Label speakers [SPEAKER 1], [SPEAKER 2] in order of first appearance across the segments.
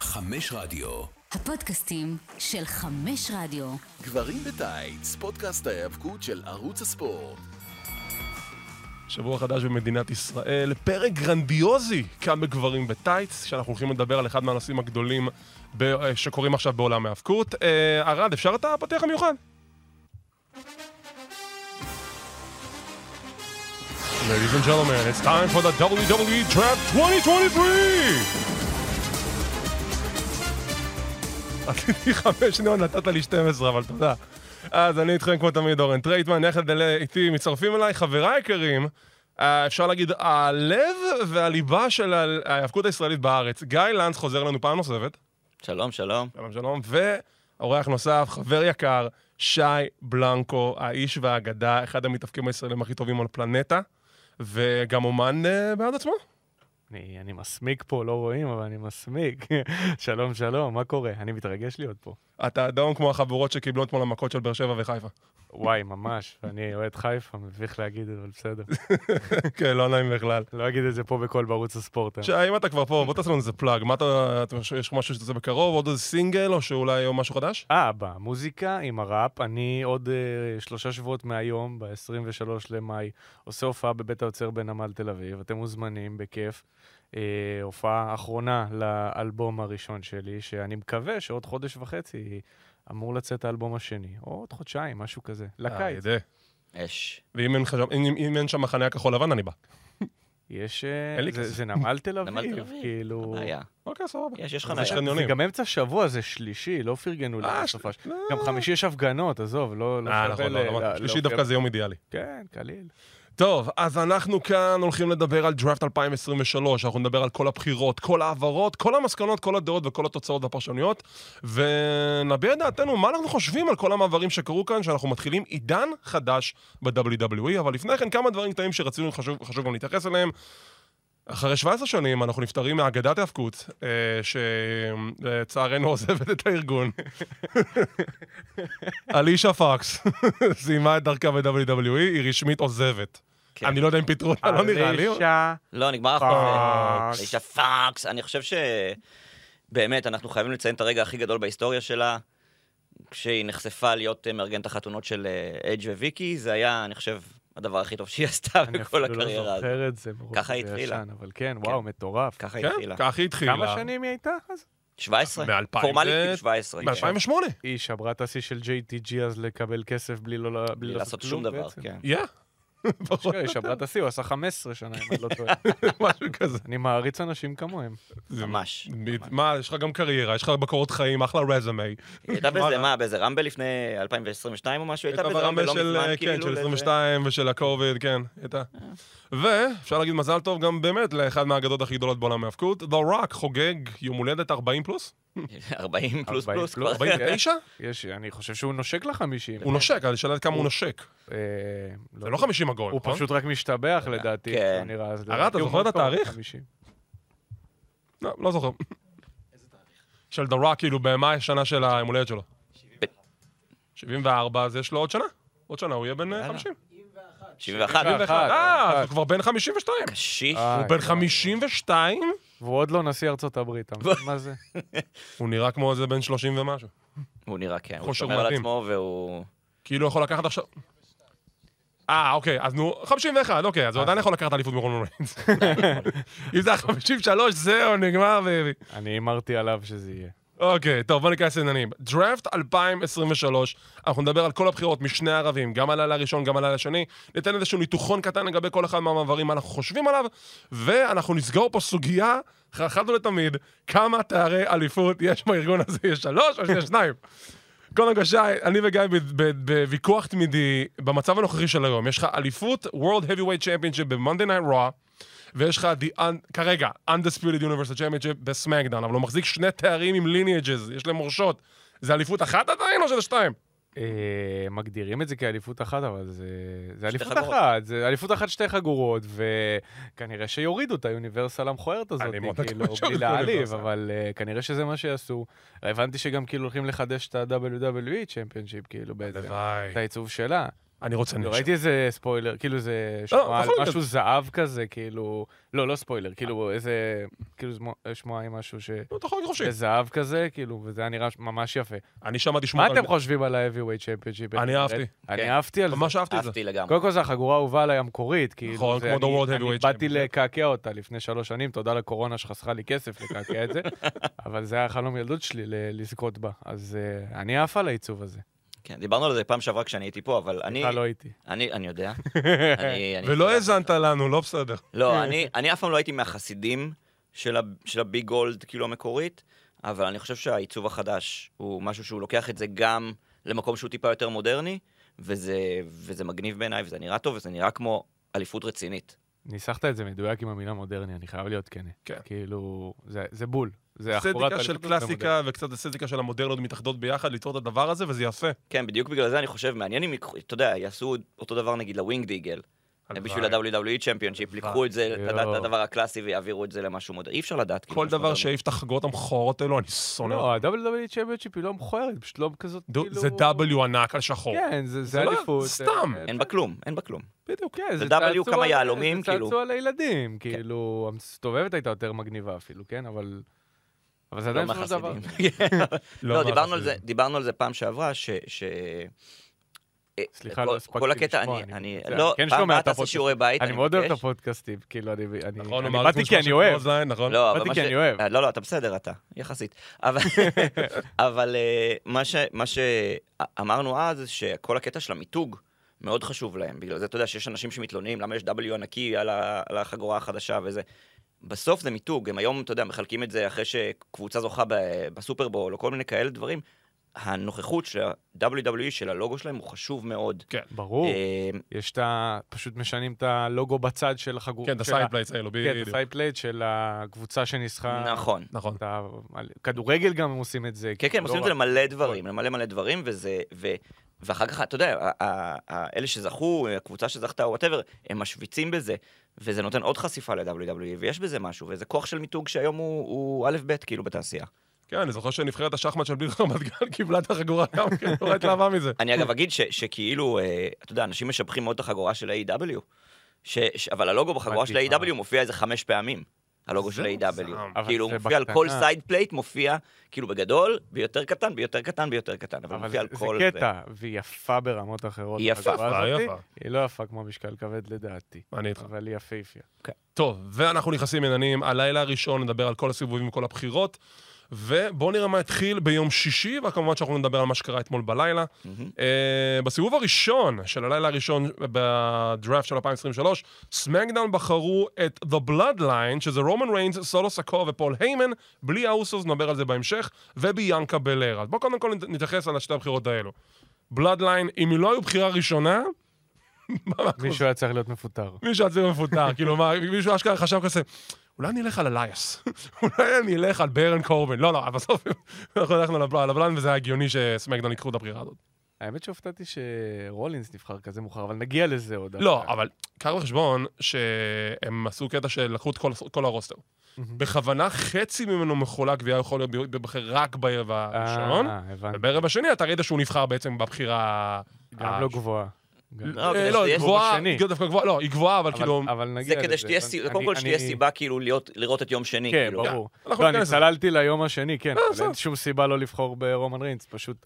[SPEAKER 1] חמש רדיו.
[SPEAKER 2] הפודקאסטים של חמש רדיו.
[SPEAKER 3] גברים בטייץ, פודקאסט ההיאבקות של ערוץ הספורט.
[SPEAKER 4] שבוע חדש במדינת ישראל, פרק גרנדיוזי כאן בגברים בטייץ, שאנחנו הולכים לדבר על אחד מהנושאים הגדולים ב- אה, שקורים עכשיו בעולם ההאבקות. אה, ערד, אפשר את הפתיח המיוחד? Ladies and gentlemen, it's time for the WWE Draft 2023! עשיתי חמש שניות, נתת לי 12, אבל תודה. אז אני איתכם כמו תמיד, אורן טרייטמן, יחד אלה- איתי מצטרפים אליי חבריי היקרים, אה, אפשר להגיד, הלב והליבה של ה- ההיאבקות הישראלית בארץ. גיא לנץ חוזר לנו פעם נוספת,
[SPEAKER 5] שלום, שלום.
[SPEAKER 4] שלום שלום, ואורח נוסף, חבר יקר, שי בלנקו, האיש והאגדה, אחד המתאבקים הישראלים הכי טובים על הפלנטה, וגם אומן אה, בעד עצמו.
[SPEAKER 6] אני, אני מסמיק פה, לא רואים, אבל אני מסמיק. שלום, שלום, מה קורה? אני מתרגש להיות פה.
[SPEAKER 4] אתה אדום כמו החבורות שקיבלו אתמול המכות של באר שבע וחיפה.
[SPEAKER 6] וואי, ממש, אני אוהד חיפה, מביך להגיד אבל בסדר.
[SPEAKER 4] כן, לא נעים בכלל.
[SPEAKER 6] לא אגיד את זה פה בקול בערוץ הספורט. אה?
[SPEAKER 4] שי, אם אתה כבר פה, בוא תעשה לנו איזה פלאג. מה אתה, אתה- יש משהו שתעשה בקרוב, עוד איזה סינגל, או שאולי או משהו חדש?
[SPEAKER 6] אה, במוזיקה עם הראפ, אני עוד אה, שלושה שבועות מהיום, ב-23 למאי, עושה הופעה בבית היוצר בנמל תל אביב, אתם מוזמנים, בכיף. אה, הופעה אחרונה לאלבום הראשון שלי, שאני מקווה שעוד חודש וחצי אמור לצאת האלבום השני, או עוד חודשיים, משהו כזה,
[SPEAKER 4] אה,
[SPEAKER 6] לקיץ.
[SPEAKER 4] יודע.
[SPEAKER 5] אש.
[SPEAKER 4] ואם אין לך שם- אם- אם אין שם מחנה הכחול לבן, אני בא.
[SPEAKER 6] יש... אה,
[SPEAKER 4] אין לי
[SPEAKER 6] זה-
[SPEAKER 4] כסף.
[SPEAKER 6] זה נמל תל
[SPEAKER 5] נמל תל
[SPEAKER 6] אביב,
[SPEAKER 5] אביב,
[SPEAKER 6] כאילו...
[SPEAKER 5] בעיה.
[SPEAKER 4] אוקיי, סבבה.
[SPEAKER 5] יש, יש
[SPEAKER 4] יש
[SPEAKER 5] חניה.
[SPEAKER 6] זה
[SPEAKER 4] חניונים.
[SPEAKER 6] גם אמצע שבוע, זה שלישי, לא פרגנו
[SPEAKER 4] אה,
[SPEAKER 6] לך
[SPEAKER 4] של-
[SPEAKER 6] סופה.
[SPEAKER 4] לא.
[SPEAKER 6] גם חמישי יש הפגנות, עזוב, לא... לא
[SPEAKER 4] אה,
[SPEAKER 6] שווה
[SPEAKER 4] נכון,
[SPEAKER 6] ל-
[SPEAKER 4] לא,
[SPEAKER 6] לא-
[SPEAKER 4] נכון.
[SPEAKER 6] לא
[SPEAKER 4] שלישי
[SPEAKER 6] שווה-
[SPEAKER 4] דווקא זה יום אידיאלי.
[SPEAKER 6] כן, קליל.
[SPEAKER 4] טוב, אז אנחנו כאן הולכים לדבר על דראפט 2023, אנחנו נדבר על כל הבחירות, כל ההעברות, כל המסקנות, כל הדעות וכל התוצאות והפרשנויות, ונביע את דעתנו מה אנחנו חושבים על כל המעברים שקרו כאן, שאנחנו מתחילים עידן חדש ב-WWE, אבל לפני כן כמה דברים קטנים שרצינו, חשוב, חשוב גם להתייחס אליהם. אחרי 17 שנים אנחנו נפטרים מאגדת האבקות, אה, שלצערנו עוזבת את הארגון. אלישה פקס סיימה את דרכה ב-WWE, היא רשמית עוזבת.
[SPEAKER 5] כן.
[SPEAKER 4] אני לא יודע אם פיטרו אותה, לא נראה לי.
[SPEAKER 6] אלישע,
[SPEAKER 5] לא, נגמר
[SPEAKER 6] פאקס.
[SPEAKER 5] החוזה. אישה פאקס. אני חושב ש... באמת, אנחנו חייבים לציין את הרגע הכי גדול בהיסטוריה שלה, כשהיא נחשפה להיות אה, מארגנת החתונות של אה, אייג' וויקי, זה היה, אני חושב, הדבר הכי טוב שהיא
[SPEAKER 4] אה,
[SPEAKER 5] עשתה
[SPEAKER 6] אני
[SPEAKER 5] בכל
[SPEAKER 6] אפילו לא
[SPEAKER 5] הקריירה הזאת.
[SPEAKER 6] זוכר את זה. מרוב
[SPEAKER 5] ככה
[SPEAKER 6] שזה
[SPEAKER 5] התחילה.
[SPEAKER 6] ישן, אבל כן, וואו, מטורף.
[SPEAKER 5] ככה היא
[SPEAKER 4] כן,
[SPEAKER 5] התחילה.
[SPEAKER 4] כך היא התחילה.
[SPEAKER 6] כמה שנים היא הייתה אז?
[SPEAKER 5] 17?
[SPEAKER 4] מ-אלפיים אה,
[SPEAKER 5] פורמלית
[SPEAKER 4] ו-
[SPEAKER 5] כאילו 17. כן.
[SPEAKER 4] ב-2008.
[SPEAKER 6] היא שברה את השיא של JTG אז לקבל כסף בלי לא- בלי
[SPEAKER 5] בלי לעשות שום דבר,
[SPEAKER 6] בעצם.
[SPEAKER 5] כן.
[SPEAKER 4] יא. פחות,
[SPEAKER 6] אשכרה, היא שברה את השיא, הוא עשה 15 שנה, אם אני לא טועה.
[SPEAKER 4] משהו כזה.
[SPEAKER 6] אני מעריץ אנשים כמוהם.
[SPEAKER 4] זה- לא-
[SPEAKER 5] ממש.
[SPEAKER 4] בד- מה, יש לך גם קריירה, יש לך בקורות חיים, אחלה רזמי.
[SPEAKER 5] היא
[SPEAKER 4] מה
[SPEAKER 5] הייתה באיזה,
[SPEAKER 4] רע?
[SPEAKER 5] מה, באיזה רמבל לפני 2022 או משהו? היא
[SPEAKER 4] הייתה
[SPEAKER 5] הייתה באיזה רמבל
[SPEAKER 4] ברמבל
[SPEAKER 5] לא
[SPEAKER 4] של,
[SPEAKER 5] מזמן,
[SPEAKER 4] כן,
[SPEAKER 5] כאילו,
[SPEAKER 4] של
[SPEAKER 5] לאיזה-
[SPEAKER 4] 22 ושל הקוביד, כן, הייתה. ואפשר להגיד מזל טוב גם באמת לאחד מהאגדות הכי גדולות בעולם ההאבקות, The Rock חוגג יום הולדת 40 פלוס,
[SPEAKER 5] 40 פלוס
[SPEAKER 6] 40
[SPEAKER 5] פלוס.
[SPEAKER 4] לא,
[SPEAKER 6] פלוס.
[SPEAKER 5] כבר.
[SPEAKER 4] 49?
[SPEAKER 6] יש, אני חושב שהוא נושק לחמישים.
[SPEAKER 4] הוא נושק, אני שאלה כמה הוא נושק.
[SPEAKER 6] אה,
[SPEAKER 4] זה לא 50 עגול,
[SPEAKER 6] הוא
[SPEAKER 4] נכון?
[SPEAKER 6] פשוט רק משתבח לדעתי, איך
[SPEAKER 5] כן.
[SPEAKER 6] שהוא נראה אז.
[SPEAKER 4] הראה, אתה
[SPEAKER 6] הוא
[SPEAKER 4] זוכר את
[SPEAKER 6] מקום
[SPEAKER 4] התאריך?
[SPEAKER 6] 50.
[SPEAKER 4] לא, לא זוכר. של The Rock, כאילו, במה השנה של היום הולדת שלו? 74, אז יש לו עוד שנה. עוד שנה הוא יהיה בן אה, 50.
[SPEAKER 5] 71.
[SPEAKER 6] 71.
[SPEAKER 4] אה, אז הוא כבר בן 52.
[SPEAKER 5] קשיש.
[SPEAKER 6] אה,
[SPEAKER 4] הוא בן 52?
[SPEAKER 6] והוא עוד לא נשיא ארצות הברית, אתה מבין מה זה?
[SPEAKER 4] הוא נראה כמו איזה בן 30 ומשהו.
[SPEAKER 5] הוא נראה כן, הוא
[SPEAKER 4] כושר
[SPEAKER 5] שומר על
[SPEAKER 4] מדהים.
[SPEAKER 5] עצמו והוא...
[SPEAKER 4] כאילו, הוא יכול לקחת עכשיו... אה, אוקיי, אז נו, 51, אוקיי, אז הוא עדיין יכול לקחת אליפות מרון ריינס. אם זה היה 53, זהו, נגמר, בייבי.
[SPEAKER 6] אני הימרתי עליו שזה יהיה.
[SPEAKER 4] אוקיי, טוב, בוא ניכנס לעניינים. דראפט 2023, אנחנו נדבר על כל הבחירות משני הערבים, גם על הלילה הראשון, גם על הלילה השני. ניתן איזשהו ניתוחון קטן לגבי כל אחד מהמעברים, מה אנחנו חושבים עליו, ואנחנו נסגור פה סוגיה, אחת ולתמיד, כמה תארי אליפות יש בארגון הזה, יש שלוש או שיש שניים? קודם כל, שי, אני וגיא ב- ב- בוויכוח תמידי, במצב הנוכחי של היום, יש לך אליפות World Heavyweight Championship ב-Monday Night Raw, ויש לך the un- כרגע Undisputed Universal Championship בסמקדאון, אבל הוא מחזיק שני תארים עם ליניאג'ז, יש להם מורשות. זה אליפות אחת עדיין או שזה שתיים?
[SPEAKER 6] אה, מגדירים את זה כאליפות אחת, אבל זה, זה אליפות
[SPEAKER 5] חגורות.
[SPEAKER 6] אחת, זה אליפות אחת שתי חגורות, וכנראה שיורידו את האוניברסל המכוערת הזאת,
[SPEAKER 4] אני מאוד
[SPEAKER 6] כאילו,
[SPEAKER 4] מקווה
[SPEAKER 6] בלי
[SPEAKER 4] שיורידו
[SPEAKER 6] להעליב,
[SPEAKER 4] אוניברסל.
[SPEAKER 6] אבל אה, כנראה שזה מה שיעשו. הבנתי שגם E כאילו הולכים לחדש את ה-WWE צ'מפיונשיפ, כאילו, בעצם,
[SPEAKER 4] הלוואי.
[SPEAKER 6] את העיצוב שלה.
[SPEAKER 4] אני רוצה
[SPEAKER 6] לא,
[SPEAKER 4] נשק.
[SPEAKER 6] ראיתי איזה ספוילר, כאילו איזה
[SPEAKER 4] לא,
[SPEAKER 6] שמועה על
[SPEAKER 4] בכל מקרה.
[SPEAKER 6] משהו זהב כזה, כאילו... לא, לא ספוילר, כאילו איזה... כאילו זמו- שמועה עם משהו ש...
[SPEAKER 4] נו, אתה יכול להגיד חופשי.
[SPEAKER 6] זהב כזה, כאילו, וזה היה נראה ממש יפה.
[SPEAKER 4] אני שמעתי שמות.
[SPEAKER 6] מה אתם חושבים על ה-Heavyweight Championship?
[SPEAKER 4] אני אהבתי.
[SPEAKER 6] אני
[SPEAKER 5] כן.
[SPEAKER 6] אהבתי על זה.
[SPEAKER 4] ממש אהבתי את זה.
[SPEAKER 5] אהבתי לגמרי.
[SPEAKER 6] קודם כל, זו החגורה האהובה עליי המקורית, כאילו.
[SPEAKER 4] נכון,
[SPEAKER 6] זה
[SPEAKER 4] כמו
[SPEAKER 6] אני-
[SPEAKER 4] The World Heavyweight
[SPEAKER 6] אני באתי
[SPEAKER 4] Championship.
[SPEAKER 6] לקעקע אותה לפני שלוש שנים, תודה לקורונה שחסכה לי כסף לקעקע את זה, אבל זה היה חלום ילדות שלי ל- לזכות בה, אז אה, אני עף על העיצוב הזה,
[SPEAKER 5] כן, דיברנו על זה פעם שעברה כשאני הייתי פה, אבל אני...
[SPEAKER 6] בכלל לא הייתי.
[SPEAKER 5] אני, אני יודע. אני, אני
[SPEAKER 4] ולא האזנת לנו, לא בסדר.
[SPEAKER 5] לא, אני, אני אף פעם לא הייתי מהחסידים של, ה, של הביג גולד, כאילו המקורית, אבל אני חושב שהעיצוב החדש הוא משהו שהוא לוקח את זה גם למקום שהוא טיפה יותר מודרני, וזה, וזה מגניב בעיניי, וזה נראה טוב, וזה נראה כמו אליפות רצינית.
[SPEAKER 6] ניסחת את זה מדויק עם המילה מודרני, אני חייב להיות כן.
[SPEAKER 4] כן.
[SPEAKER 6] כאילו, זה זה בול. זה החגורת
[SPEAKER 4] אסתטיקה של
[SPEAKER 6] האליפות המודרנית.
[SPEAKER 4] קלאסיקה וקצת אסתטיקה של המודרנות מתאחדות ביחד, ליצור את הדבר הזה, וזה יפה.
[SPEAKER 5] כן, בדיוק בגלל זה אני חושב, מעניין אם יקחו, אתה יודע, יעשו אותו דבר נגיד לווינג דיגל, בשביל
[SPEAKER 4] הלוואי.
[SPEAKER 5] ה-WWE צ'מפיונשיפ, לקחו את זה,
[SPEAKER 6] יואו.
[SPEAKER 5] לדת- לדבר הקלאסי ויעבירו את זה למשהו מודרני. אי אפשר לדעת. כאילו,
[SPEAKER 4] כל
[SPEAKER 5] משהו
[SPEAKER 4] דבר
[SPEAKER 5] מודרני.
[SPEAKER 4] שהעיף את החגורות המכוערות האלו, אני שונא.
[SPEAKER 6] לא,
[SPEAKER 4] אותן.
[SPEAKER 6] ה-WWE Championship היא לא מכוערת, פשוט לא כזאת,
[SPEAKER 4] דו-
[SPEAKER 6] כאילו...
[SPEAKER 4] זה W ענק על שחור.
[SPEAKER 6] כן, זה- זה
[SPEAKER 4] זה לא-
[SPEAKER 6] אליפות.
[SPEAKER 4] סתם.
[SPEAKER 5] אין בה כלום, אין בה כלום.
[SPEAKER 6] בדיוק, כן.
[SPEAKER 5] ב-W
[SPEAKER 6] צעצוע
[SPEAKER 5] כמה
[SPEAKER 6] על-
[SPEAKER 5] יהלומים,
[SPEAKER 6] זה
[SPEAKER 5] כאילו.
[SPEAKER 6] צעצוע לילדים, כאילו, המסתובבת הייתה יותר מגניבה אפילו, כן? אבל... אבל
[SPEAKER 5] לא
[SPEAKER 6] זה עדיין בסופו של דבר.
[SPEAKER 5] מהחסידים. לא, דיברנו
[SPEAKER 4] מהחסידים.
[SPEAKER 5] על זה, דיברנו על זה פעם שעברה, ש... ש... אה,
[SPEAKER 6] סליחה,
[SPEAKER 5] כל-
[SPEAKER 6] לא הספקתי
[SPEAKER 5] כל הקטע,
[SPEAKER 6] לשמוע,
[SPEAKER 5] אני,
[SPEAKER 6] אני
[SPEAKER 5] אני,
[SPEAKER 6] מתנצל.
[SPEAKER 5] לא,
[SPEAKER 6] כן
[SPEAKER 5] פעם
[SPEAKER 6] שומע
[SPEAKER 5] הבאה
[SPEAKER 6] את
[SPEAKER 5] תעשה
[SPEAKER 6] הפודקאסט.
[SPEAKER 5] שיעורים בית,
[SPEAKER 6] אני מאוד אוהב את
[SPEAKER 5] מבקש.
[SPEAKER 6] הפודקאסטים, כאילו, אני... אני-
[SPEAKER 4] נכון, הוא
[SPEAKER 6] אני
[SPEAKER 4] מעריץ
[SPEAKER 6] באתי כי
[SPEAKER 4] מושבע
[SPEAKER 6] אני
[SPEAKER 4] של
[SPEAKER 6] אוהב.
[SPEAKER 4] קרוזליין, נכון?
[SPEAKER 5] לא, אבל
[SPEAKER 6] באתי
[SPEAKER 5] מה
[SPEAKER 6] כי
[SPEAKER 5] ש-
[SPEAKER 6] אני אוהב.
[SPEAKER 5] אה, לא, לא, אתה בסדר, אתה, יחסית. אבל, אבל אה, מה ש- מה שאמרנו אז, זה שכל הקטע של המיתוג מאוד חשוב להם. בגלל זה, אתה יודע, שיש אנשים שמתלוננים, למה יש W ענקי על ה- על החגורה החדשה וזה. בסוף זה מיתוג, הם היום, אתה יודע, מחלקים את זה אחרי שקבוצה זוכה ב- בסופרבול או כל מיני כאלה דברים. הנוכחות של ה-WWE, E, של הלוגו שלהם, הוא חשוב מאוד.
[SPEAKER 6] ברור.
[SPEAKER 5] אה,
[SPEAKER 6] יש את ה... פשוט משנים את הלוגו בצד של החגור.
[SPEAKER 4] כן, את
[SPEAKER 6] של ה-
[SPEAKER 4] הסיידפלייטס האלו,
[SPEAKER 6] כן, את
[SPEAKER 4] בדיוק.
[SPEAKER 6] הסיידפלייט של הקבוצה שניסחה.
[SPEAKER 5] נכון.
[SPEAKER 4] נכון.
[SPEAKER 6] את ה- על- כדורגל גם הם עושים את זה.
[SPEAKER 5] כן, כן,
[SPEAKER 6] כאילו,
[SPEAKER 5] הם עושים את
[SPEAKER 6] לא
[SPEAKER 5] זה
[SPEAKER 6] רק-
[SPEAKER 5] למלא דברים, למלא מלא דברים, וזה... ו... ואחר כך, אתה יודע, ה- ה- ה- אלה שזכו, הקבוצה שזכתה, וואטאבר, הם משוויצים בזה, וזה נותן עוד חשיפה ל-WWE, ויש בזה משהו, וזה כוח של מיתוג שהיום הוא, הוא א'-ב' כאילו בתעשייה.
[SPEAKER 4] כן, אני זוכר שנבחרת השחמט של בלי רמת גן קיבלה את החגורה גם כן, נורא התלהבה מזה.
[SPEAKER 5] אני אגב אגיד ש, שכאילו, אה, אתה יודע, אנשים משבחים מאוד את החגורה של ה-AW, ש, ש, אבל הלוגו בחגורה של
[SPEAKER 6] מדהים,
[SPEAKER 5] ה-AW מופיע איזה חמש פעמים, הלוגו
[SPEAKER 4] זה
[SPEAKER 5] של
[SPEAKER 4] אה,
[SPEAKER 5] ה-AW.
[SPEAKER 6] אבל
[SPEAKER 5] כאילו,
[SPEAKER 6] זה
[SPEAKER 5] הוא מופיע על
[SPEAKER 6] בקטנה.
[SPEAKER 5] כל סייד פלייט, מופיע, כאילו, בגדול, ביותר קטן, ביותר קטן, ביותר קטן, אבל,
[SPEAKER 6] אבל
[SPEAKER 5] מופיע על כל...
[SPEAKER 6] זה קטע, והיא יפה ברמות אחרות.
[SPEAKER 5] היא יפה.
[SPEAKER 6] החגורה
[SPEAKER 4] היא
[SPEAKER 6] הזאת.
[SPEAKER 4] יפה.
[SPEAKER 6] היא לא יפה כמו משקל כבד לדעתי,
[SPEAKER 4] אה, אני איתך.
[SPEAKER 6] אבל היא יפהפייה.
[SPEAKER 4] טוב, ואנחנו נכנסים עניינים. הלילה הראשון נדבר על כל הסיבובים וכל הבחירות, ובואו נראה מה התחיל ביום שישי, וכמובן שאנחנו נדבר על מה שקרה אתמול בלילה.
[SPEAKER 5] מהמם.
[SPEAKER 4] אה, בסיבוב הראשון של הלילה הראשון בדראפט של 2023, סמקדאון בחרו את The Bloodline, שזה רומן ריינס, סולו סקו ופול היימן, בלי האוסוס, נדבר על זה בהמשך, וביאנקה בלר. אז בואו קודם כל נתייחס על שתי הבחירות האלו. בלאדליין, אם היא לא היו בחירה ראשונה, מה אנחנו
[SPEAKER 6] מישהו היה צריך להיות מפוטר.
[SPEAKER 4] מישהו עצמו מפוטר, כאילו מה, מישהו אשכרה חשב כזה, אולי אני אלך על אלייס, אולי אני אלך על ברן קורבן, לא, לא, אבל בסוף אנחנו הלכנו לבלן, לבלן וזה היה הגיוני שסמקדון ייקחו את הבחירה הזאת.
[SPEAKER 6] האמת שהופתעתי שרולינס נבחר כזה מאוחר, אבל נגיע לזה עוד.
[SPEAKER 4] לא,
[SPEAKER 6] דווקא.
[SPEAKER 4] אבל קח בחשבון שהם עשו קטע שלקחו את כל- כל הרוסטר. בכוונה חצי ממנו מחולק והיה יכול להיות ב- בבחיר רק בערב הראשון,
[SPEAKER 6] אה, הבנתי.
[SPEAKER 4] וברבע השני אתה ראית שהוא נבחר בעצם בבחירה...
[SPEAKER 6] גם לא גבוהה. גם-
[SPEAKER 5] לא,
[SPEAKER 4] אה,
[SPEAKER 5] כדי
[SPEAKER 4] לא, היא
[SPEAKER 5] שיהיה-
[SPEAKER 4] גבוהה,
[SPEAKER 6] בשני.
[SPEAKER 4] דווקא גבוהה, לא, היא גבוהה, אבל
[SPEAKER 6] אבל-
[SPEAKER 4] כאילו...
[SPEAKER 6] אבל
[SPEAKER 5] זה
[SPEAKER 6] נגיע לזה.
[SPEAKER 5] כדי שתהיה סיבה,
[SPEAKER 6] הבנתי.
[SPEAKER 5] קודם כל
[SPEAKER 6] אני-
[SPEAKER 5] שתהיה
[SPEAKER 6] אני-
[SPEAKER 5] סיבה כאילו להיות- לראות את יום שני.
[SPEAKER 6] כן,
[SPEAKER 5] כאילו.
[SPEAKER 6] ברור.
[SPEAKER 4] אנחנו
[SPEAKER 6] לא, אני
[SPEAKER 4] ניכנס לזה.
[SPEAKER 6] צללתי ליום השני, כן,
[SPEAKER 4] לא,
[SPEAKER 6] אבל
[SPEAKER 4] בסדר.
[SPEAKER 6] אין שום סיבה לא לבחור ברומן ריינס, פשוט...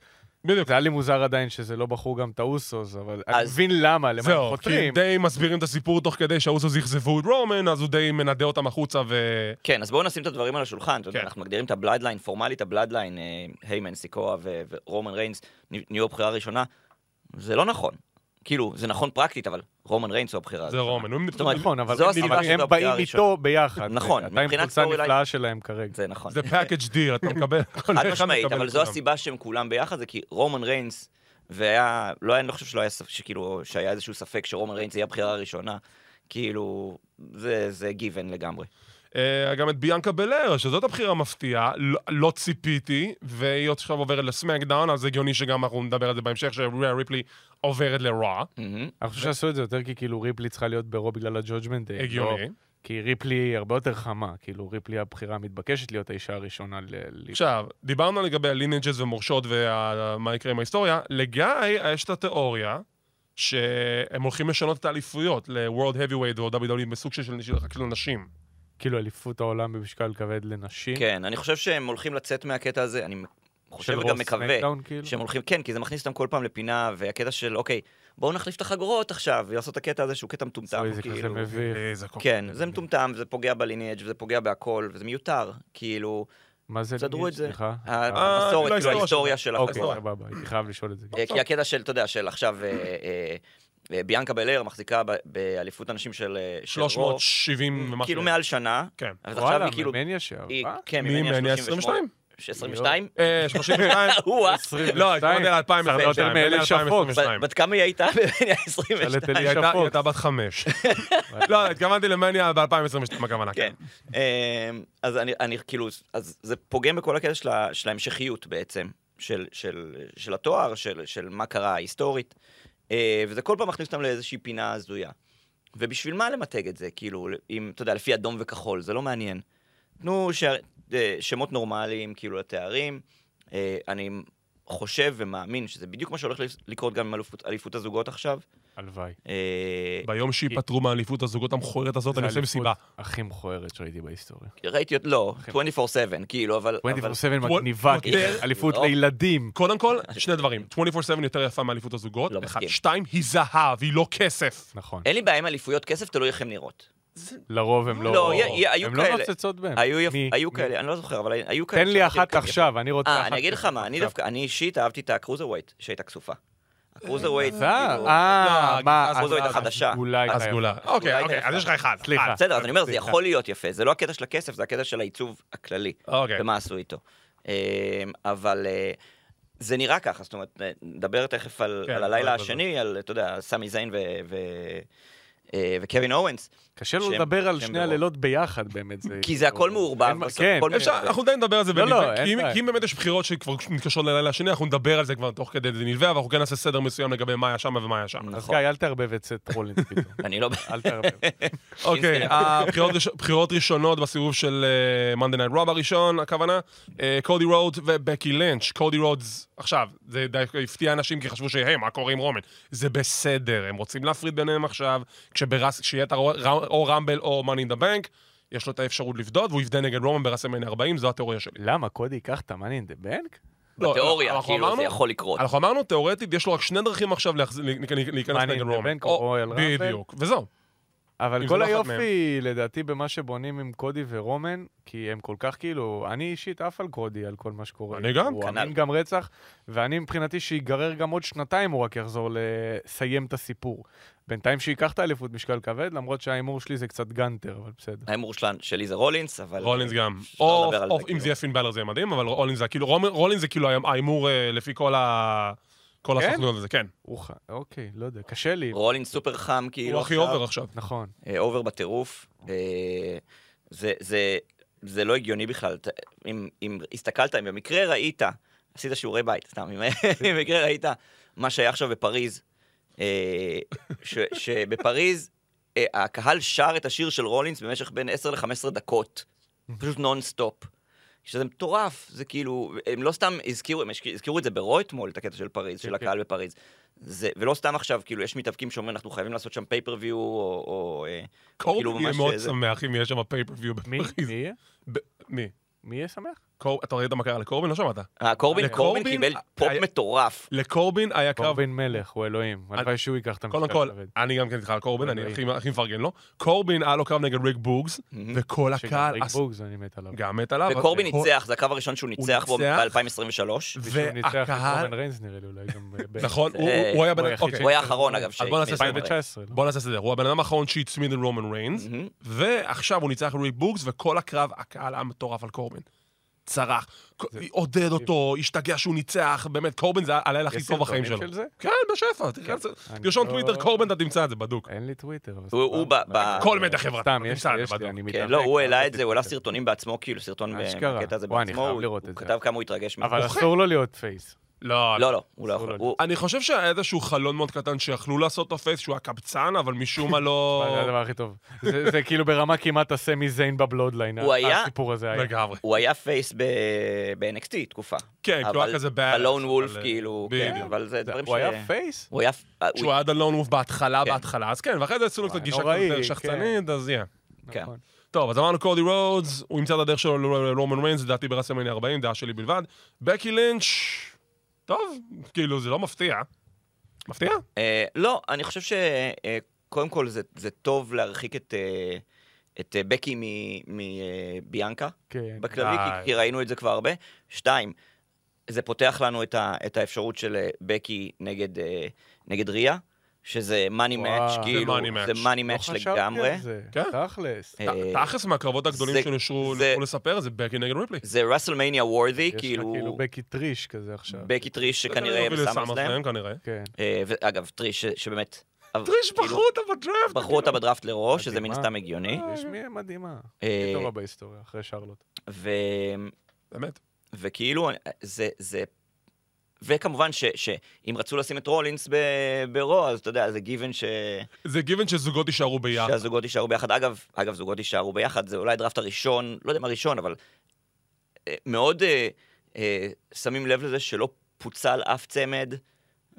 [SPEAKER 4] בדיוק.
[SPEAKER 6] זה היה לי מוזר עדיין שזה לא בחרו גם את האוסוס, אבל אני
[SPEAKER 5] אז-
[SPEAKER 6] מבין למה, למה הם
[SPEAKER 4] זהו, כי
[SPEAKER 6] חותרים.
[SPEAKER 4] די מסבירים את הסיפור תוך כדי שהאוסוס אכזבו את רומן, אז הוא די מנדה אותם החוצה ו...
[SPEAKER 5] כן, אז בואו נשים את הדברים על השולחן. אתה יודע,
[SPEAKER 4] כן.
[SPEAKER 5] אנחנו מגדירים את הבלאדליין, פורמלית הבלאדליין, אה, היימן, סיקואה ו- ורומן ריינס נ- נהיו הבחירה הראשונה. זה לא נכון. כאילו, זה נכון פרקטית, אבל רומן ריינס הוא הבחירה
[SPEAKER 4] זה
[SPEAKER 5] הראשונה.
[SPEAKER 4] רומן. הוא-
[SPEAKER 5] זאת אומרת,
[SPEAKER 6] נכון, אבל
[SPEAKER 5] זו
[SPEAKER 6] אבל
[SPEAKER 5] הסיבה שזו
[SPEAKER 6] הם
[SPEAKER 5] הבחירה
[SPEAKER 6] באים
[SPEAKER 5] הראשונה.
[SPEAKER 6] איתו ביחד.
[SPEAKER 5] נכון,
[SPEAKER 6] אתה עם
[SPEAKER 5] מבחינת
[SPEAKER 6] חולצה
[SPEAKER 5] סטורי
[SPEAKER 6] נפלאה שלהם כרגע.
[SPEAKER 5] זה נכון.
[SPEAKER 4] זה package deal, אתה מקבל... כל
[SPEAKER 5] חד
[SPEAKER 4] אחד
[SPEAKER 5] משמעית,
[SPEAKER 4] מקבל
[SPEAKER 5] אבל
[SPEAKER 4] את
[SPEAKER 5] זו
[SPEAKER 4] כולם.
[SPEAKER 5] הסיבה שהם כולם ביחד, זה כי רומן ריינס, והיה, לא היה, אני לא חושב שלא היה ספק, שכאילו, שהיה איזשהו ספק שרומן ריינס יהיה הבחירה הראשונה. כאילו, זה זה גיוון לגמרי.
[SPEAKER 4] אה, גם את ביאנקה בלר, שזאת הבחירה המפתיעה, לא- לא ציפיתי, והיא עוד עכשיו עוברת לסמקדאון, אז הגיוני שגם אנחנו נדבר על זה בהמשך, שריה ריפלי עוברת
[SPEAKER 6] אה,
[SPEAKER 4] לרוע.
[SPEAKER 5] מהמם.
[SPEAKER 6] אני חושב שעשו את זה יותר כי כאילו ריפלי צריכה להיות ברו בגלל הג'ודג'מנט. דיי,
[SPEAKER 4] הגיוני.
[SPEAKER 6] לא- כי ריפלי היא הרבה יותר חמה, כאילו ריפלי הבחירה המתבקשת להיות האישה הראשונה ל... ל-
[SPEAKER 4] עכשיו, דיברנו לגבי הלינג'ס ומורשות ומה יקרה עם ההיסטוריה, לגיא יש את התיאוריה שהם הולכים לשנות את האליפויות ל-World Heavyweight או WWE בסוג של- של רק של נשים.
[SPEAKER 6] כאילו אליפות העולם במשקל כבד לנשים.
[SPEAKER 5] כן, אני חושב שהם הולכים לצאת מהקטע הזה, אני חושב
[SPEAKER 6] של
[SPEAKER 5] וגם
[SPEAKER 6] רוס
[SPEAKER 5] מקווה,
[SPEAKER 6] סמקדאון, כאילו?
[SPEAKER 5] שהם הולכים, כן, כי זה מכניס אותם כל פעם לפינה, והקטע של, אוקיי, בואו נחליף את החגורות עכשיו, ולעשות את הקטע הזה שהוא קטע מטומטם,
[SPEAKER 6] אוי, זה כזה
[SPEAKER 5] כאילו.
[SPEAKER 6] מביך.
[SPEAKER 4] אה, זה כל-
[SPEAKER 5] כן, זה מטומטם, זה פוגע בליניאג' וזה פוגע בהכל, וזה מיותר, כאילו,
[SPEAKER 6] מה זה?
[SPEAKER 5] תסדרו את זה.
[SPEAKER 6] סליחה.
[SPEAKER 4] אה,
[SPEAKER 5] המסורת,
[SPEAKER 4] לא,
[SPEAKER 5] כאילו,
[SPEAKER 4] ההיסטוריה
[SPEAKER 5] ההיסטוריה של
[SPEAKER 6] אוקיי,
[SPEAKER 5] החגורה.
[SPEAKER 6] סבבה, הייתי חייב לשאול את זה.
[SPEAKER 5] אה, כי הקטע של, אתה יודע, של עכשיו, אה, אה, אה, ביאנקה בלר מחזיקה ב- באליפות הנשים של אה, של רו,
[SPEAKER 4] 370 ומשהו.
[SPEAKER 5] כאילו מעל שנה,
[SPEAKER 4] כן.
[SPEAKER 5] אז עכשיו
[SPEAKER 6] וואלה,
[SPEAKER 5] היא כאילו,
[SPEAKER 6] ממן ישר.
[SPEAKER 5] היא-
[SPEAKER 6] אה?
[SPEAKER 5] כן,
[SPEAKER 4] מי
[SPEAKER 5] ממניה
[SPEAKER 4] מניה
[SPEAKER 5] 32?
[SPEAKER 4] 22?
[SPEAKER 5] 22?
[SPEAKER 4] אה, 32?
[SPEAKER 5] או-אה.
[SPEAKER 4] לא, התכוונתי על 2022.
[SPEAKER 6] יותר מאלה שפות.
[SPEAKER 5] בת-
[SPEAKER 4] 2022.
[SPEAKER 5] בת כמה היא הייתה במניה 22?
[SPEAKER 6] שאלת אלי
[SPEAKER 4] היא הייתה- היא
[SPEAKER 6] שפוט.
[SPEAKER 4] הייתה בת חמש. לא, התכוונתי למניה ב-2022, הכוונה.
[SPEAKER 5] כן. אמ, אז אני, אני כאילו, אז זה פוגם בכל הקטע של, ה- של ההמשכיות בעצם, של, של, של התואר, של, של מה קרה היסטורית, אה, וזה כל פעם מכניס אותם לאיזושהי פינה הזויה. ובשביל מה למתג את זה, כאילו, אם, אתה יודע, לפי אדום וכחול, זה לא מעניין. תנו ש... אה, שמות נורמליים, כאילו, לתארים. אה, אני חושב ומאמין שזה בדיוק מה שהולך לקרות גם עם אליפות- אליפות הזוגות עכשיו.
[SPEAKER 6] הלוואי.
[SPEAKER 5] אה,
[SPEAKER 4] ביום שייפטרו מהאליפות הזוגות המכוערת הזאת, אני
[SPEAKER 6] זה
[SPEAKER 4] עושה מסיבה.
[SPEAKER 6] האליפות הכי מכוערת שראיתי בהיסטוריה.
[SPEAKER 5] ראיתי, את- לא,
[SPEAKER 6] אוקיי.
[SPEAKER 5] 24/7, כאילו, אבל... אבל-
[SPEAKER 6] 24/7
[SPEAKER 4] אבל-
[SPEAKER 6] מגניבה,
[SPEAKER 4] יותר-
[SPEAKER 6] כאילו, אליפות
[SPEAKER 5] לא.
[SPEAKER 6] לילדים.
[SPEAKER 4] קודם כל, שני דברים. 24/7 יותר יפה מאליפות הזוגות.
[SPEAKER 5] לא
[SPEAKER 4] אחד.
[SPEAKER 5] מסכים.
[SPEAKER 4] שתיים, היא זהב, היא לא כסף.
[SPEAKER 6] נכון.
[SPEAKER 5] אין לי בעיה עם אליפויות כסף, תלוי איך הן נראות.
[SPEAKER 6] לרוב הם לא...
[SPEAKER 5] לא, יה- יה- היו
[SPEAKER 6] הם
[SPEAKER 5] כאלה.
[SPEAKER 6] לא נוצצות בהם.
[SPEAKER 5] היו יפ-
[SPEAKER 6] מי-
[SPEAKER 5] היו
[SPEAKER 6] מי-
[SPEAKER 5] כאלה, אני לא זוכר, אבל היו כאלה.
[SPEAKER 6] תן לי
[SPEAKER 5] שראיתי
[SPEAKER 6] אחת
[SPEAKER 5] אותם.
[SPEAKER 6] עכשיו, אני רוצה אחת. כן.
[SPEAKER 5] אה, אני אגיד לך מה, אני
[SPEAKER 6] עכשיו.
[SPEAKER 5] דווקא, אני אישית אהבתי את הקרוזרווייט שהייתה כסופה. הקרוזרווייט,
[SPEAKER 6] בסדר,
[SPEAKER 5] כאילו...
[SPEAKER 6] אה,
[SPEAKER 4] לא,
[SPEAKER 6] מה, אה,
[SPEAKER 4] אז
[SPEAKER 5] זו הייתה חדשה.
[SPEAKER 6] אולי...
[SPEAKER 5] אז
[SPEAKER 6] חייב.
[SPEAKER 4] הסגולה. אוקיי,
[SPEAKER 5] הייתה
[SPEAKER 4] אוקיי, אז
[SPEAKER 5] יפה.
[SPEAKER 4] יש לך אחד.
[SPEAKER 6] סליחה.
[SPEAKER 4] אה,
[SPEAKER 5] בסדר, אז אני אומר, זה
[SPEAKER 6] סליחה.
[SPEAKER 5] יכול להיות יפה, זה לא הקטע של הכסף, זה הקטע של העיצוב הכללי.
[SPEAKER 4] אוקיי.
[SPEAKER 5] ומה עשו איתו. אמ, אבל אה, זה נראה ככה, זאת אומרת, נדבר תכף על
[SPEAKER 4] כן,
[SPEAKER 5] על הלילה
[SPEAKER 4] בזאת.
[SPEAKER 5] השני, על, אתה יודע, סמי זיין ו- ו- אה, וקווין אורנס.
[SPEAKER 6] קשה לו
[SPEAKER 5] שהם-
[SPEAKER 6] לדבר על
[SPEAKER 5] שהם
[SPEAKER 6] שני
[SPEAKER 5] ברוב.
[SPEAKER 6] הלילות ביחד באמת.
[SPEAKER 5] כי זה הכל מעורבב
[SPEAKER 6] אין מה-
[SPEAKER 5] בסוף,
[SPEAKER 6] כן,
[SPEAKER 5] הכל
[SPEAKER 4] אפשר,
[SPEAKER 5] מעורבב.
[SPEAKER 4] אנחנו די נדבר על זה
[SPEAKER 6] לא,
[SPEAKER 4] בנלווה,
[SPEAKER 6] לא,
[SPEAKER 4] כי
[SPEAKER 6] אין
[SPEAKER 4] אם-
[SPEAKER 6] בעיה.
[SPEAKER 4] כי אם באמת יש בחירות שכבר מתקשרות ללילה השני, אנחנו נדבר על זה כבר תוך כדי זה נלווה, ואנחנו כן נעשה סדר מסוים לגבי מה היה שם ומה היה שם.
[SPEAKER 6] אז
[SPEAKER 5] נכון.
[SPEAKER 6] גיא, אל תערבב את סט רולינס פתאום.
[SPEAKER 5] אני לא...
[SPEAKER 6] אל תערבב.
[SPEAKER 4] אוקיי, הבחירות ראש- בחירות ראשונות בסיבוב של אה, Monday Night Raw הראשון, הכוונה, אה, קודי רודס ובקי לינץ'. קודי רודס, עכשיו, זה די הפתיע אנשים כי חשבו שהי, מה קורה עם רומן? זה בסדר, הם רוצים להפריד ביניהם עכשיו, כשברס- כשיהיה את הרו- ר- או רמבל או money in the bank, יש לו את האפשרות לבדוד, והוא יבדה נגד רומן ברסלמן 40, זו התיאוריה שלי.
[SPEAKER 6] למה, קודי ייקח את המאני אין דה בנק?
[SPEAKER 4] לא,
[SPEAKER 5] בתיאוריה,
[SPEAKER 4] אנחנו
[SPEAKER 5] כאילו,
[SPEAKER 4] אמרנו-
[SPEAKER 5] זה יכול לקרות.
[SPEAKER 4] אנחנו אמרנו, תיאורטית, יש לו רק שני דרכים עכשיו להחז- להיכנס
[SPEAKER 6] Money
[SPEAKER 4] להיכנס
[SPEAKER 6] in
[SPEAKER 4] נגד
[SPEAKER 6] the
[SPEAKER 4] רומן.
[SPEAKER 6] Bank או Royal Rumble.
[SPEAKER 4] בדיוק, וזהו. אם
[SPEAKER 6] אבל
[SPEAKER 4] זה
[SPEAKER 6] כל
[SPEAKER 4] לא אחד
[SPEAKER 6] היופי, לדעתי, במה שבונים עם קודי ורומן, כי הם כל כך כאילו, אני אישית עף על קודי, על כל מה שקורה.
[SPEAKER 4] אני גם.
[SPEAKER 6] הוא
[SPEAKER 5] כנ"ל.
[SPEAKER 6] אמין גם רצח, ואני מבחינתי שיגרר גם עוד שנתיים, הוא רק יחזור לסיים את הסיפור. בינתיים שייקח את האליפות משקל כבד, למרות שההימור שלי זה קצת גנטר, אבל בסדר.
[SPEAKER 5] ההימור שלנו- שלי זה רולינס, אבל...
[SPEAKER 4] רולינס גם.
[SPEAKER 5] אפשר
[SPEAKER 4] או
[SPEAKER 5] לדבר על
[SPEAKER 4] או
[SPEAKER 5] זה,
[SPEAKER 4] אם
[SPEAKER 5] כאילו.
[SPEAKER 4] זה יהיה פין בלר זה יהיה מדהים, אבל רולינס זה כאילו, רומ- רולינס זה כאילו ההימור אה, לפי כל ה... כל
[SPEAKER 6] כן?
[SPEAKER 4] הסוכנויות הזה, כן.
[SPEAKER 6] אוחה, אוקיי, לא יודע, קשה לי.
[SPEAKER 5] רולינס סופר חם, כאילו...
[SPEAKER 4] הוא הכי
[SPEAKER 5] עכשיו.
[SPEAKER 4] אובר עכשיו.
[SPEAKER 6] נכון.
[SPEAKER 5] אה, אובר בטירוף. אה, זה, זה, זה לא הגיוני בכלל. ת- אם, אם הסתכלת, אם במקרה ראית, עשית שיעורי בית, סתם, אם אם במקרה ראית מה שהיה עכשיו בפריז, אה, ש, שבפריז אה, הקהל שר את השיר של רולינס במשך בין 10 ל-15 דקות, פשוט נונסטופ. שזה מטורף, זה כאילו, הם לא סתם הזכירו, הם הזכירו את זה ברו אתמול, את הקטע של פריז, של
[SPEAKER 6] כן, כן.
[SPEAKER 5] הקהל בפריז. זה, ולא סתם עכשיו, כאילו, יש מתאבקים שאומרים, אנחנו חייבים לעשות שם פייפריוויו, או... או אה,
[SPEAKER 4] קורט
[SPEAKER 5] כאילו,
[SPEAKER 4] יהיה
[SPEAKER 5] ממש
[SPEAKER 4] מאוד
[SPEAKER 5] זה-
[SPEAKER 4] שמח אם יהיה שם פייפריוויו
[SPEAKER 6] מי? מי
[SPEAKER 4] בפריז.
[SPEAKER 6] יהיה?
[SPEAKER 4] ב- מי?
[SPEAKER 6] מי יהיה שמח?
[SPEAKER 4] קור- אתה ראית מה קרה לקורבין? לא שמעת.
[SPEAKER 5] אה, קורבין,
[SPEAKER 4] לקורבין
[SPEAKER 5] קורבין קיבל
[SPEAKER 4] היה-
[SPEAKER 5] פופ מטורף.
[SPEAKER 4] לקורבין היה קרב...
[SPEAKER 6] קורבין מלך, הוא אלוהים. הלוואי שהוא ייקח את המשקל
[SPEAKER 4] קודם כל,
[SPEAKER 6] הכבד.
[SPEAKER 4] אני גם כן איתך על קורבין, אני
[SPEAKER 6] אלוהים.
[SPEAKER 4] הכי- הכי מפרגן לו. קורבין היה לו קרב נגד ריק בוגס, וכל
[SPEAKER 6] שגם
[SPEAKER 4] הקהל...
[SPEAKER 6] ריק
[SPEAKER 4] עש-
[SPEAKER 6] בוגז, אני מת עליו.
[SPEAKER 4] גם מת עליו.
[SPEAKER 5] וקורבין
[SPEAKER 4] וכל-
[SPEAKER 5] ניצח, זה הקרב הראשון שהוא
[SPEAKER 4] הוא
[SPEAKER 5] ניצח בו
[SPEAKER 4] ניצח.
[SPEAKER 5] ב-2023.
[SPEAKER 6] שהוא ניצח את
[SPEAKER 4] והקהל...
[SPEAKER 6] רומן ריינס נראה לי אולי גם... ב- ב-
[SPEAKER 4] נכון, הוא-
[SPEAKER 5] זה-
[SPEAKER 4] הוא היה
[SPEAKER 6] הוא
[SPEAKER 4] בן...
[SPEAKER 6] היחיד
[SPEAKER 4] אוקיי.
[SPEAKER 5] הוא היה האחרון, אגב, ש...
[SPEAKER 4] אז בוא נעשה סדר.
[SPEAKER 6] 2019. לא?
[SPEAKER 4] בוא נעשה סדר, הוא הבן אדם האחרון שהצמיד את רומן ריינס,
[SPEAKER 5] מהמם.
[SPEAKER 4] ועכשיו הוא ניצח את ריק בוקס, וכל הקרב, הקהל היה מטורף על קורבין. צרח, ק- עודד אותו, השתגע שהוא ניצח, באמת, קורבין זה הלילה הכי
[SPEAKER 6] יש
[SPEAKER 4] טוב בחיים
[SPEAKER 6] סרטונים
[SPEAKER 4] שלו.
[SPEAKER 6] של זה?
[SPEAKER 4] כן, בשפע, תכנס-
[SPEAKER 6] אני
[SPEAKER 4] תרשום
[SPEAKER 6] לא-
[SPEAKER 4] טוויטר קורבין, אתה תמצא את זה, בדוק.
[SPEAKER 6] אין לי טוויטר. אבל
[SPEAKER 5] הוא- הוא
[SPEAKER 6] סבבה.
[SPEAKER 5] ב- ב-
[SPEAKER 4] כל מדיה חברתית,
[SPEAKER 6] סתם,
[SPEAKER 4] אתה
[SPEAKER 6] יש
[SPEAKER 4] תמצא
[SPEAKER 6] לי,
[SPEAKER 4] את
[SPEAKER 6] יש
[SPEAKER 4] זה
[SPEAKER 6] לי,
[SPEAKER 4] בדוק.
[SPEAKER 6] אני
[SPEAKER 5] כן,
[SPEAKER 6] מתאבק.
[SPEAKER 5] לא, הוא העלה את זה, הוא העלה סרטונים בעצמו, כאילו, סרטון
[SPEAKER 6] אשכרה.
[SPEAKER 5] בקטע הזה
[SPEAKER 6] כן. וואי, אני
[SPEAKER 5] בעצמו,
[SPEAKER 6] חייב
[SPEAKER 5] הוא
[SPEAKER 6] לראות
[SPEAKER 5] הוא
[SPEAKER 6] את זה.
[SPEAKER 5] כתב כמה הוא התרגש מזה.
[SPEAKER 6] אבל אסור לו להיות פייס.
[SPEAKER 4] לא,
[SPEAKER 5] לא, לא, הוא לא
[SPEAKER 6] אסור
[SPEAKER 5] יכול.
[SPEAKER 6] לו.
[SPEAKER 5] הוא-
[SPEAKER 4] אני חושב שהיה איזשהו חלון מאוד קטן שיכלו לעשות לו פייס שהוא היה קבצן, אבל משום מה לא...
[SPEAKER 6] זה הדבר הכי טוב. זה זה כאילו ברמה כמעט הסמי זיין בבלודליין,
[SPEAKER 5] הוא היה-
[SPEAKER 6] הסיפור הזה היה.
[SPEAKER 4] לגמרי.
[SPEAKER 5] הוא היה פייס ב- ב-NXT תקופה.
[SPEAKER 4] כן, כאילו היה כזה בעיה.
[SPEAKER 5] בלון וולף,
[SPEAKER 4] אבל-
[SPEAKER 5] כאילו, כן,
[SPEAKER 4] בדיוק.
[SPEAKER 5] אבל זה
[SPEAKER 6] זה-
[SPEAKER 5] דברים ש...
[SPEAKER 6] הוא היה פייס?
[SPEAKER 5] הוא היה... אה, הוא-
[SPEAKER 4] שהוא היה דלון וולף בהתחלה,
[SPEAKER 5] כן.
[SPEAKER 4] בהתחלה, אז כן, ואחרי זה עשינו קצת
[SPEAKER 6] וואי, לא כן.
[SPEAKER 4] גישה קצת
[SPEAKER 6] נוראי,
[SPEAKER 4] יותר שחצנית, אז יהיה.
[SPEAKER 5] כן.
[SPEAKER 6] נכון.
[SPEAKER 4] טוב, אז אמרנו קודי רודס, הוא ימצא את הדרך שלו לרומן ריינס, לדעתי ברסלמניה 40, דעה שלי בלבד. בקי לינץ', טוב, כאילו, זה לא מפתיע. מפתיע?
[SPEAKER 5] אה, לא, אני חושב שקודם כל זה- זה טוב להרחיק את... אה, את אה, בקי מביאנקה,
[SPEAKER 6] כן.
[SPEAKER 5] בכללי, כי-
[SPEAKER 4] די.
[SPEAKER 5] כי ראינו את זה כבר הרבה. שתיים, זה פותח לנו את ה- את האפשרות של אה, בקי נגד, אה, נגד ריה, שזה מאני
[SPEAKER 6] וואו.
[SPEAKER 5] מאץ',
[SPEAKER 6] זה
[SPEAKER 5] כאילו,
[SPEAKER 4] money
[SPEAKER 5] זה
[SPEAKER 4] match.
[SPEAKER 5] מאני
[SPEAKER 6] לא
[SPEAKER 5] מאץ'
[SPEAKER 6] חשבתי
[SPEAKER 5] לגמרי.
[SPEAKER 6] על זה,
[SPEAKER 4] כן.
[SPEAKER 6] תכלס.
[SPEAKER 5] אה,
[SPEAKER 4] תכלס מהקרבות הגדולים
[SPEAKER 5] זה-
[SPEAKER 4] שנשארו
[SPEAKER 5] זה-
[SPEAKER 4] נשארו לספר, זה בקי נגד ריפלי.
[SPEAKER 5] זה רסלמניה וורדי,
[SPEAKER 6] יש לך
[SPEAKER 5] כאילו,
[SPEAKER 6] כאילו בקי טריש כזה עכשיו.
[SPEAKER 5] בקי טריש
[SPEAKER 4] זה
[SPEAKER 5] שכנראה יהיה
[SPEAKER 4] יוביל
[SPEAKER 5] בסאמרסלאם.
[SPEAKER 4] לסאמרסלאם, כנראה.
[SPEAKER 6] כן.
[SPEAKER 5] אה, ואגב, טריש ש- שבאמת...
[SPEAKER 4] טריש
[SPEAKER 5] כאילו,
[SPEAKER 4] בחרו אותה בדראפט.
[SPEAKER 5] בחרו אותה בדראפט לראש, שזה מן
[SPEAKER 6] מדהימה.
[SPEAKER 5] הסתם הגיוני.
[SPEAKER 6] יש מי מדהימה.
[SPEAKER 5] אה,
[SPEAKER 6] הכי טובה בהיסטוריה, אחרי שרלוט.
[SPEAKER 5] ו...
[SPEAKER 4] באמת.
[SPEAKER 5] וכאילו, אני- זה... זה... וכמובן ש- שאם רצו לשים את רולינס ב- ברוע, אז אתה יודע, זה גיוון ש...
[SPEAKER 4] זה גיוון שזוגות יישארו ביחד.
[SPEAKER 5] שהזוגות יישארו ביחד. אגב, אגב, זוגות יישארו ביחד, זה אולי הדראפט הראשון, לא יודע מה ראשון, אבל אה, מאוד אה, אה, שמים לב לזה שלא פוצל אף צמד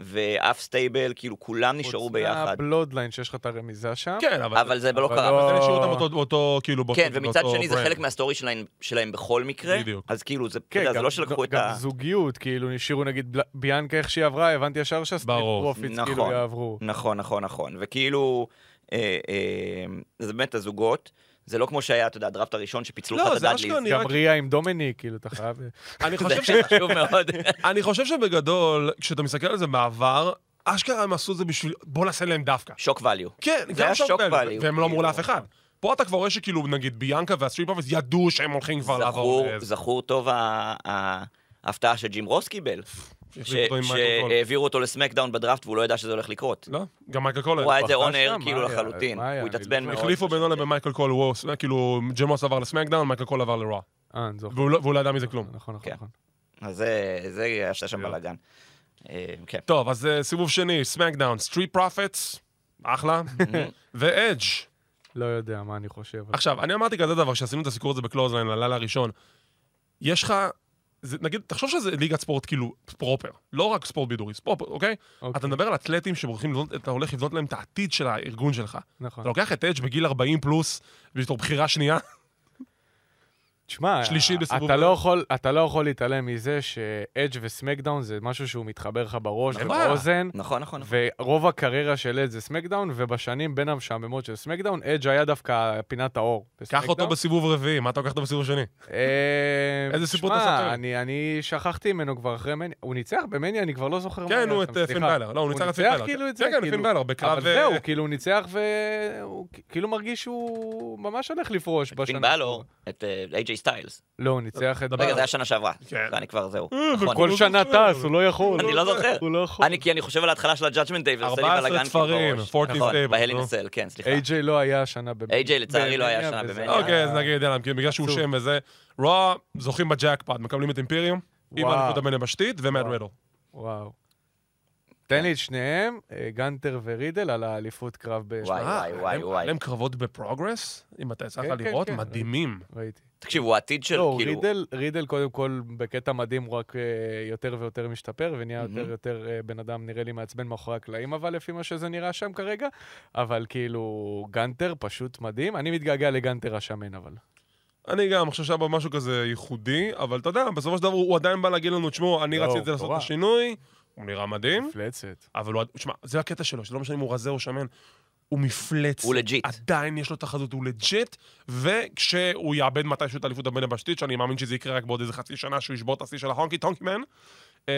[SPEAKER 5] ואף סטייבל, כאילו כולם נשארו ביחד.
[SPEAKER 6] הבלודליין שיש לך את הרמיזה שם.
[SPEAKER 4] כן, אבל...
[SPEAKER 5] אבל זה לא
[SPEAKER 6] אבל
[SPEAKER 5] קרה.
[SPEAKER 6] לא-
[SPEAKER 4] אבל נשארו אותם באותו- באותו, כאילו, באותו...
[SPEAKER 5] כן, ומצד
[SPEAKER 4] באותו
[SPEAKER 5] שני זה
[SPEAKER 4] ברנד.
[SPEAKER 5] חלק מהסטורי שלהם- שלהם בכל מקרה.
[SPEAKER 4] בדיוק.
[SPEAKER 5] אז כאילו, זה אתה
[SPEAKER 6] אוקיי. כן,
[SPEAKER 5] יודע, זה
[SPEAKER 6] גם-
[SPEAKER 5] לא שלקחו את ה...
[SPEAKER 6] גם זוגיות, כאילו, השאירו נגיד בל- ביאנקה איך שהיא עברה, הבנתי ישר שהסטריט
[SPEAKER 4] ברור.
[SPEAKER 6] פרופיטס כאילו
[SPEAKER 5] נכון.
[SPEAKER 6] יעברו.
[SPEAKER 5] נכון, נכון, נכון. וכאילו, אה, אה, זה באמת הזוגות. זה לא כמו שהיה, אתה יודע, הדראפט הראשון שפיצלו לך
[SPEAKER 4] לא,
[SPEAKER 5] את
[SPEAKER 4] זה
[SPEAKER 5] הדאדליז.
[SPEAKER 4] אשכרה נראה
[SPEAKER 6] גם ריה עם דומיניק, כאילו, אתה חייב...
[SPEAKER 4] אני חושב ש...
[SPEAKER 5] זה חשוב מאוד.
[SPEAKER 4] אני חושב שבגדול, כשאתה מסתכל על זה בעבר, אשכרה הם עשו את זה בשביל... בוא נעשה להם דווקא.
[SPEAKER 5] שוק value.
[SPEAKER 4] כן,
[SPEAKER 5] זה
[SPEAKER 4] גם
[SPEAKER 5] היה
[SPEAKER 4] שם
[SPEAKER 5] shock
[SPEAKER 4] כאלה,
[SPEAKER 5] value,
[SPEAKER 4] והם לא אמרו
[SPEAKER 5] כאילו.
[SPEAKER 4] לאף אחד. פה אתה כבר רואה שכאילו, נגיד, ביאנקה והסטריט פרופס ידעו שהם הולכים כבר לעבור.
[SPEAKER 5] זכור,
[SPEAKER 4] לאיזה-
[SPEAKER 5] זכור טוב ה- ה- ההפתעה שג'ים רוס קיבל, ש-
[SPEAKER 4] החליפו אותו עם מייקל קול.
[SPEAKER 5] שהעבירו אותו לסמקדאון בדראפט והוא לא ידע שזה הולך לקרות.
[SPEAKER 4] לא, גם מייקל קול.
[SPEAKER 5] הוא ראה את זה
[SPEAKER 6] ברחה
[SPEAKER 5] on
[SPEAKER 6] שם,
[SPEAKER 5] air
[SPEAKER 6] מה
[SPEAKER 5] כאילו
[SPEAKER 6] היה?
[SPEAKER 5] לחלוטין,
[SPEAKER 6] מה היה?
[SPEAKER 5] הוא התעצבן
[SPEAKER 6] אני לא
[SPEAKER 5] מאוד.
[SPEAKER 4] החליפו בינו לבין מייקל קול, הוא... כאילו, ג'מוס עבר לסמקדאון, מייקל קול עבר לרוע.
[SPEAKER 6] אה, אני זוכר.
[SPEAKER 4] והוא לא- והוא לא ידע מזה כלום.
[SPEAKER 6] נכון, נכון,
[SPEAKER 5] כן.
[SPEAKER 6] נכון.
[SPEAKER 5] אז זה- זה עשה שם בלאגן. אה, כן.
[SPEAKER 4] טוב, אז אה, סיבוב שני, סמקדאון, סטריט פרופיטס, אחלה, ואדג'.
[SPEAKER 6] לא יודע מה אני חושב. אבל-
[SPEAKER 4] עכשיו, אני אמרתי כזה דבר, כשעשינו את הסיקור הזה בקלוזליין, ללילה הראשון, יש לך, זה, נגיד, תחשוב שזה ליגת ספורט כאילו פרופר, לא רק ספורט בידורי, ספורט, אוקיי?
[SPEAKER 6] אוקיי.
[SPEAKER 4] אתה מדבר על אתלטים שהולכים לבנות, אתה הולך לבנות להם את העתיד של הארגון שלך.
[SPEAKER 6] נכון.
[SPEAKER 4] אתה לוקח את אדג' בגיל 40 פלוס, בתור בחירה שנייה,
[SPEAKER 6] תשמע,
[SPEAKER 4] שלישי בסיבוב
[SPEAKER 6] אתה
[SPEAKER 4] הזה.
[SPEAKER 6] לא יכול- אתה לא יכול להתעלם מזה שאדג' וסמקדאון זה משהו שהוא מתחבר לך בראש
[SPEAKER 4] אין בעיה.
[SPEAKER 6] ובאוזן,
[SPEAKER 5] נכון, נכון. נכון.
[SPEAKER 6] ורוב הקריירה של אדג' זה סמקדאון, ובשנים בין המשעממות של סמקדאון, אדג' היה דווקא פינת האור.
[SPEAKER 4] קח אותו
[SPEAKER 6] בסמקדאון.
[SPEAKER 4] בסיבוב רביעי, מה אתה לוקח אותו בסיבוב שני?
[SPEAKER 6] אה,
[SPEAKER 4] איזה סיפור
[SPEAKER 6] שמע,
[SPEAKER 4] אתה מספר?
[SPEAKER 6] אני- אני שכחתי ממנו כבר אחרי מניה. הוא ניצח במניה, אני כבר לא זוכר מה היה
[SPEAKER 4] כן, הוא
[SPEAKER 6] שם,
[SPEAKER 4] את אה, פין
[SPEAKER 6] סליחה.
[SPEAKER 4] בלר, לא, הוא ניצח את פין
[SPEAKER 6] ניצח
[SPEAKER 4] בלר.
[SPEAKER 6] כאילו את זה,
[SPEAKER 4] כן, כן,
[SPEAKER 6] כאילו.
[SPEAKER 4] פין בלר, בקרב...
[SPEAKER 6] אבל
[SPEAKER 4] אה,
[SPEAKER 6] זהו, כאילו הוא ניצח והוא כאילו מרגיש שהוא ממש הולך לפרוש בשנה.
[SPEAKER 5] פין בלו, את אה, איי-ג'יי סטיילס.
[SPEAKER 6] לא, הוא ניצח את...
[SPEAKER 4] דבר
[SPEAKER 5] רגע,
[SPEAKER 4] אה.
[SPEAKER 5] זה היה שנה שעברה.
[SPEAKER 4] כן.
[SPEAKER 5] אני כבר, זהו. נכון.
[SPEAKER 6] כל
[SPEAKER 4] לא
[SPEAKER 6] שנה
[SPEAKER 4] זוכר.
[SPEAKER 6] טס, הוא לא יכול.
[SPEAKER 5] אני לא זוכר.
[SPEAKER 6] הוא לא יכול.
[SPEAKER 5] אני, כי אני חושב על ההתחלה של ה-Judgment Day, ועושה לי
[SPEAKER 4] 14
[SPEAKER 5] בלאגן כאילו
[SPEAKER 4] תפרים,
[SPEAKER 5] בראש.
[SPEAKER 4] 40
[SPEAKER 5] נכון,
[SPEAKER 4] tables,
[SPEAKER 5] בהלי
[SPEAKER 4] נו.
[SPEAKER 5] נסל, כן, סליחה.
[SPEAKER 6] איי-ג'יי לא היה השנה במניה.
[SPEAKER 5] AJ לצערי לא היה השנה
[SPEAKER 6] וזה-
[SPEAKER 5] במניה.
[SPEAKER 4] אוקיי, אז נגיד, יאללה, כי בגלל שהוא
[SPEAKER 6] עצוב.
[SPEAKER 4] שם וזה. רוע, זוכים בג'קפאט, מקבלים את אימפיריום, עם
[SPEAKER 6] וואו.
[SPEAKER 4] אליפות המניה בשתית ומד
[SPEAKER 6] וואו.
[SPEAKER 4] רדל.
[SPEAKER 6] וואו. תן לי את שניהם, אה, גנטר ורידל, על האליפות קרב
[SPEAKER 5] וואי,
[SPEAKER 6] בשנה.
[SPEAKER 5] וואי, וואי,
[SPEAKER 4] להם-
[SPEAKER 5] וואי.
[SPEAKER 4] להם אה, קרבות בפרוגרס, אם אתה יצא לך
[SPEAKER 6] כן, כן,
[SPEAKER 4] לראות,
[SPEAKER 6] כן.
[SPEAKER 4] מדהימים.
[SPEAKER 6] ראיתי.
[SPEAKER 5] תקשיב, הוא העתיד של,
[SPEAKER 6] לא,
[SPEAKER 5] כאילו...
[SPEAKER 6] רידל, רידל קודם כל בקטע מדהים, הוא רק אה, יותר ויותר משתפר, ונהיה יותר
[SPEAKER 5] מהמם.
[SPEAKER 6] ויותר אה, בן אדם, נראה לי, מעצבן מאחורי הקלעים, אבל לפי מה שזה נראה שם כרגע. אבל כאילו, גנטר פשוט מדהים. אני מתגעגע לגנטר השמן, אבל.
[SPEAKER 4] אני גם חושב שהיה בו משהו כזה ייחודי, אבל אתה יודע, בסופו של דבר הוא עדיין בא להגיד לנו, תשמעו, אני
[SPEAKER 6] לא,
[SPEAKER 4] רציתי לעשות את
[SPEAKER 6] תורה.
[SPEAKER 4] השינוי, הוא נראה
[SPEAKER 5] כן?
[SPEAKER 4] מדהים,
[SPEAKER 6] מפלצת.
[SPEAKER 4] אבל הוא, תשמע, זה הקטע שלו, שזה לא משנה אם הוא רזה או שמן, הוא מפלץ.
[SPEAKER 5] הוא לג'יט.
[SPEAKER 4] עדיין יש לו את החזות, הוא לג'יט, וכשהוא יאבד מתישהו את האליפות הבן הבשתית, שאני מאמין שזה יקרה רק בעוד איזה חצי שנה, שהוא ישבור את השיא של ההונקי טונקי מן.
[SPEAKER 6] אה,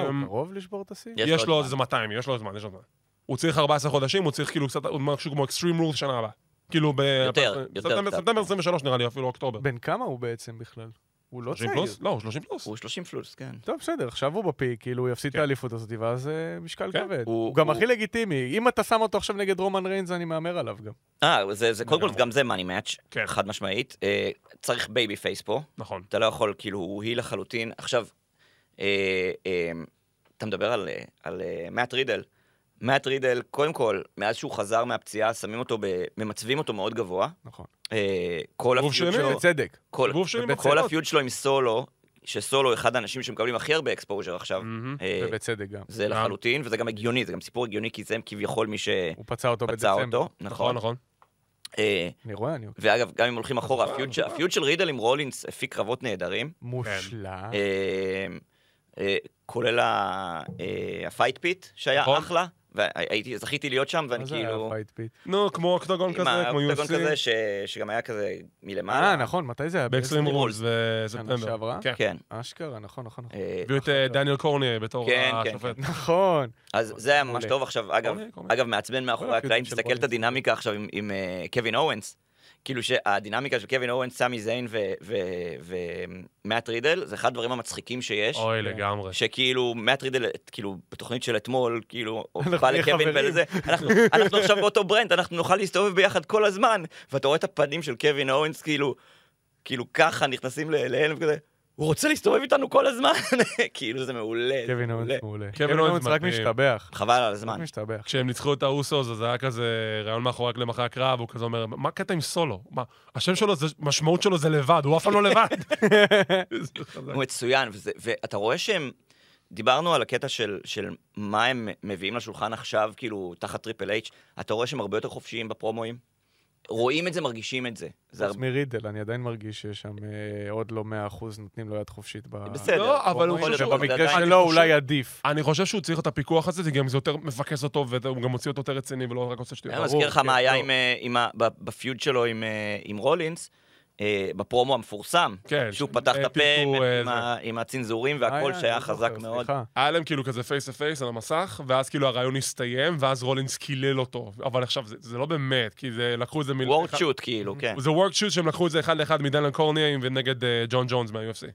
[SPEAKER 6] הוא
[SPEAKER 4] אמ,
[SPEAKER 6] קרוב לשבור את השיא?
[SPEAKER 5] יש
[SPEAKER 4] יש
[SPEAKER 5] עוד
[SPEAKER 4] לו
[SPEAKER 5] זמן.
[SPEAKER 4] איזה 200, יש לו זמן, יש לו זמן. הוא צריך 14 חודשים, הוא צריך כאילו קצת, עוד משהו כמו אקסטרים רול שנה הבאה. כאילו ב...
[SPEAKER 5] יותר, יותר
[SPEAKER 4] ספטמבר-
[SPEAKER 5] קצת.
[SPEAKER 4] ספטמבר 23 נראה לי, אפילו אוקטובר.
[SPEAKER 6] בן כמה הוא בעצם בכלל? הוא לא
[SPEAKER 4] 30
[SPEAKER 6] צעיר.
[SPEAKER 4] פלוס? לא, הוא 30 פלוס.
[SPEAKER 5] הוא 30 פלוס, כן.
[SPEAKER 6] טוב, בסדר, עכשיו הוא בפיק, כאילו, הוא יפסיד את
[SPEAKER 4] כן.
[SPEAKER 6] האליפות הזאת, ואז אה, משקל
[SPEAKER 4] כן.
[SPEAKER 6] כבד.
[SPEAKER 5] הוא-
[SPEAKER 6] הוא גם
[SPEAKER 5] הוא-
[SPEAKER 6] הכי לגיטימי. אם אתה שם אותו עכשיו נגד רומן ריינס, אני מהמר עליו גם.
[SPEAKER 5] אה, זה, זה, קודם כל גם זה מאני מאץ',
[SPEAKER 4] כן.
[SPEAKER 5] חד משמעית. אה, צריך בייבי פייס פה.
[SPEAKER 4] נכון.
[SPEAKER 5] אתה לא יכול, כאילו, הוא היא לחלוטין. עכשיו, אה, אה, אתה מדבר על, אה, על אה, מאט רידל. מאט רידל, קודם כל, מאז שהוא חזר מהפציעה, שמים אותו, ב, ממצבים אותו מאוד גבוה.
[SPEAKER 6] נכון.
[SPEAKER 5] אה, כל
[SPEAKER 4] גוף שני,
[SPEAKER 5] הפיוט שלו...
[SPEAKER 6] בצדק.
[SPEAKER 5] כל,
[SPEAKER 4] גוף שני
[SPEAKER 5] כל
[SPEAKER 4] בצבאות.
[SPEAKER 5] הפיוט שלו עם סולו, שסולו אחד האנשים שמקבלים הכי הרבה אקספוז'ר עכשיו.
[SPEAKER 6] נכון.
[SPEAKER 4] מהמם.
[SPEAKER 5] אה,
[SPEAKER 6] ובצדק גם.
[SPEAKER 5] זה לחלוטין, וזה גם הגיוני, זה גם סיפור הגיוני, כי זה כביכול מי שפצע
[SPEAKER 6] הוא פצע אותו בדצמבר.
[SPEAKER 5] אותו.
[SPEAKER 4] נכון,
[SPEAKER 5] נכון.
[SPEAKER 4] נכון.
[SPEAKER 5] אה,
[SPEAKER 6] אני רואה, אני... אוקיי.
[SPEAKER 5] ואגב, גם אם הולכים אחורה, הפיוט ש- הפיוט של רידל עם רולינס הפיק קרבות נהדרים,
[SPEAKER 4] כן.
[SPEAKER 6] מושלם.
[SPEAKER 5] אה, אה, כולל ה- אה, הפייט פיט, שהיה
[SPEAKER 4] נכון.
[SPEAKER 5] אחלה, והייתי, זכיתי להיות שם,
[SPEAKER 6] מה
[SPEAKER 5] ואני
[SPEAKER 6] זה היה
[SPEAKER 5] כאילו...
[SPEAKER 6] פייט פיט?
[SPEAKER 4] נו, כמו אוקטגון
[SPEAKER 5] עם
[SPEAKER 4] כזה, כמו
[SPEAKER 5] האוקטגון
[SPEAKER 4] UFC.
[SPEAKER 5] כזה, ש- שגם היה כזה מלמעלה.
[SPEAKER 6] אה, נכון, מתי זה היה?
[SPEAKER 4] באקסטרים
[SPEAKER 5] Extreme
[SPEAKER 4] רולס
[SPEAKER 6] שנה
[SPEAKER 4] בספטמבר.
[SPEAKER 6] שעברה?
[SPEAKER 4] כן.
[SPEAKER 5] כן.
[SPEAKER 6] אשכרה, נכון, נכון, נכון.
[SPEAKER 5] אה,
[SPEAKER 4] הביאו את אה, דניאל קורני בתור
[SPEAKER 5] כן, כן,
[SPEAKER 4] השופט.
[SPEAKER 6] נכון. אוקיי,
[SPEAKER 5] אז זה היה ממש
[SPEAKER 6] מעולה.
[SPEAKER 5] טוב עכשיו, אגב,
[SPEAKER 4] מעולה, מעולה.
[SPEAKER 5] אגב, מעצבן מאחורי
[SPEAKER 6] כל
[SPEAKER 5] הקלעים,
[SPEAKER 6] הפיוטים של
[SPEAKER 5] תסתכל את
[SPEAKER 6] רולינס.
[SPEAKER 5] הדינמיקה עכשיו עם- עם אה, קווין אורנס. כאילו שהדינמיקה של קווין אורנס, סמי זיין ו- ו- ומאט רידל, זה אחד הדברים המצחיקים
[SPEAKER 6] כן.
[SPEAKER 5] שיש.
[SPEAKER 4] אוי, לגמרי.
[SPEAKER 5] שכאילו, מאט רידל, כאילו, בתוכנית של אתמול, כאילו,
[SPEAKER 6] אנחנו
[SPEAKER 5] בא
[SPEAKER 6] נהיה
[SPEAKER 5] לקווין
[SPEAKER 6] חברים.
[SPEAKER 5] ולזה, אנחנו אנחנו עכשיו באותו ברנד, אנחנו נוכל להסתובב ביחד כל הזמן, ואתה רואה את הפנים של קווין אורנס, כאילו, כאילו ככה נכנסים ל- להלם כזה, הוא רוצה להסתובב איתנו כל הזמן, כאילו, זה מעולה. זה
[SPEAKER 6] קווין
[SPEAKER 5] מעולה.
[SPEAKER 6] אורנס מעולה.
[SPEAKER 4] קווין
[SPEAKER 6] קווין
[SPEAKER 4] אורנס
[SPEAKER 6] אורנס רק
[SPEAKER 4] מדהים.
[SPEAKER 6] משתבח.
[SPEAKER 5] חבל על
[SPEAKER 6] רק
[SPEAKER 5] הזמן.
[SPEAKER 6] משתבח.
[SPEAKER 4] כשהם ניצחו את האוסוס, אז היה כזה רעיון מאחורי הקלעים אחרי הקרב, הוא כזה אומר, מה הקטע עם סולו? מה, השם שלו, זה- משמעות שלו זה לבד, הוא אף פעם לא לבד. זה חזק.
[SPEAKER 5] הוא מצוין, וזה, ואתה רואה שהם... דיברנו על הקטע של, של מה הם מביאים לשולחן עכשיו, כאילו, תחת טריפל אייץ', אתה רואה שהם הרבה יותר חופשיים בפרומואים. רואים את זה, מרגישים את זה. זה
[SPEAKER 6] חוץ
[SPEAKER 5] הרבה...
[SPEAKER 6] מרידל, אני עדיין מרגיש ששם אה, עוד לא 100% נותנים לו יד חופשית ב...
[SPEAKER 5] בסדר.
[SPEAKER 4] לא, אבל הוא
[SPEAKER 5] יכול להיות,
[SPEAKER 4] חושב
[SPEAKER 5] אבל זה
[SPEAKER 6] ובמקרה
[SPEAKER 5] עדיין-
[SPEAKER 6] שלו
[SPEAKER 4] אני חושב-
[SPEAKER 6] אולי עדיף.
[SPEAKER 4] אני חושב שהוא צריך את הפיקוח הזה, זה גם זה יותר מפקס אותו, והוא גם מוציא אותו יותר רציני, ולא רק עושה
[SPEAKER 5] אני
[SPEAKER 4] שטויות.
[SPEAKER 5] מזכיר לך
[SPEAKER 6] כן,
[SPEAKER 5] מה היה
[SPEAKER 6] לא.
[SPEAKER 5] עם, אה, עם ה- ב- בפיוד שלו עם, אה, עם רולינס, אה, בפרומו המפורסם.
[SPEAKER 4] כן,
[SPEAKER 5] שהוא
[SPEAKER 4] ש-
[SPEAKER 5] פתח את
[SPEAKER 4] אה,
[SPEAKER 5] הפה
[SPEAKER 4] פיקו,
[SPEAKER 5] עם-
[SPEAKER 4] אה,
[SPEAKER 5] עם
[SPEAKER 4] זה.
[SPEAKER 5] ה- עם הצנזורים
[SPEAKER 6] אה,
[SPEAKER 5] והכל,
[SPEAKER 6] אה,
[SPEAKER 5] שהיה
[SPEAKER 6] אני זוכר,
[SPEAKER 5] חזק מאוד.
[SPEAKER 6] סליחה.
[SPEAKER 4] היה להם כאילו כזה פייס טו פייס על המסך, ואז כאילו הרעיון הסתיים, ואז רולינס קילל אותו. אבל עכשיו, זה- זה לא באמת, כי זה- לקחו את זה מ...
[SPEAKER 5] וורד שוט, כאילו, כן.
[SPEAKER 4] זה וורק שוט שהם לקחו את זה אחד לאחד מדלן קורניה ונגד אה, ג'ון ג'ונס מה-UFC.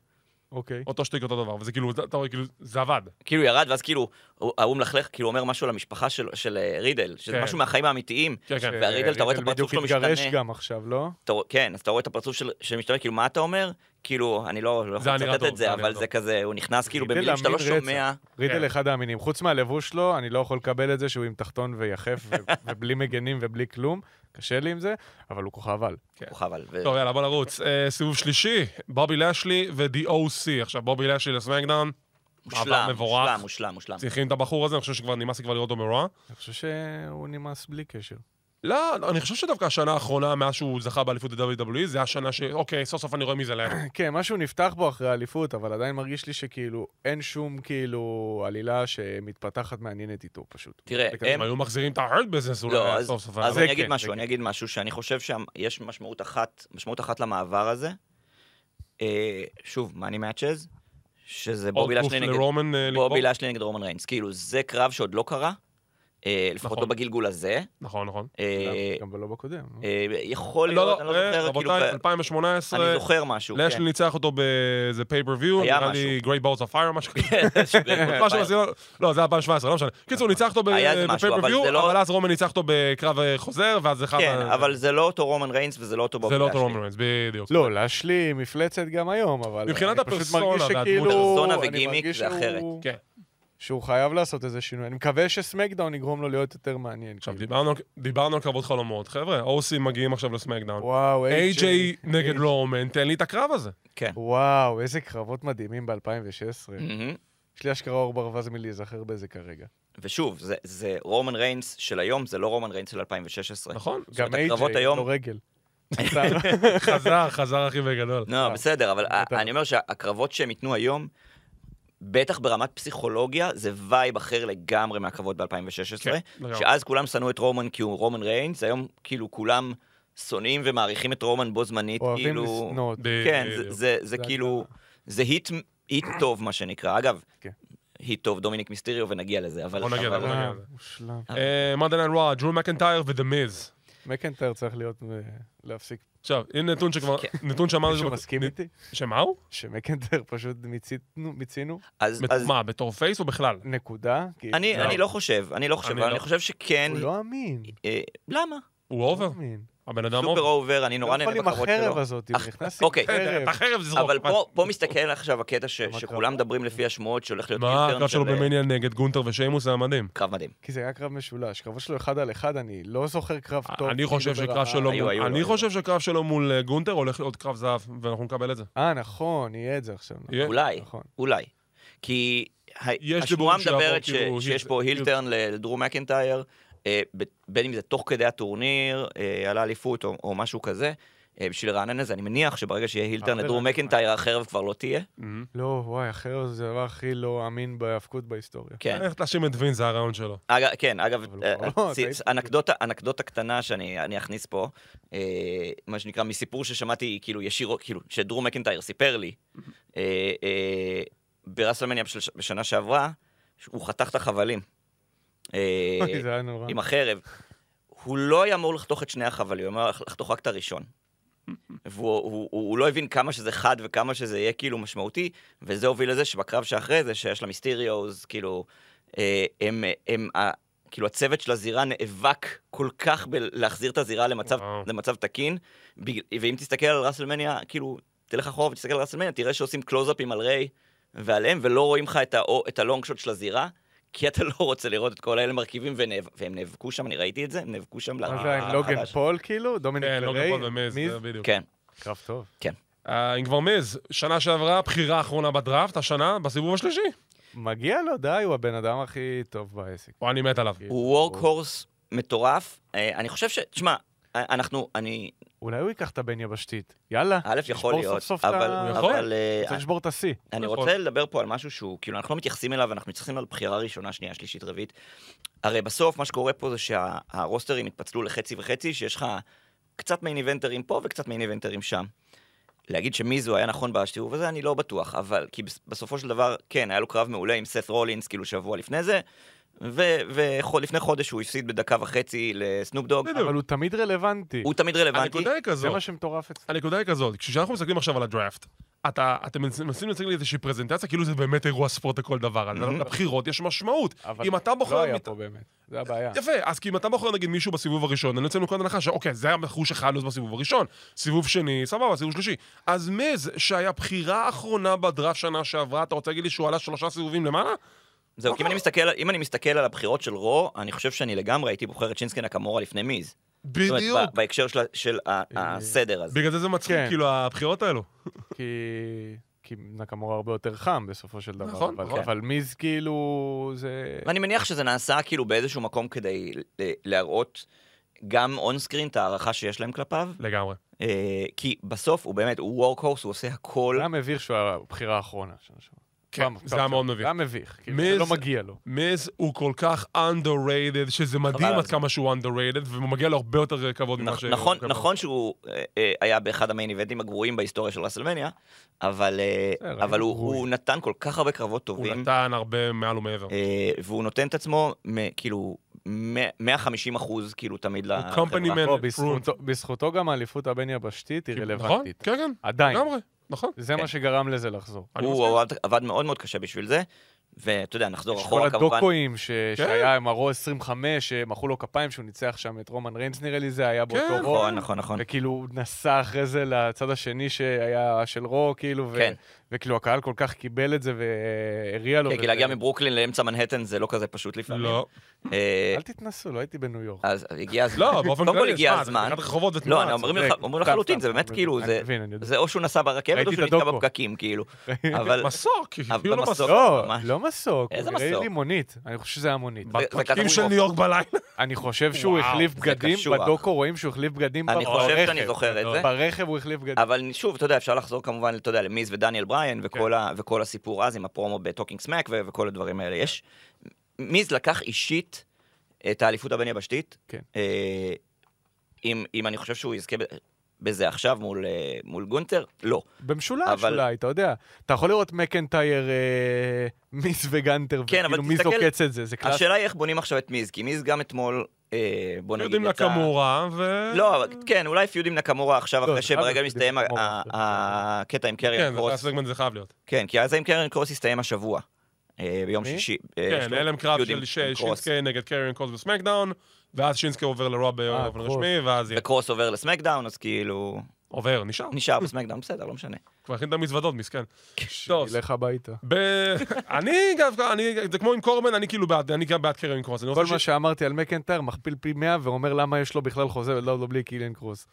[SPEAKER 6] אוקיי.
[SPEAKER 4] אותו שטיק, אותו דבר, וזה כאילו, אתה רואה, כאילו, זה עבד.
[SPEAKER 5] כאילו ירד, ואז כאילו, הוא- ההוא מלכלך, כאילו אומר משהו על המשפחה של, של אה, רידל, שזה
[SPEAKER 4] כן.
[SPEAKER 5] משהו מהחיים האמיתיים.
[SPEAKER 4] כן, כן.
[SPEAKER 5] והרידל, אתה רואה את
[SPEAKER 6] רידל
[SPEAKER 5] הפרצוף שלו
[SPEAKER 6] בדיוק התגרש
[SPEAKER 5] משתנה.
[SPEAKER 6] גם עכשיו, לא?
[SPEAKER 5] אתה, רוא- כן, אז אתה רואה את הפרצוף של, שמשתמש, כאילו, מה אתה אומר? כאילו, אני לא, לא
[SPEAKER 4] זה
[SPEAKER 5] יכול
[SPEAKER 4] היה נראה
[SPEAKER 5] לצטט
[SPEAKER 4] טוב,
[SPEAKER 5] את
[SPEAKER 4] זה
[SPEAKER 5] זה,
[SPEAKER 4] היה
[SPEAKER 5] אבל
[SPEAKER 4] נראה
[SPEAKER 5] זה
[SPEAKER 4] טוב.
[SPEAKER 5] כזה, הוא נכנס כאילו
[SPEAKER 6] רידל
[SPEAKER 5] במילים שאתה לא
[SPEAKER 6] אמין רצח.
[SPEAKER 5] שומע.
[SPEAKER 4] כן.
[SPEAKER 6] רידל אחד האמינים. חוץ מהלבוש שלו, אני לא יכול לקבל את זה שהוא עם תחתון ויחף ו- ובלי מגנים ובלי כלום. קשה לי עם זה, אבל הוא כוכב על.
[SPEAKER 5] הוא חבל. ו-
[SPEAKER 4] טוב, יאללה, בוא נרוץ. אה, סיבוב שלישי, בובי לשלי ו-DOC. עכשיו, בובי לשלי לסמקדאון,
[SPEAKER 5] מושלם,
[SPEAKER 4] מעבר מבורך.
[SPEAKER 5] מושלם, מושלם, מושלם.
[SPEAKER 4] צריכים את הבחור הזה, אני חושב שכבר נמאס לי כבר לראות אותו מרוע.
[SPEAKER 6] אני חושב שהוא נמאס בלי קשר.
[SPEAKER 4] לא, לא, אני חושב שדווקא השנה האחרונה, מאז שהוא זכה באליפות ה-WWE, זה השנה ש... אוקיי, סוף סוף אני רואה מי זה להם.
[SPEAKER 6] כן, משהו נפתח בו אחרי האליפות, אבל עדיין מרגיש לי שכאילו אין שום כאילו עלילה שמתפתחת מעניינת איתו פשוט.
[SPEAKER 5] תראה, הם,
[SPEAKER 4] אוקיי, הם היו מחזירים את ה-hurt business
[SPEAKER 5] לא,
[SPEAKER 4] אולי,
[SPEAKER 5] אז,
[SPEAKER 4] סוף אוקיי. סוף.
[SPEAKER 5] אז
[SPEAKER 4] היה.
[SPEAKER 5] אני
[SPEAKER 6] זה
[SPEAKER 5] אגיד
[SPEAKER 6] כן,
[SPEAKER 5] משהו,
[SPEAKER 6] זה
[SPEAKER 5] אני אגיד משהו שאני חושב שיש משמעות אחת, משמעות אחת למעבר הזה. אה, שוב, מאני מאצ'ז, שזה
[SPEAKER 4] עוד
[SPEAKER 5] בובי
[SPEAKER 4] גוף
[SPEAKER 5] לשלי נגד...
[SPEAKER 4] לרומן אה, לקרוא.
[SPEAKER 5] בובי לשלי נגד רומן ריינס. כאילו, זה קרב שעוד לא קרה, אה, לפחות
[SPEAKER 4] נכון.
[SPEAKER 5] לא בגלגול הזה.
[SPEAKER 4] נכון, נכון.
[SPEAKER 5] אה,
[SPEAKER 6] גם לא בקודם. לא?
[SPEAKER 5] אה, יכול
[SPEAKER 4] לא,
[SPEAKER 5] להיות, אני
[SPEAKER 4] לא, אה,
[SPEAKER 5] לא זוכר, כאילו,
[SPEAKER 4] רבותיי,
[SPEAKER 5] ב- אני
[SPEAKER 4] 2018,
[SPEAKER 5] זוכר משהו, כן.
[SPEAKER 4] לשלי ניצח אותו באיזה פייפריוויו,
[SPEAKER 5] היה
[SPEAKER 4] נראה לי Great Balls of Fire, משהו כזה.
[SPEAKER 5] כן,
[SPEAKER 4] משהו
[SPEAKER 5] משהו
[SPEAKER 4] בסגנון, לא, זה היה 2017, לא משנה. קיצור, ניצח אותו ב-
[SPEAKER 5] נכון. היה איזה משהו, אבל
[SPEAKER 4] בפייפריוויו,
[SPEAKER 5] זה לא-
[SPEAKER 4] אבל אז רומן ניצח אותו בקרב אה, חוזר, ואז אחד...
[SPEAKER 5] כן, אבל זה לא אותו רומן ריינס וזה לא אותו בובי
[SPEAKER 4] זה לא
[SPEAKER 5] לאשלי.
[SPEAKER 4] אותו רומן ריינס, בדיוק.
[SPEAKER 6] לא, להשלים מפלצת גם היום, אבל...
[SPEAKER 4] מבחינת
[SPEAKER 6] אני פשוט
[SPEAKER 4] הפרסונה
[SPEAKER 6] מרגיש
[SPEAKER 4] והדמות.
[SPEAKER 6] שכאילו-
[SPEAKER 5] פרסונה
[SPEAKER 6] אני
[SPEAKER 5] וגימיק
[SPEAKER 6] מרגיש
[SPEAKER 5] זה
[SPEAKER 6] שהוא-
[SPEAKER 5] אחרת.
[SPEAKER 4] כן.
[SPEAKER 6] שהוא חייב לעשות איזה שינוי. אני מקווה שסמקדאון יגרום לו להיות יותר מעניין.
[SPEAKER 4] עכשיו,
[SPEAKER 6] כאילו.
[SPEAKER 4] דיברנו, דיברנו על קרבות חלומות. חבר'ה, אוסי מגיעים עכשיו לסמקדאון.
[SPEAKER 6] כאילו. וואו,
[SPEAKER 4] AJ
[SPEAKER 6] AJ.
[SPEAKER 4] נגד רומן, תן לי את הקרב הזה.
[SPEAKER 5] כן.
[SPEAKER 6] וואו, איזה קרבות מדהימים ב-2016.
[SPEAKER 4] אוקיי.
[SPEAKER 5] מהמם.
[SPEAKER 6] יש לי אשכרה אור ברווז מלהיזכר בזה כרגע.
[SPEAKER 5] ושוב, זה- זה רומן ריינס של היום, זה לא רומן ריינס של 2016.
[SPEAKER 4] נכון?
[SPEAKER 5] זאת
[SPEAKER 6] גם
[SPEAKER 5] אומרת, הקרבות
[SPEAKER 6] AJ,
[SPEAKER 5] היום- כאילו-
[SPEAKER 6] לא רגל.
[SPEAKER 4] חזר, חזר אחי בגדול.
[SPEAKER 5] לא, בסדר, אבל
[SPEAKER 6] בטח.
[SPEAKER 5] אני אומר שהקרבות שהם ייתנו היום, בטח ברמת פסיכולוגיה, זה וייב אחר לגמרי מהקרבות ב-2016.
[SPEAKER 4] כן, לגמרי.
[SPEAKER 5] שאז כולם שנאו את רומן כי הוא רומן ריינס, היום כאילו כולם שונאים ומעריכים את רומן בו זמנית,
[SPEAKER 6] אוהבים
[SPEAKER 5] כאילו...
[SPEAKER 6] לשנות.
[SPEAKER 4] ב-
[SPEAKER 5] כן,
[SPEAKER 4] בדיוק.
[SPEAKER 5] זה- זה- זה
[SPEAKER 6] זה
[SPEAKER 5] כאילו... זה היט היט טוב, מה שנקרא. אגב,
[SPEAKER 6] כן.
[SPEAKER 5] היט טוב, דומיניק מיסטריו, ונגיע לזה, אבל...
[SPEAKER 4] בוא נגיע
[SPEAKER 5] אבל-
[SPEAKER 4] לזה. רגע,
[SPEAKER 6] אה,
[SPEAKER 4] זה-
[SPEAKER 6] מושלם.
[SPEAKER 4] מונדלן רוע, דרו מקנטייר ודה מיז.
[SPEAKER 6] מקנטר צריך להיות, אה, להפסיק.
[SPEAKER 4] עכשיו, הנה נתון שכבר,
[SPEAKER 5] כן.
[SPEAKER 4] נתון שאמרנו...
[SPEAKER 6] מישהו
[SPEAKER 4] שבק-
[SPEAKER 6] מסכים איתי?
[SPEAKER 4] שמה הוא?
[SPEAKER 6] שמקנטר פשוט מיצינו, מיצינו
[SPEAKER 5] אז אז
[SPEAKER 4] מה, בתור פייס או בכלל?
[SPEAKER 6] נקודה. כי-
[SPEAKER 5] אני
[SPEAKER 4] לא.
[SPEAKER 5] אני לא חושב, אני לא חושב,
[SPEAKER 4] אני
[SPEAKER 5] אבל
[SPEAKER 4] לא.
[SPEAKER 5] אני חושב שכן...
[SPEAKER 6] הוא לא אמין.
[SPEAKER 5] אה, למה?
[SPEAKER 4] הוא אובר?
[SPEAKER 6] מאמין.
[SPEAKER 4] הבן אדם
[SPEAKER 5] סופר
[SPEAKER 4] אובר.
[SPEAKER 5] אובר, אני נורא
[SPEAKER 6] לא יכול
[SPEAKER 5] נהנה
[SPEAKER 6] עם
[SPEAKER 5] בקרבות
[SPEAKER 6] החרב
[SPEAKER 5] שלו.
[SPEAKER 6] הזאת,
[SPEAKER 5] אך-
[SPEAKER 6] הוא נכנס עם
[SPEAKER 5] אוקיי.
[SPEAKER 4] את
[SPEAKER 6] חרב.
[SPEAKER 4] החרב זרוק.
[SPEAKER 5] אבל פה- פה מסתכל עכשיו הקטע ש- שכולם מדברים לפי השמועות שהולך להיות
[SPEAKER 4] מה
[SPEAKER 5] אינטרן
[SPEAKER 4] הקרב שלו במניה נגד גונטר ושיימוס היה מדהים.
[SPEAKER 5] קרב מדהים.
[SPEAKER 6] כי זה היה קרב משולש. קרבות שלו אחד על אחד, אני לא זוכר קרב
[SPEAKER 4] אה,
[SPEAKER 6] טוב.
[SPEAKER 4] אני
[SPEAKER 6] כאילו
[SPEAKER 4] חושב שקרב
[SPEAKER 6] ברמה-
[SPEAKER 4] שלו
[SPEAKER 5] היו,
[SPEAKER 4] מול-
[SPEAKER 5] היו,
[SPEAKER 4] אני
[SPEAKER 5] היו.
[SPEAKER 4] חושב שקרב שלו מול אה, גונטר הולך להיות קרב זהב, ואנחנו נקבל את זה.
[SPEAKER 6] אה, נכון, יהיה את זה עכשיו. נכון.
[SPEAKER 4] יהיה.
[SPEAKER 5] אולי,
[SPEAKER 6] נכון.
[SPEAKER 5] אולי. כי ה-
[SPEAKER 4] כן. יש
[SPEAKER 5] השמועה
[SPEAKER 4] דיבורים שיעבור,
[SPEAKER 5] מדברת ש-
[SPEAKER 4] כאילו,
[SPEAKER 5] שיש
[SPEAKER 4] היל-
[SPEAKER 5] פה
[SPEAKER 4] היל-
[SPEAKER 5] הילטרן לדרום מקינטייר, אה, ב- בין אם זה תוך כדי הטורניר, אה, על האליפות או או משהו כזה. אה, בשביל לרענן את זה, אני מניח שברגע שיהיה הילטרן
[SPEAKER 6] אה,
[SPEAKER 5] לדרום
[SPEAKER 6] בטח.
[SPEAKER 5] מקינטייר, החרב כבר לא תהיה.
[SPEAKER 4] מהמם.
[SPEAKER 6] לא, וואי, החרב זה הדבר הכי לא אמין בהאבקות בהיסטוריה.
[SPEAKER 5] כן.
[SPEAKER 4] ללכת להאשים אה, את וין זה הרעיון שלו.
[SPEAKER 5] אגב, כן, אגב,
[SPEAKER 6] אבל
[SPEAKER 5] אה,
[SPEAKER 6] כבר לא,
[SPEAKER 5] צי-
[SPEAKER 6] טעיתי.
[SPEAKER 5] אנקדוטה, אנקדוטה קטנה שאני אני אכניס פה, אה, מה שנקרא, מסיפור ששמעתי, כאילו, ישירו, כאילו, שדרום מקינטייר סיפר לי, אה, אה, ברסלמניה בשל- בשנה שעברה, הוא חתך את החבלים. אה,
[SPEAKER 6] אוי, זה היה נורא.
[SPEAKER 5] עם החרב. הוא לא היה אמור לחתוך את שני החבלים, הוא אמר לחתוך רק את הראשון. והוא הוא, הוא, הוא לא הבין כמה שזה חד וכמה שזה יהיה כאילו משמעותי, וזה הוביל לזה שבקרב שאחרי זה, שיש לה מיסטריוז, כאילו, אה, הם, הם, ה- כאילו הצוות של הזירה נאבק כל כך בלהחזיר את הזירה למצב,
[SPEAKER 4] וואו.
[SPEAKER 5] למצב תקין, בג- ואם תסתכל על ראסלמניה, כאילו, תלך אחורה ותסתכל על ראסלמניה, תראה שעושים קלוזאפים על ריי ועליהם, ולא רואים לך את, האו- את הלונג שוט של הזירה, כי אתה לא רוצה לראות את כל האלה מרכיבים, ונאב... והם נאבקו שם, אני ראיתי את זה, הם נאבקו שם
[SPEAKER 6] מה
[SPEAKER 5] לרעב
[SPEAKER 6] זה, היה עם לוגן
[SPEAKER 5] החדש.
[SPEAKER 6] פול כאילו? דומיניק
[SPEAKER 4] כן, לא
[SPEAKER 6] לריי?
[SPEAKER 4] גפול ומיז,
[SPEAKER 6] מיז?
[SPEAKER 4] זה בדיוק.
[SPEAKER 5] כן,
[SPEAKER 6] קרב טוב.
[SPEAKER 4] אה, אם כבר מיז, שנה שעברה, בחירה האחרונה בדראפט, השנה, בסיבוב השלישי.
[SPEAKER 6] מגיע לו, די, הוא הבן אדם הכי טוב בעסק.
[SPEAKER 4] וואי, אני מת עליו.
[SPEAKER 5] הוא
[SPEAKER 6] אה,
[SPEAKER 5] וורק הורס מטורף. אה, אני חושב ש... תשמע, אה, אנחנו, אני,
[SPEAKER 6] אולי הוא ייקח את הבן יבשתית. יאללה.
[SPEAKER 5] א', יכול
[SPEAKER 6] לשבור
[SPEAKER 5] להיות,
[SPEAKER 6] סוף סוף את
[SPEAKER 5] אבל,
[SPEAKER 6] ה-
[SPEAKER 4] הוא יכול.
[SPEAKER 5] אבל אה,
[SPEAKER 6] צריך לשבור את השיא.
[SPEAKER 5] אני
[SPEAKER 4] נכון.
[SPEAKER 5] רוצה לדבר פה על משהו שהוא, כאילו, אנחנו לא מתייחסים אליו, אנחנו מתייחסים על בחירה ראשונה, שנייה, שלישית, רביעית. הרי בסוף מה שקורה פה זה שהרוסטרים התפצלו לחצי וחצי, שיש לך קצת מיין איבנטרים פה וקצת מיין איבנטרים שם. להגיד שמיזו היה נכון בסיבוב הזה, אני לא בטוח, אבל כי בס- בסופו של דבר, כן, היה לו קרב מעולה עם סת רולינס, כאילו, שבוע לפני זה, ולפני חודש הוא הפסיד בדקה וחצי לסנופ דוג.
[SPEAKER 6] אבל הוא תמיד רלוונטי.
[SPEAKER 5] הוא לא. תמיד רלוונטי.
[SPEAKER 4] הנקודה היא
[SPEAKER 6] זה
[SPEAKER 4] כזאת.
[SPEAKER 6] מה שמטורף אצלנו.
[SPEAKER 4] הנקודה היא כזאת, כשאנחנו מסתכלים עכשיו על הדראפט, אתה, אתם מנסים לייצג לי איזושהי פרזנטציה, כאילו זה באמת אירוע ספורט לכל דבר, אז לבחירות יש משמעות.
[SPEAKER 6] אבל
[SPEAKER 4] אם אתה
[SPEAKER 6] לא
[SPEAKER 4] בוחר...
[SPEAKER 6] היה
[SPEAKER 4] מת-
[SPEAKER 6] פה באמת. זה הבעיה.
[SPEAKER 4] יפה, אז כי אם אתה בוחר נגיד מישהו בסיבוב הראשון, אני יוצא מנקודת הנחה שאוקיי, זה היה חוש אחד אז בסיבוב הראשון, סיבוב שני, סבבה, סיבוב שלישי. אז מיז, שהיה בחירה אחרונה בדראפט שנה שעברה, אתה רוצה להגיד לי שהוא עלה שלושה סיבובים למעלה?
[SPEAKER 5] זהו, כי אם אני מסתכל- אם אני מסתכל על הבחירות של רו, אני חושב שאני לגמרי הייתי בוחר את שינסקי נקמורה לפני מיז. זאת אומרת,
[SPEAKER 4] בדיוק.
[SPEAKER 5] ב- בהקשר של ה- של ה- הסדר הזה.
[SPEAKER 4] בגלל זה זה מצחיק,
[SPEAKER 6] כן.
[SPEAKER 4] כאילו, הבחירות האלו.
[SPEAKER 6] כי... כי נקמורה הרבה יותר חם בסופו של דבר.
[SPEAKER 4] נכון,
[SPEAKER 6] אבל-
[SPEAKER 4] נכון.
[SPEAKER 6] אבל מיז כאילו... זה...
[SPEAKER 5] ואני מניח שזה נעשה כאילו באיזשהו מקום כדי ל- להראות גם אונסקרין את ההערכה שיש להם כלפיו,
[SPEAKER 4] לגמרי.
[SPEAKER 5] אה, כי בסוף הוא באמת, הוא וורקהורס, הוא עושה הכל.
[SPEAKER 6] זה היה מביך שהוא היה הבחירה האחרונה. שנה שעברה.
[SPEAKER 4] כן,
[SPEAKER 6] פעם-
[SPEAKER 4] זה
[SPEAKER 6] פעם
[SPEAKER 4] היה מאוד
[SPEAKER 6] שעברה.
[SPEAKER 4] מביך.
[SPEAKER 6] זה היה מביך. כאילו,
[SPEAKER 4] מיז-
[SPEAKER 6] זה לא מגיע לו.
[SPEAKER 4] מיז הוא כל כך underrated, שזה
[SPEAKER 5] חבל על
[SPEAKER 4] מדהים עד
[SPEAKER 5] הזמן.
[SPEAKER 4] כמה שהוא underrated, ומגיע לו הרבה יותר כבוד ממה ש...
[SPEAKER 5] נכ- נכון, נכון שהוא אה, אה, היה באחד המיין איבנטים הגרועים בהיסטוריה של רסלמניה, אבל אה,
[SPEAKER 6] בסדר,
[SPEAKER 5] אבל
[SPEAKER 6] היו
[SPEAKER 5] הוא- הוא
[SPEAKER 6] גרועים.
[SPEAKER 5] נתן כל כך הרבה קרבות
[SPEAKER 4] הוא
[SPEAKER 5] טובים.
[SPEAKER 4] נתן הרבה מעל ומעבר.
[SPEAKER 5] אה, והוא נותן את עצמו, מ- כאילו, מ- 150 אחוז, כאילו, תמיד
[SPEAKER 4] הוא
[SPEAKER 5] לחברה.
[SPEAKER 4] company man.
[SPEAKER 6] לא, בזכותו- בזכותו גם האליפות הבין-יבשתית היא
[SPEAKER 4] נכון?
[SPEAKER 6] רלוונטית.
[SPEAKER 4] כן, כן.
[SPEAKER 6] עדיין.
[SPEAKER 4] לגמרי, נכון.
[SPEAKER 6] זה
[SPEAKER 5] כן.
[SPEAKER 6] מה שגרם לזה לחזור.
[SPEAKER 4] אני
[SPEAKER 5] הוא
[SPEAKER 4] מסכים.
[SPEAKER 5] עבד, עבד מאוד מאוד קשה בשביל זה, ואתה יודע, נחזור
[SPEAKER 6] יש כל
[SPEAKER 5] אחורה לא, כמובן.
[SPEAKER 6] הדוקואים ש...
[SPEAKER 4] כן.
[SPEAKER 6] שהיה עם הרו 25, שמחאו לו כפיים שהוא ניצח שם את רומן ריינס נראה לי זה, היה באותו
[SPEAKER 4] כן,
[SPEAKER 6] רו.
[SPEAKER 5] נכון, נכון, נכון.
[SPEAKER 6] וכאילו הוא נסע אחרי זה לצד השני שהיה של רו, כאילו, ו...
[SPEAKER 5] כן.
[SPEAKER 6] וכאילו הקהל כל כך קיבל את זה והריע לו.
[SPEAKER 5] כן, כי
[SPEAKER 6] וזה-
[SPEAKER 5] להגיע מברוקלין לאמצע מנהטן זה לא כזה פשוט לפעמים.
[SPEAKER 4] לא.
[SPEAKER 5] אה,
[SPEAKER 6] אל תתנסו, לא הייתי בניו יורק.
[SPEAKER 5] אז הגיע הזמן.
[SPEAKER 4] לא, באופן
[SPEAKER 5] קודם כל
[SPEAKER 4] כללי,
[SPEAKER 5] הגיע
[SPEAKER 4] מה, זה
[SPEAKER 5] הזמן.
[SPEAKER 4] חתיכת רחובות
[SPEAKER 5] לא,
[SPEAKER 4] ותנועה,
[SPEAKER 5] אני אומרים
[SPEAKER 4] צודק.
[SPEAKER 5] לך- אומרים
[SPEAKER 6] סתם,
[SPEAKER 5] לחלוטין,
[SPEAKER 6] סתם,
[SPEAKER 5] זה באמת
[SPEAKER 6] אני
[SPEAKER 5] כאילו,
[SPEAKER 6] מבין,
[SPEAKER 5] זה-
[SPEAKER 6] אני מבין, אני יודע.
[SPEAKER 5] זה או שהוא נסע ברכבת
[SPEAKER 6] ראיתי
[SPEAKER 5] או שהוא
[SPEAKER 6] את
[SPEAKER 5] נתקע
[SPEAKER 6] הדוקו.
[SPEAKER 5] בפקקים, כאילו. אבל
[SPEAKER 4] מסוק, כאילו
[SPEAKER 5] במסוק.
[SPEAKER 4] במסוק.
[SPEAKER 6] לא,
[SPEAKER 5] ממש.
[SPEAKER 6] לא מסוק,
[SPEAKER 5] איזה
[SPEAKER 6] הוא נראה
[SPEAKER 5] מסוק?
[SPEAKER 6] לי מונית, אני חושב שזה היה מונית.
[SPEAKER 5] זה- זה
[SPEAKER 4] בפקקים
[SPEAKER 5] כתוב
[SPEAKER 4] של
[SPEAKER 5] פה.
[SPEAKER 4] ניו יורק בלילה.
[SPEAKER 6] אני חושב שהוא
[SPEAKER 4] וואו,
[SPEAKER 6] החליף
[SPEAKER 5] זה
[SPEAKER 6] בגדים,
[SPEAKER 5] קשוח.
[SPEAKER 6] בדוקו רואים שהוא החליף בגדים
[SPEAKER 5] אני
[SPEAKER 6] ברכב.
[SPEAKER 5] חושב שאני זוכר את זה.
[SPEAKER 6] ברכב הוא החליף בגדים.
[SPEAKER 5] אבל שוב, אתה יודע, אפשר לחזור כמובן, אתה יודע, למיז ודניאל בריין,
[SPEAKER 6] כן.
[SPEAKER 5] וכל, ה, וכל הסיפור אז עם הפרומו בטוקינג סמאק ו- וכל הדברים האלה.
[SPEAKER 6] כן.
[SPEAKER 5] יש... מיז לקח אישית את האליפות הבין-יבשתית.
[SPEAKER 6] כן.
[SPEAKER 5] אה, אם, אם אני חושב שהוא יזכה ב- בזה עכשיו מול, אה, מול גונטר, לא.
[SPEAKER 6] במשולש
[SPEAKER 5] אבל-
[SPEAKER 6] אולי, אתה יודע. אתה יכול לראות מקנטייר, אה, מיס וגנטר,
[SPEAKER 5] כן, אבל
[SPEAKER 6] וכאילו מיס
[SPEAKER 5] תסתכל-
[SPEAKER 6] עוקץ את זה, זה קלאסי.
[SPEAKER 5] השאלה היא איך בונים עכשיו את מיז, כי מיז גם אתמול, אה, בוא נגיד,
[SPEAKER 4] יודעים לקמורה, ו...
[SPEAKER 5] לא, אבל- כן, אולי פיודים נקמורה עכשיו,
[SPEAKER 6] לא,
[SPEAKER 5] אחרי
[SPEAKER 6] זה חייב
[SPEAKER 5] שברגע
[SPEAKER 6] להיות
[SPEAKER 5] מסתיים ה-
[SPEAKER 6] פיודים
[SPEAKER 5] ה-
[SPEAKER 6] נקמורה.
[SPEAKER 5] ה- הקטע עם
[SPEAKER 4] כן,
[SPEAKER 5] קריאן
[SPEAKER 4] זה-
[SPEAKER 5] אה, קרוס.
[SPEAKER 4] הסגמנט הזה חייב להיות.
[SPEAKER 5] כן, כי אז עם קרן קרוס הסתיים השבוע. אה, ביום
[SPEAKER 6] מי?
[SPEAKER 5] שישי. אה, יש
[SPEAKER 4] כן,
[SPEAKER 5] לו
[SPEAKER 4] היה להם קרב
[SPEAKER 5] פיוד עם-
[SPEAKER 4] של
[SPEAKER 5] עם קרוס.
[SPEAKER 4] שינסקי נגד קריון קרוס בסמקדאון, ואז שינסקי עובר לרוע באופן
[SPEAKER 5] אה,
[SPEAKER 6] קרוס.
[SPEAKER 4] רשמי, ואז יהיה.
[SPEAKER 5] וקרוס עובר לסמקדאון, אז כאילו...
[SPEAKER 4] עובר, נשאר.
[SPEAKER 5] נשאר בסמקדאון, בסדר, לא משנה.
[SPEAKER 4] כבר הכין את המזוודות, מסכן. טוב,
[SPEAKER 6] לך הביתה.
[SPEAKER 4] ב... אני דווקא, אני, זה כמו עם קורמן, אני כאילו בעד, אני גם בעד קרן עם קרוס. אני
[SPEAKER 6] כל
[SPEAKER 4] רוצה
[SPEAKER 6] מה
[SPEAKER 4] ש...
[SPEAKER 6] שאמרתי על מקנטר מכפיל פי 100 ואומר למה יש לו בכלל חוזה, לא, לא בלי קילן קרוס.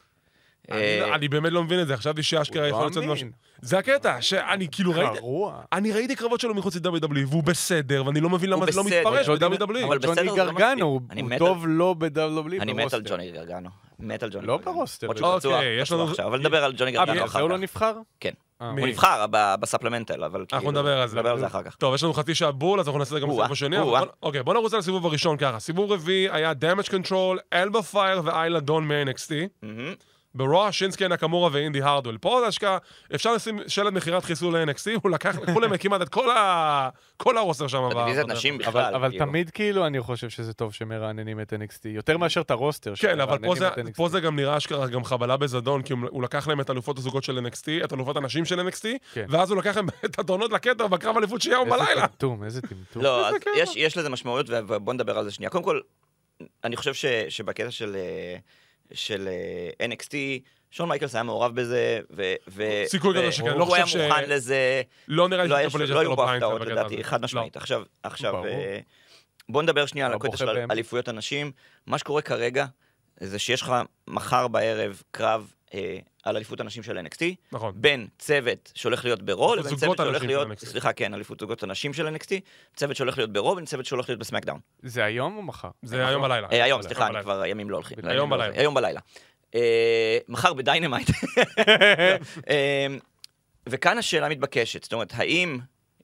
[SPEAKER 4] אני,
[SPEAKER 5] אה,
[SPEAKER 4] אני באמת לא מבין את זה, חשבתי שאשכרה
[SPEAKER 6] הוא לא
[SPEAKER 4] יכול לצאת
[SPEAKER 6] אמין.
[SPEAKER 4] משהו. זה הקטע, שאני כאילו
[SPEAKER 5] לא
[SPEAKER 4] ראיתי...
[SPEAKER 6] גרוע.
[SPEAKER 4] אני ראיתי קרבות שלו מחוץ ל-WWE, והוא בסדר, ואני לא מבין
[SPEAKER 5] הוא
[SPEAKER 4] למה זה לא
[SPEAKER 5] בסדר.
[SPEAKER 4] מתפרש
[SPEAKER 6] ג'וני-
[SPEAKER 4] ב-WWE.
[SPEAKER 5] אבל
[SPEAKER 6] אבל E.
[SPEAKER 5] בסדר,
[SPEAKER 6] ג'וני
[SPEAKER 5] זה לא
[SPEAKER 6] גרגנו,
[SPEAKER 5] מספיק. אני
[SPEAKER 6] הוא הוא
[SPEAKER 5] מת
[SPEAKER 6] טוב לא ב-WWE.
[SPEAKER 5] אני מת על
[SPEAKER 6] ברוסטר.
[SPEAKER 5] ג'וני גרגנו. מת על ג'וני
[SPEAKER 6] לא
[SPEAKER 5] גרגנו.
[SPEAKER 6] ברוסטר.
[SPEAKER 5] למרות שהוא פצוע,
[SPEAKER 4] אוקיי, יש
[SPEAKER 5] פצוע
[SPEAKER 4] לנו-
[SPEAKER 5] עכשיו, אבל נדבר על ג'וני גרגנו
[SPEAKER 6] אה, זה הוא
[SPEAKER 5] אחר
[SPEAKER 6] לא
[SPEAKER 5] כך.
[SPEAKER 6] נבחר?
[SPEAKER 5] כן.
[SPEAKER 6] אה,
[SPEAKER 4] מי?
[SPEAKER 5] הוא נבחר ב- בספלמנטל, אבל כאילו...
[SPEAKER 4] אנחנו נדבר על זה.
[SPEAKER 5] נדבר על זה אחר כך.
[SPEAKER 4] טוב, יש לנו חצי שעה בול, אז אנחנו נעשה גם את
[SPEAKER 5] או-אה,
[SPEAKER 4] הסיבוב השני. אבל
[SPEAKER 5] או-אה.
[SPEAKER 4] בוא- אוקיי, בוא נרוץ על הסיבוב הראשון ככה. סיבוב רביעי היה Damage Control, אלבה פייר ואיילה דון מ-NXT.
[SPEAKER 5] מהמם.
[SPEAKER 4] ברוע, שינסקי נקמורה ואינדי הרדוול. פה זה השקעה, אפשר לשים שלד מכירת חיסול ל-NXT, הוא לקח, לקחו להם כמעט את כל ה... כל הרוסר שם.
[SPEAKER 5] בדיוויזיית
[SPEAKER 4] בחדר.
[SPEAKER 5] נשים בכלל.
[SPEAKER 6] אבל, אבל
[SPEAKER 5] כאילו.
[SPEAKER 6] תמיד כאילו אני חושב שזה טוב שמרעננים את NXT, יותר מאשר את הרוסטר.
[SPEAKER 4] כן, אבל פה
[SPEAKER 6] שמרעננים
[SPEAKER 4] זה,
[SPEAKER 6] את NXT.
[SPEAKER 4] פה זה גם נראה אשכרה גם חבלה בזדון, כי הוא הוא לקח להם את אלופות הזוגות של NXT, את אלופות הנשים של NXT,
[SPEAKER 6] כן.
[SPEAKER 4] ואז הוא לקח להם את אדונות לקטע בקרב אליפות שיהיה היום
[SPEAKER 6] איזה
[SPEAKER 4] בלילה.
[SPEAKER 6] טמטום, איזה טמטום.
[SPEAKER 5] לא, אז
[SPEAKER 4] כאילו?
[SPEAKER 5] יש, יש לזה משמעויות, ובואו נדבר על זה שנייה. קודם כל, אני חושב ש, שבקטע של, אה, של אה, NXT, שון מייקלס היה מעורב בזה, ו... ו
[SPEAKER 4] סיכוי גדול
[SPEAKER 5] ו-
[SPEAKER 4] שכן, לא
[SPEAKER 5] הוא היה
[SPEAKER 4] חושב ש-
[SPEAKER 5] מוכן לזה,
[SPEAKER 4] לא נראה לי
[SPEAKER 5] לא היה-
[SPEAKER 4] שטריפל אייץ'
[SPEAKER 5] לא
[SPEAKER 4] יעשה לו
[SPEAKER 5] היו פה
[SPEAKER 4] פריים טיים
[SPEAKER 5] הפתעות
[SPEAKER 4] בקטע
[SPEAKER 5] לדעתי,
[SPEAKER 4] הזה.
[SPEAKER 5] חד
[SPEAKER 4] לא.
[SPEAKER 5] משמעית. עכשיו, עכשיו,
[SPEAKER 6] ברור.
[SPEAKER 5] אה, בואו נדבר שנייה על
[SPEAKER 6] הוא
[SPEAKER 5] הקטע
[SPEAKER 6] בוכה
[SPEAKER 5] של
[SPEAKER 6] באמת.
[SPEAKER 5] אליפויות הנשים. מה שקורה כרגע, זה שיש לך מחר בערב קרב אה, על אליפות הנשים של NXT,
[SPEAKER 4] נכון.
[SPEAKER 5] בין צוות שהולך להיות ברו, לבין
[SPEAKER 4] זוגות
[SPEAKER 5] צוות שהולך
[SPEAKER 4] הנשים של
[SPEAKER 5] להיות,
[SPEAKER 4] NXT.
[SPEAKER 5] סליחה, כן, אליפות זוגות הנשים של NXT, צוות שהולך להיות ברו, ובין צוות שהולך להיות בסמקדאון.
[SPEAKER 4] אה,
[SPEAKER 6] זה היום או מחר?
[SPEAKER 4] זה היום בלילה.
[SPEAKER 5] אה, היום, סליחה,
[SPEAKER 4] בלילה.
[SPEAKER 5] אני כבר, הימים לא הולכים.
[SPEAKER 4] היום
[SPEAKER 5] הימים לא
[SPEAKER 4] בלילה.
[SPEAKER 5] הולכים. היום בלילה. אה, מחר בדיינמייט. אה, וכאן השאלה מתבקשת, זאת אומרת, האם...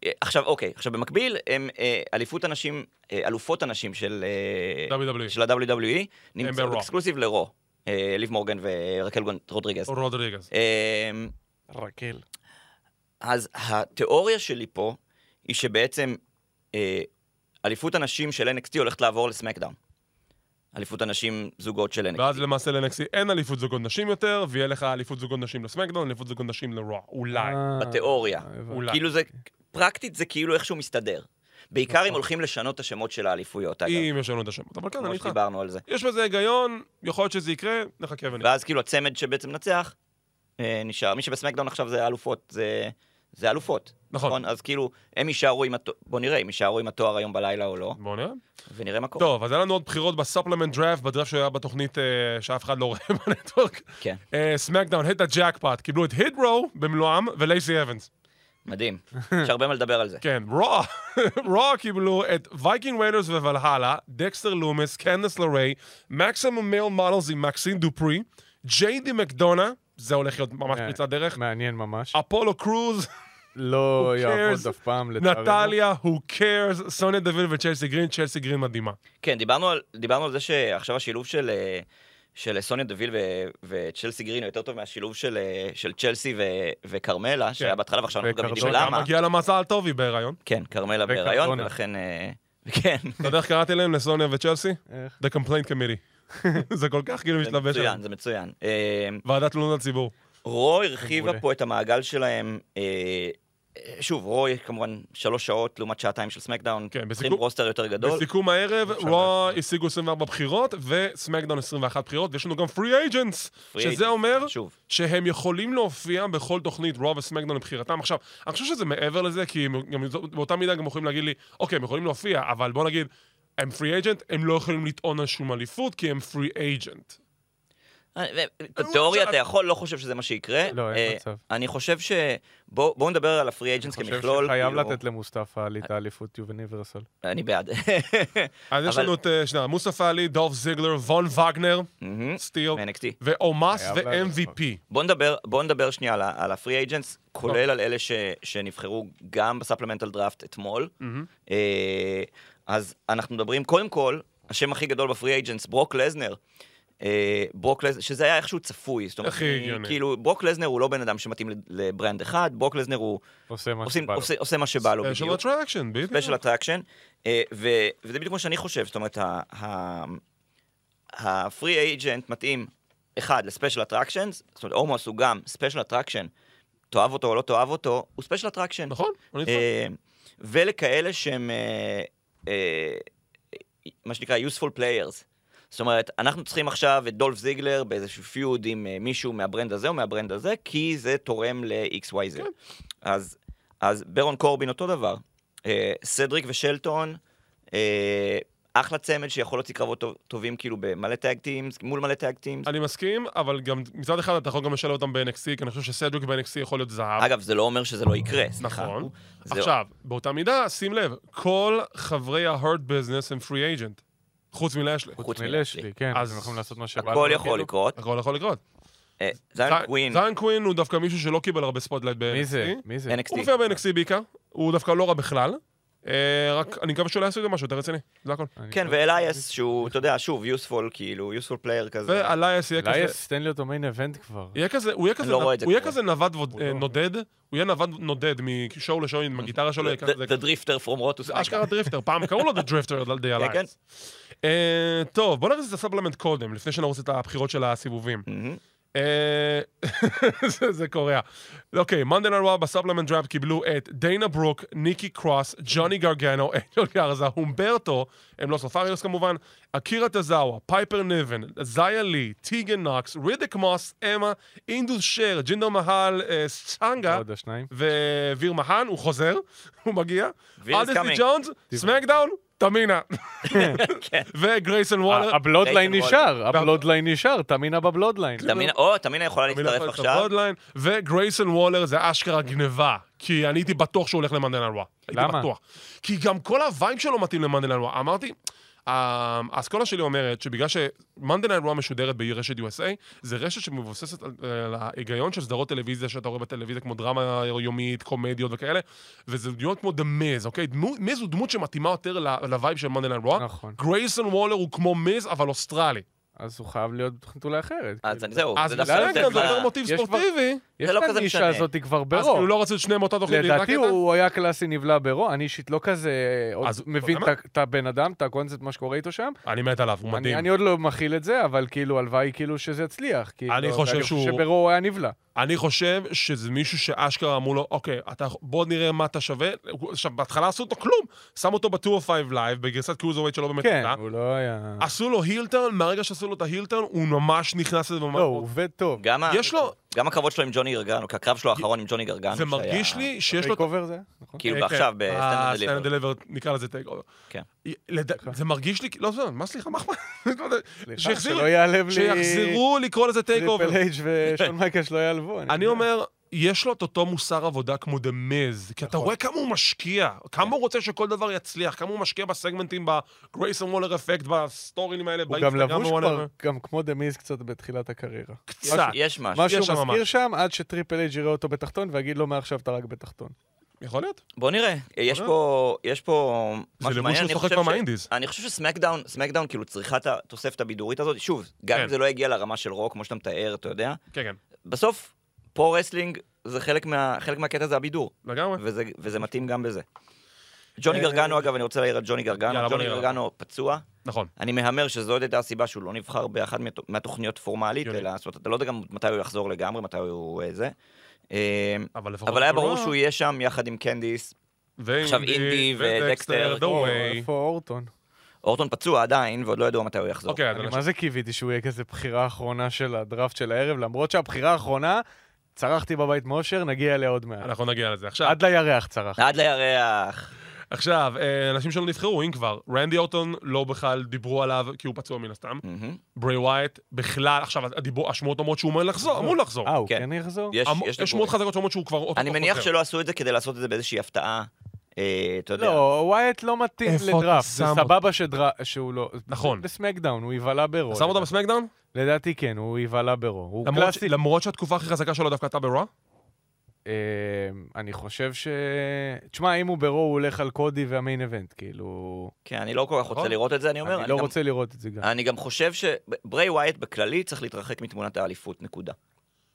[SPEAKER 5] אה, עכשיו, אוקיי, עכשיו במקביל, הם אה, אליפות הנשים, אה, אלופות הנשים של אה,
[SPEAKER 4] WWE.
[SPEAKER 5] של ה-WWE, נמצאו
[SPEAKER 4] E. ב-Raw.
[SPEAKER 5] אקסקלוסיב לרו, אה, ליב מורגן ורקל גון- רודריגז.
[SPEAKER 4] או רודריגז.
[SPEAKER 5] אה,
[SPEAKER 6] רקל.
[SPEAKER 5] אז התיאוריה שלי פה היא שבעצם אה, אליפות הנשים של NXT הולכת לעבור לסמקדאון. אליפות הנשים זוגות של NXT.
[SPEAKER 4] ואז למעשה ל-NXT אין אליפות זוגות נשים יותר, ויהיה לך אליפות זוגות נשים לסמקדון, אליפות זוגות נשים לרוע.
[SPEAKER 6] אה,
[SPEAKER 4] אולי.
[SPEAKER 5] אה, בתיאוריה.
[SPEAKER 4] אולי.
[SPEAKER 5] כאילו זה, פרקטית זה כאילו איכשהו מסתדר. בעיקר אם הולכים לשנות את השמות של האליפויות, אה, אגב.
[SPEAKER 4] נכון. אם ישנו את השמות. אבל כן, אני
[SPEAKER 5] כמו
[SPEAKER 4] איתך.
[SPEAKER 5] שדיברנו על זה.
[SPEAKER 4] יש בזה היגיון, יכול להיות שזה יקרה, נחכה ונראה.
[SPEAKER 5] ואז כאילו הצמד שבעצם נצח, אה, נשאר. מי שבסמקדאון עכשיו זה אלופות, זה... זה אלופות,
[SPEAKER 4] נכון.
[SPEAKER 5] אז כאילו, הם יישארו עם התואר, בוא נראה אם יישארו עם התואר היום בלילה או לא,
[SPEAKER 4] בואו נראה.
[SPEAKER 5] ונראה מה קורה.
[SPEAKER 4] טוב, אז היה לנו עוד בחירות בספלמנט דראפט, בדראפט שהיה בתוכנית אה, שאף אחד לא רואה בנטוורק. אה,
[SPEAKER 5] כן,
[SPEAKER 4] סמקדאון, הט הג'קפאט, קיבלו את הידרו במלואם ולייסי אבנס.
[SPEAKER 5] מדהים. יש הרבה מה לדבר על זה.
[SPEAKER 4] כן, רוע. רוע קיבלו את וייקינג ריידרס ווולהלה, דקסטר לומס, קנדס לריי, מקסימום מייל מודלס עם מקסין דופרי, ג'יי די מקדונה, זה הולך להיות ממש
[SPEAKER 6] אה,
[SPEAKER 4] פריצת דרך,
[SPEAKER 6] מעניין ממש.
[SPEAKER 4] אפולו קרוז,
[SPEAKER 6] לא
[SPEAKER 4] אה, Who
[SPEAKER 6] יעבוד
[SPEAKER 4] cares?
[SPEAKER 6] אף פעם, לצערנו.
[SPEAKER 4] נטליה, who cares, סוניה דוד וצ'לסי גרין, צ'לסי גרין מדהימה.
[SPEAKER 5] כן, דיברנו על, דיברנו על זה שעכשיו השילוב של, אה, של סוניה דוויל ו- וצ'לסי גרין הוא יותר טוב מהשילוב של, אה, של צ'לסי ו- וכרמלה,
[SPEAKER 4] כן.
[SPEAKER 5] שהיה בהתחלה, ועכשיו אנחנו גם יודעים
[SPEAKER 6] וקרדונה.
[SPEAKER 4] גם
[SPEAKER 5] למה.
[SPEAKER 4] מגיעה למזל טובי בהיריון.
[SPEAKER 5] כן, כרמלה
[SPEAKER 6] וקרדונה.
[SPEAKER 5] בהיריון, ולכן... אה, כן,
[SPEAKER 4] אתה יודע איך קראתי להם, לסוניה וצ'לסי?
[SPEAKER 6] איך?
[SPEAKER 4] The Complaint Committee. זה כל כך כאילו
[SPEAKER 5] זה
[SPEAKER 4] משתלבש עליהם.
[SPEAKER 5] מצוין, זה מצוין. אה,
[SPEAKER 4] ועדת תלונות הציבור.
[SPEAKER 5] רו הרחיבה
[SPEAKER 6] מעולה.
[SPEAKER 5] פה את המעגל שלהם. אה, שוב, רו היא כמובן שלוש שעות לעומת שעתיים של סמקדאון.
[SPEAKER 4] כן,
[SPEAKER 5] צריכים
[SPEAKER 4] בסיכום-
[SPEAKER 5] רוסטר יותר גדול.
[SPEAKER 4] בסיכום הערב,
[SPEAKER 6] אפשר
[SPEAKER 4] רוע השיגו 24 בחירות, וסמקדאון 21 בחירות, ויש לנו גם פרי אייג'נס,
[SPEAKER 5] Free
[SPEAKER 4] שזה
[SPEAKER 5] agents,
[SPEAKER 4] אומר
[SPEAKER 5] שוב.
[SPEAKER 4] שהם יכולים להופיע בכל תוכנית רוע וסמקדאון לבחירתם. עכשיו, אני חושב שזה מעבר לזה, כי הם גם באותה מידה גם יכולים להגיד לי, אוקיי, הם יכולים להופיע, אבל בוא נגיד, הם פרי אייג'נט, הם לא יכולים לטעון על שום אליפות, כי הם פרי אייג'נט.
[SPEAKER 5] אה, ו- בתיאוריה
[SPEAKER 4] עכשיו-
[SPEAKER 5] אתה יכול, לא חושב שזה מה שיקרה.
[SPEAKER 6] לא, אין
[SPEAKER 5] אה,
[SPEAKER 6] מצב.
[SPEAKER 5] אני חושב ש... בואו בואו נדבר על הפרי אייג'נס
[SPEAKER 6] אני חושב
[SPEAKER 5] כמכלול.
[SPEAKER 6] שחייב
[SPEAKER 5] כאילו-
[SPEAKER 6] לתת למוסטפא עלי את האליפות יובניברסל.
[SPEAKER 5] אני בעד.
[SPEAKER 4] אז יש
[SPEAKER 5] אבל-
[SPEAKER 4] לנו את, אה, שנייה, מוסטפה עלי, דולף זיגלר, וון וגנר,
[SPEAKER 5] מהמם.
[SPEAKER 4] סטיל,
[SPEAKER 5] NXT.
[SPEAKER 4] ואומאס
[SPEAKER 6] חייב לעלות
[SPEAKER 4] ו-MVP.
[SPEAKER 5] בוא נדבר, בוא נדבר שנייה על, ה- על הפרי אייג'נס, כולל על אלה ש, שנבחרו גם בספלמנטל דראפט אתמול. אה, אז אנחנו מדברים, קודם כל, השם הכי גדול בפרי אייג'נס, ברוק לזנר. אה, ברוק לזנר, שזה היה איכשהו צפוי, זאת אומרת,
[SPEAKER 4] הכי
[SPEAKER 5] אני-
[SPEAKER 4] הגיוני.
[SPEAKER 5] כאילו, ברוק לזנר הוא לא בן אדם שמתאים לד- לברנד אחד, ברוק לזנר הוא
[SPEAKER 6] עושה מה
[SPEAKER 5] עושים-
[SPEAKER 6] שבא לו.
[SPEAKER 5] עושה- עושה מה אה, שבא לו
[SPEAKER 4] ספיישל
[SPEAKER 5] בדיוק.
[SPEAKER 4] אטרקשן, אה, בדיוק.
[SPEAKER 5] ספיישל אטרקשן, וזה בדיוק מה שאני חושב, זאת אומרת, ה- ה- הפרי אייג'נט מתאים, אחד, לספיישל אטרקשן, זאת אומרת, הומוס הוא גם ספיישל אטרקשן, תאהב אותו או לא תאהב אותו, הוא ספיישל אטרקשן.
[SPEAKER 4] נכון, אני איתך.
[SPEAKER 5] אה, ולכאלה שהם, אה, אה, מה שנקרא, אה, useful players. זאת אומרת, אנחנו צריכים עכשיו את דולף זיגלר באיזשהו פיוד עם אה, מישהו מהברנד הזה או מהברנד הזה, כי זה תורם ל-XYZ. אז, אז ברון קורבין אותו דבר. אה, סדריק ושלטון, אה, אחלה צמד שיכול להוציא קרבות טוב- טובים כאילו במלא טאג טימס, מול מלא טאג טימס.
[SPEAKER 4] אני מסכים, אבל גם מצד אחד אתה יכול גם לשלב אותם ב-NXC, כי אני חושב שסדריק ב-NXC יכול להיות זהב.
[SPEAKER 5] אגב, זה לא אומר שזה לא יקרה, סליחה.
[SPEAKER 4] נכון.
[SPEAKER 5] זה-
[SPEAKER 4] עכשיו, באותה מידה, שים לב, כל חברי ה-hurt business הם free agent, חוץ מלאשלי.
[SPEAKER 5] חוץ
[SPEAKER 6] חוץ
[SPEAKER 5] מלשלי.
[SPEAKER 6] מלשלי, כן,
[SPEAKER 4] אז
[SPEAKER 6] הם יכולים לעשות מה שבא.
[SPEAKER 5] הכל
[SPEAKER 6] להם,
[SPEAKER 5] יכול
[SPEAKER 6] כאילו.
[SPEAKER 5] לקרות.
[SPEAKER 4] הכל יכול לקרות.
[SPEAKER 5] אה, זיון קווין,
[SPEAKER 4] זיון קווין הוא דווקא מישהו שלא קיבל הרבה ספוטלייט ב-NXC.
[SPEAKER 6] מי זה? מי זה?
[SPEAKER 5] NXT.
[SPEAKER 4] הוא מופיע ב-NXC בעיקר, הוא דווקא לא רע בכלל. אה, רק, אני מקווה שלא יעשו איתו משהו יותר רציני, זה הכל.
[SPEAKER 6] אני
[SPEAKER 5] כן,
[SPEAKER 6] לא-
[SPEAKER 5] ואלייס, שהוא, אתה יודע, שוב, יוספול, כאילו, יוספול פלייר כזה.
[SPEAKER 4] ואלייס יהיה כזה...
[SPEAKER 6] אלייס, תן לי אותו מיין אבנט כבר.
[SPEAKER 4] יהיה כזה, הוא יהיה כזה,
[SPEAKER 5] לא רואה את זה
[SPEAKER 4] הוא יהיה
[SPEAKER 5] קורה.
[SPEAKER 4] כזה נווד ווד-
[SPEAKER 6] הוא
[SPEAKER 4] אה,
[SPEAKER 6] לא.
[SPEAKER 4] נודד, הוא יהיה נווד נודד משואו לשואו עם הגיטרה שלו, יהיה כזה-
[SPEAKER 5] The Drifter from Rotus.
[SPEAKER 4] זה אשכרה דריפטר, פעם קראו לו The Drifter על ידי
[SPEAKER 5] כן, כן.
[SPEAKER 4] אלייס. אה, טוב, בוא נריץ את הסבלמנט קודם, לפני שנרוץ את הבחירות של הסיבובים.
[SPEAKER 5] מהמם.
[SPEAKER 4] אה, זה זה קורע. אוקיי, מונדן ארואה בסבלמנט דראפט קיבלו את דיינה ברוק, ניקי קרוס, ג'וני גרגנו, אנג'ל גרזה, הומברטו, הם לא סופריוס כמובן, אקירה טזאווה, פייפר ניבן, זיה לי, טיגן נוקס, רידיק מוס, אמה, אינדוס שר, ג'ינדו מהל, אה, סצ'אנגה.
[SPEAKER 6] עוד השניים.
[SPEAKER 4] וויר מהן, הוא חוזר, הוא מגיע.
[SPEAKER 5] ויר is
[SPEAKER 4] אדסי
[SPEAKER 5] coming.
[SPEAKER 4] ג'ונס, סמקדאון, תמינה.
[SPEAKER 5] כן.
[SPEAKER 4] וגרייסון
[SPEAKER 5] אה,
[SPEAKER 4] וולר.
[SPEAKER 6] אה, הבלודליין
[SPEAKER 5] רייטן
[SPEAKER 6] נשאר,
[SPEAKER 4] וולר.
[SPEAKER 6] הבלודליין נשאר, תמינה בבלודליין.
[SPEAKER 5] תמינה,
[SPEAKER 4] לא-
[SPEAKER 5] או, תמינה יכולה להצטרף
[SPEAKER 4] מלאכת
[SPEAKER 5] עכשיו.
[SPEAKER 4] הבלודליין, וגרייסון וולר זה אשכרה גניבה, כי אני הייתי בטוח שהוא הולך למאנדל אלווה. הייתי
[SPEAKER 6] למה?
[SPEAKER 4] בטוח. כי גם כל הוויים שלו מתאים למאנדל אלווה. אמרתי, ה- האסכולה שלי אומרת שבגלל שמאנדל אלווה משודרת ברשת USA, זה רשת שמבוססת על על ההיגיון של סדרות טלוויזיה שאתה רואה בטלוויזיה, כמו דרמה יומית, קומדיות וכאלה, וזה דמויות כמו דה מז, אוקיי? דמו- מז הוא דמות שמתאימה יותר ל- לווייב של מאנדל אלווה.
[SPEAKER 6] נכון.
[SPEAKER 4] גרייסון וולר הוא כמו מז, אבל אוסטרלי.
[SPEAKER 6] אז הוא חייב להיות בתוכנית אולי אחרת.
[SPEAKER 5] אז אני- זהו,
[SPEAKER 4] אז
[SPEAKER 5] אה, זה
[SPEAKER 4] בסדר,
[SPEAKER 5] דווקא
[SPEAKER 4] זה
[SPEAKER 5] נותן לך...
[SPEAKER 4] יותר מוטיב
[SPEAKER 6] יש כבר-
[SPEAKER 4] ספורטיבי.
[SPEAKER 6] יש
[SPEAKER 5] זה לא
[SPEAKER 6] את
[SPEAKER 5] כזה
[SPEAKER 6] הנישה
[SPEAKER 5] משנה.
[SPEAKER 6] הזאת כבר
[SPEAKER 4] אז כאילו
[SPEAKER 6] ברוב.
[SPEAKER 4] לא רצו את שניהם מאותה תוכנית.
[SPEAKER 6] לדעתי
[SPEAKER 4] רק את
[SPEAKER 6] הוא היה קלאסי נבלע ברוע, אני אישית לא כזה עוד
[SPEAKER 4] אז-
[SPEAKER 6] מבין
[SPEAKER 4] אתה יודע
[SPEAKER 6] את- את הבן אדם, את הקונספט, מה שקורה איתו שם.
[SPEAKER 4] אני מת עליו, הוא
[SPEAKER 6] אני
[SPEAKER 4] מדהים.
[SPEAKER 6] אני עוד לא מכיל את זה, אבל כאילו, הלוואי כאילו שזה יצליח. כאילו,
[SPEAKER 4] אני חושב
[SPEAKER 6] ואני
[SPEAKER 4] שהוא- אה?
[SPEAKER 6] שברוע הוא היה נבלע.
[SPEAKER 4] אני חושב שזה מישהו שאשכרה אמרו לו, אוקיי, אתה- בוא נראה מה אתה שווה. הוא- עכשיו, בהתחלה עשו אותו כלום. שם אותו ב-205 לייב, בגרסת קרוזווייט שלא באמת
[SPEAKER 6] כן,
[SPEAKER 4] הייתה.
[SPEAKER 6] הוא לא היה...
[SPEAKER 4] עשו לו הילטרן, מהרגע שעשו לו את ההילטרן, הוא ממש נכנס לזה.
[SPEAKER 6] לא, הוא עובד טוב.
[SPEAKER 5] גם ה-
[SPEAKER 4] יש לו-
[SPEAKER 5] גם הקרבות שלו עם ג'וני גרגנו, כי הקרב שלו האחרון עם ג'וני גרגנו.
[SPEAKER 4] זה מרגיש
[SPEAKER 5] שהיה-
[SPEAKER 4] לי שיש לו...
[SPEAKER 6] טייק אובר זה? נכון.
[SPEAKER 5] כאילו,
[SPEAKER 4] אה,
[SPEAKER 5] ועכשיו
[SPEAKER 4] כן.
[SPEAKER 5] בסטנדרט
[SPEAKER 4] הסטנדרט דליבר,
[SPEAKER 5] דליבר.
[SPEAKER 4] נקרא לזה טייק אובר.
[SPEAKER 5] כן.
[SPEAKER 4] לד- זה מרגיש לי, לא, זה- מה סליחה, מה אכפת?
[SPEAKER 6] סליחה,
[SPEAKER 4] שיחזירו-
[SPEAKER 6] שלא יעלב לי...
[SPEAKER 4] שיחזרו לקרוא לזה טייק אובר.
[SPEAKER 6] טריפל אייג' ושון מייקלס לא יעלבו.
[SPEAKER 4] אני אומר, יש לו את אותו מוסר עבודה כמו דה מז, כי
[SPEAKER 6] נכון.
[SPEAKER 4] אתה רואה כמה הוא משקיע,
[SPEAKER 6] כן.
[SPEAKER 4] כמה הוא רוצה שכל דבר יצליח, כמה הוא משקיע בסגמנטים, בגרייסון וולר אפקט, בסטורינים האלה,
[SPEAKER 6] הוא גם לבוש כבר,
[SPEAKER 4] ב-Instagram,
[SPEAKER 6] גם כמו דה מיז קצת בתחילת הקריירה.
[SPEAKER 4] קצת.
[SPEAKER 5] יש משהו.
[SPEAKER 6] מה שהוא
[SPEAKER 4] שם
[SPEAKER 6] מזכיר
[SPEAKER 4] ממש.
[SPEAKER 6] שם, עד שטריפל אייג' יראה אותו בתחתון ויגיד לו מעכשיו אתה רק בתחתון.
[SPEAKER 4] יכול להיות?
[SPEAKER 5] בוא נראה. יש
[SPEAKER 4] אה.
[SPEAKER 5] פה... יש פה...
[SPEAKER 4] זה
[SPEAKER 5] משהו
[SPEAKER 4] לבוש
[SPEAKER 5] מעניין,
[SPEAKER 4] של
[SPEAKER 5] אני
[SPEAKER 4] שוחק
[SPEAKER 5] חושב ש-
[SPEAKER 4] מהאינדיז.
[SPEAKER 5] אני חושב שסמקדאון, סמקדאון כאילו צריכה את התוספת הבידורית הזאת. שוב, גם
[SPEAKER 4] כן.
[SPEAKER 5] אם זה לא הגיע לרמה של רוק, כמו שאתה מתאר, אתה יודע.
[SPEAKER 4] כן, כן,
[SPEAKER 5] בסוף, פה רסלינג זה חלק מה- חלק מהקטע זה הבידור.
[SPEAKER 4] לגמרי.
[SPEAKER 5] וזה, וזה מתאים גם בזה. ג'וני גרגנו, אגב, אני רוצה להעיר על ג'וני
[SPEAKER 4] אה, יאללה,
[SPEAKER 5] גרגנו.
[SPEAKER 4] בוא
[SPEAKER 5] ג'וני
[SPEAKER 4] נראה.
[SPEAKER 5] גרגנו פצוע.
[SPEAKER 4] נכון.
[SPEAKER 5] אני מהמר שזו הייתה הסיבה שהוא לא נבחר באחת מהת- מהתוכניות פורמלית,
[SPEAKER 4] הגיוני.
[SPEAKER 5] אלא, זאת אומרת, אתה לא יודע גם מתי הוא יחזור לגמרי, מתי הוא אה, זה. אה,
[SPEAKER 4] אבל לפחות...
[SPEAKER 5] אבל היה
[SPEAKER 4] הוא
[SPEAKER 5] ברור
[SPEAKER 4] לא-
[SPEAKER 5] שהוא יהיה שם יחד עם קנדיס. עכשיו אינדי ודקסטר.
[SPEAKER 6] או,
[SPEAKER 4] דווי.
[SPEAKER 6] איפה אורטון?
[SPEAKER 5] אורטון פצוע עדיין, ועוד לא ידוע מתי הוא יחזור.
[SPEAKER 4] אוקיי, אז
[SPEAKER 6] אני
[SPEAKER 4] אנשים-
[SPEAKER 6] מה זה קיוויתי שהוא יהיה כזה בחירה אחרונה של הדראפט של הערב, למרות שהבחירה האחרונה, צרחתי בבית מאושר, נגיע אליה עוד מעט.
[SPEAKER 4] אנחנו נגיע לזה. עכשיו,
[SPEAKER 6] עד לירח צרח.
[SPEAKER 5] עד לירח.
[SPEAKER 4] עכשיו, אה, אנשים שלא נבחרו, אם כבר, רנדי אורטון לא בכלל דיברו עליו, כי הוא פצוע מן הסתם.
[SPEAKER 5] מהמם.
[SPEAKER 4] ברי ווייט, בכלל, עכשיו, הדיבור- השמועות אומרות שהוא אמור לחזור, אמור לחזור.
[SPEAKER 6] אה, הוא
[SPEAKER 5] כן.
[SPEAKER 6] כן יחזור?
[SPEAKER 5] יש
[SPEAKER 4] אמור-
[SPEAKER 5] יש
[SPEAKER 4] אוקיי. יש שמועות
[SPEAKER 5] דיבורים.
[SPEAKER 4] חזקות שאומרות שהוא כבר...
[SPEAKER 5] אני
[SPEAKER 4] אוטוטו
[SPEAKER 5] מניח
[SPEAKER 4] חוזר.
[SPEAKER 5] שלא עשו את זה כדי לעשות את זה באיזושהי הפתעה. אה, אתה יודע.
[SPEAKER 6] לא, ווייט לא מתאים
[SPEAKER 4] איפה אתה
[SPEAKER 6] לדראפט, זה
[SPEAKER 4] שם אותו?
[SPEAKER 6] סבבה שדרא- שהוא לא...
[SPEAKER 4] נכון.
[SPEAKER 6] זה בסמקדאון, הוא ייבלע ברור.
[SPEAKER 4] אתה שם אותו בסמקדאון?
[SPEAKER 6] לדעתי כן, הוא ייבלע ברור. הוא
[SPEAKER 4] למרות ש-
[SPEAKER 6] קלאסי.
[SPEAKER 4] למרות שהתקופה הכי חזקה שלו דווקא הייתה ברוע?
[SPEAKER 6] אה, אני חושב ש... תשמע, אם הוא ברור, הוא הולך על קודי והמיין אבנט, כאילו...
[SPEAKER 5] כן, אני לא כל כך רוצה
[SPEAKER 4] נכון.
[SPEAKER 5] לראות את זה, אני אומר.
[SPEAKER 6] אני לא
[SPEAKER 5] גם-
[SPEAKER 6] רוצה לראות את זה גם.
[SPEAKER 4] אה,
[SPEAKER 5] אני גם חושב שברי ווייט בכללי צריך להתרחק מתמונת האליפות, נקודה.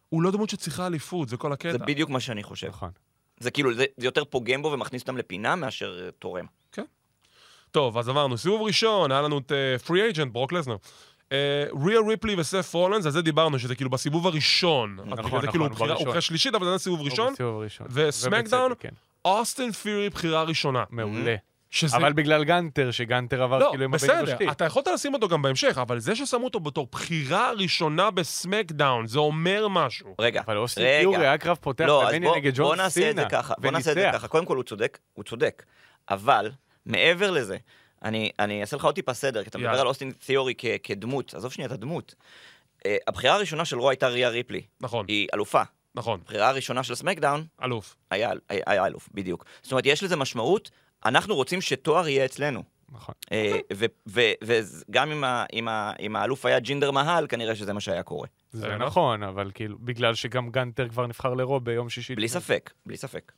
[SPEAKER 4] הוא לא דמות שצריכה אליפות, זה כל הקטע.
[SPEAKER 5] זה בדיוק מה שאני חושב.
[SPEAKER 6] כן, אה. נכון.
[SPEAKER 5] זה כאילו, זה זה יותר פוגם בו ומכניס אותם לפינה מאשר אה, תורם.
[SPEAKER 4] טוב, אז עברנו. סיבוב ראשון, היה לנו את פרי אייג'נט, ברוק לזנר. אה, ריה ריפלי וסף רולנס, על זה דיברנו, שזה כאילו בסיבוב הראשון. אז
[SPEAKER 6] נכון,
[SPEAKER 4] בגלל זה
[SPEAKER 6] נכון,
[SPEAKER 4] כאילו
[SPEAKER 6] הוא
[SPEAKER 4] בחירה- הוא
[SPEAKER 6] בראשון. לא,
[SPEAKER 4] בחירה שלישית, אבל זה היה סיבוב ראשון.
[SPEAKER 6] בסיבוב הראשון.
[SPEAKER 4] וסמקדאון? Mm-hmm.
[SPEAKER 6] ובצדק, כן.
[SPEAKER 4] אוסטין פירי, בחירה ראשונה.
[SPEAKER 6] מעולה.
[SPEAKER 4] שזה...
[SPEAKER 6] אבל בגלל גנטר, שגנטר עבר
[SPEAKER 4] לא,
[SPEAKER 6] כאילו עם הבן
[SPEAKER 4] בסדר,
[SPEAKER 6] גושתי.
[SPEAKER 4] אתה יכולת לשים אותו גם בהמשך, אבל זה ששמו אותו בתור בחירה ראשונה בסמקדאון, זה אומר משהו.
[SPEAKER 5] רגע,
[SPEAKER 6] אבל אוסטין
[SPEAKER 5] רגע.
[SPEAKER 6] פיורי היה קרב פותח
[SPEAKER 5] לא, אז
[SPEAKER 6] במני
[SPEAKER 5] בוא-
[SPEAKER 6] נגד
[SPEAKER 5] בוא
[SPEAKER 6] ג'ון
[SPEAKER 5] נעשה את זה
[SPEAKER 6] סינה,
[SPEAKER 5] ככה, בוא נעשה את זה
[SPEAKER 6] וניצח.
[SPEAKER 5] ככה. קודם כל, הוא צודק, הוא צודק. אבל, מעבר לזה, אני, אני אעשה לך עוד טיפה סדר, כי אתה מדבר
[SPEAKER 4] יאללה.
[SPEAKER 5] על אוסטין תיאורי כ, כדמות, עזוב שנייה את הדמות. אה, הבחירה הראשונה של רו הייתה ריה ריפלי,
[SPEAKER 4] נכון,
[SPEAKER 5] היא אלופה.
[SPEAKER 4] נכון,
[SPEAKER 5] הבחירה הראשונה של סמקדאון
[SPEAKER 4] אלוף.
[SPEAKER 5] היה, היה, היה אלוף, בדיוק. זאת אומרת, יש לזה משמעות, אנחנו רוצים שתואר יהיה אצלנו.
[SPEAKER 6] נכון.
[SPEAKER 5] אה, ו- ו- וגם אם ה- אם ה- אם האלוף היה ג'ינדר מהל, כנראה שזה מה שהיה קורה.
[SPEAKER 6] זה
[SPEAKER 4] בסדר.
[SPEAKER 6] נכון, אבל כאילו, בגלל שגם גנטר כבר נבחר לרוב ביום שישי.
[SPEAKER 5] בלי ספק, בלי ספק.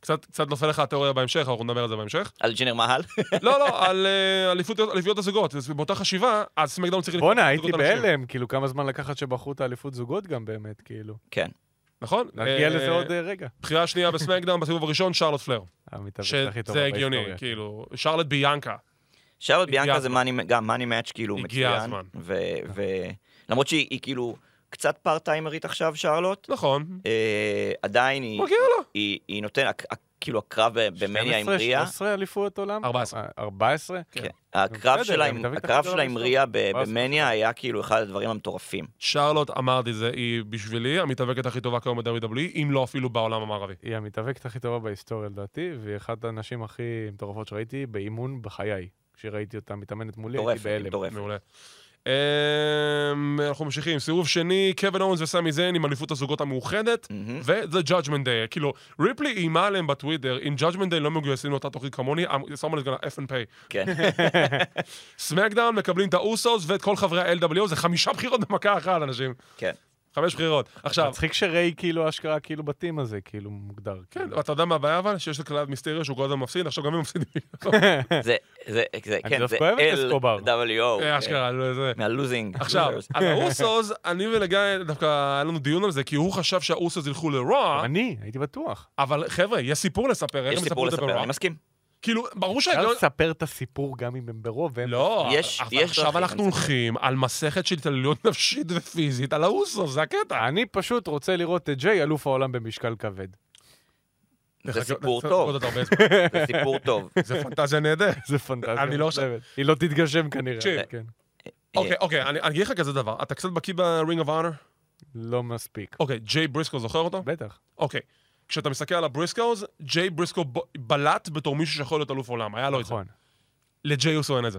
[SPEAKER 4] קצת, קצת נופל לך התיאוריה בהמשך, אנחנו נדבר על זה בהמשך.
[SPEAKER 5] על ג'ינדר מהל?
[SPEAKER 4] לא, לא, על אה, אליפות- אליפויות הזוגות. אז באותה חשיבה, אז סמקדאון צריך...
[SPEAKER 6] בואנה,
[SPEAKER 4] אליפות
[SPEAKER 6] הייתי
[SPEAKER 4] הזוגות לנשים.
[SPEAKER 6] בהלם, כאילו, כמה זמן לקחת שבחרו את האליפות זוגות גם באמת, כאילו.
[SPEAKER 5] כן.
[SPEAKER 4] נכון?
[SPEAKER 6] נגיע
[SPEAKER 4] אה,
[SPEAKER 6] לזה עוד אה, רגע.
[SPEAKER 4] בחירה שנייה בסמקדאון בסיבוב הראשון, שרלוט פלר.
[SPEAKER 6] המתאבק הכי טוב
[SPEAKER 4] שזה הגיוני,
[SPEAKER 6] בהיסטוריה.
[SPEAKER 4] כאילו, שרלוט ביאנקה.
[SPEAKER 5] שאלות
[SPEAKER 4] הגיע
[SPEAKER 5] ביאנקה זה
[SPEAKER 4] הזמן.
[SPEAKER 5] מאני- גם מאני מאץ' כאילו מצוין.
[SPEAKER 4] הגיע הזמן.
[SPEAKER 5] ולמרות שהיא היא כאילו קצת פארט טיימרית עכשיו, שרלוט,
[SPEAKER 4] נכון.
[SPEAKER 5] אה, עדיין היא...
[SPEAKER 4] מגיע לו.
[SPEAKER 5] היא- היא נותנת, כאילו הקרב ב- במניה עם
[SPEAKER 6] 12,
[SPEAKER 5] ריה,
[SPEAKER 6] 13 אליפויות עולם?
[SPEAKER 4] 14.
[SPEAKER 6] אה, 14?
[SPEAKER 4] כן.
[SPEAKER 5] הקרב
[SPEAKER 6] בסדר,
[SPEAKER 5] שלה
[SPEAKER 6] היא
[SPEAKER 5] עם-
[SPEAKER 6] מתאבקת
[SPEAKER 5] הקרב
[SPEAKER 6] הכי
[SPEAKER 5] שלה עם
[SPEAKER 6] טובה
[SPEAKER 5] ריה ב-
[SPEAKER 6] בהיסטוריה.
[SPEAKER 5] במניה היה כאילו אחד הדברים המטורפים.
[SPEAKER 4] שרלוט, אמרתי זה, היא בשבילי המתאבקת הכי טובה כיום ב-WWE, אם לא אפילו בעולם המערבי.
[SPEAKER 6] היא המתאבקת הכי טובה בהיסטוריה לדעתי, והיא אחת הנשים הכי מטורפות שראיתי באימון בחיי. כשראיתי אותה מתאמנת מולי, הייתי
[SPEAKER 5] מטורפת,
[SPEAKER 6] בהלם.
[SPEAKER 5] מטורפת.
[SPEAKER 4] מעולה. אמ, אנחנו ממשיכים. סיבוב שני, קווין אורנס וסמי זיין עם אליפות הזוגות המאוחדת,
[SPEAKER 5] מהמם.
[SPEAKER 4] ו-The Judgment Day. כאילו, ריפלי איימה עליהם בטוויטר, אם Judgment Day לא מגויסים לאותה תוכנית כמוני, אמ, I'm- someone is gonna F and pay.
[SPEAKER 5] כן.
[SPEAKER 4] סמקדאון מקבלים את האוסוס ואת כל חברי ה-LWO, זה חמישה בחירות במכה אחת, אנשים.
[SPEAKER 5] כן.
[SPEAKER 4] חמש בחירות. עכשיו,
[SPEAKER 6] מצחיק שריי כאילו אשכרה כאילו בטים הזה, כאילו מוגדר.
[SPEAKER 4] כן,
[SPEAKER 6] כאילו.
[SPEAKER 4] ואתה יודע מה הבעיה אבל? שיש לקלעד מיסטריו שהוא כל הזמן מפסיד, עכשיו גם הם מפסידים.
[SPEAKER 5] זה, זה, זה,
[SPEAKER 6] אני
[SPEAKER 5] כן, זה
[SPEAKER 6] דווקא אוהב את אסקובר.
[SPEAKER 5] LWO.
[SPEAKER 4] אה, אשכרה, לא, זה...
[SPEAKER 5] מהלוזינג.
[SPEAKER 4] עכשיו, אה,
[SPEAKER 5] לוזרס.
[SPEAKER 4] על האוסוס, אני ולגיא, דווקא היה לנו דיון על זה, כי הוא חשב שהאוסוס ילכו לרוע,
[SPEAKER 6] אני, הייתי בטוח.
[SPEAKER 4] אבל חבר'ה, יש סיפור לספר, איך
[SPEAKER 5] יש
[SPEAKER 4] הם יספרו
[SPEAKER 5] סיפור
[SPEAKER 4] את זה
[SPEAKER 5] לספר,
[SPEAKER 4] ברוע?
[SPEAKER 5] אני מסכים.
[SPEAKER 4] כאילו, ברור
[SPEAKER 6] אפשר
[SPEAKER 4] שההיגיון...
[SPEAKER 6] לספר את הסיפור גם אם הם ברוב, והם...
[SPEAKER 4] לא,
[SPEAKER 5] יש-
[SPEAKER 4] אבל
[SPEAKER 5] יש דרכים,
[SPEAKER 4] עכשיו אנחנו
[SPEAKER 5] אין ספק.
[SPEAKER 4] הולכים על מסכת של התעללות נפשית ופיזית על האוסוס, זה הקטע.
[SPEAKER 6] אני פשוט רוצה לראות את ג'יי, אלוף העולם במשקל כבד.
[SPEAKER 5] זה
[SPEAKER 4] תחכה-
[SPEAKER 5] סיפור
[SPEAKER 4] תחכה
[SPEAKER 5] טוב,
[SPEAKER 4] עוד הרבה זמן.
[SPEAKER 5] זה סיפור טוב.
[SPEAKER 4] זה פנטזיה נהדרת.
[SPEAKER 6] זה פנטזיה.
[SPEAKER 4] אני לא
[SPEAKER 6] מושלמת. היא לא תתגשם כנראה.
[SPEAKER 4] תקשיב.
[SPEAKER 6] כן.
[SPEAKER 4] אוקיי, אוקיי, אני אני אגיד לך כזה דבר, אתה קצת בקיא ב-Ring of Honor?
[SPEAKER 6] לא מספיק.
[SPEAKER 4] אוקיי, ג'יי בריסקו זוכר אותו?
[SPEAKER 6] בטח.
[SPEAKER 4] אוקיי. כשאתה מסתכל על הבריסקוס, ג'יי בריסקו ב- בלט בתור מישהו שיכול להיות אלוף עולם, היה לו את זה.
[SPEAKER 6] נכון.
[SPEAKER 4] לג'יי אוסו אין את זה.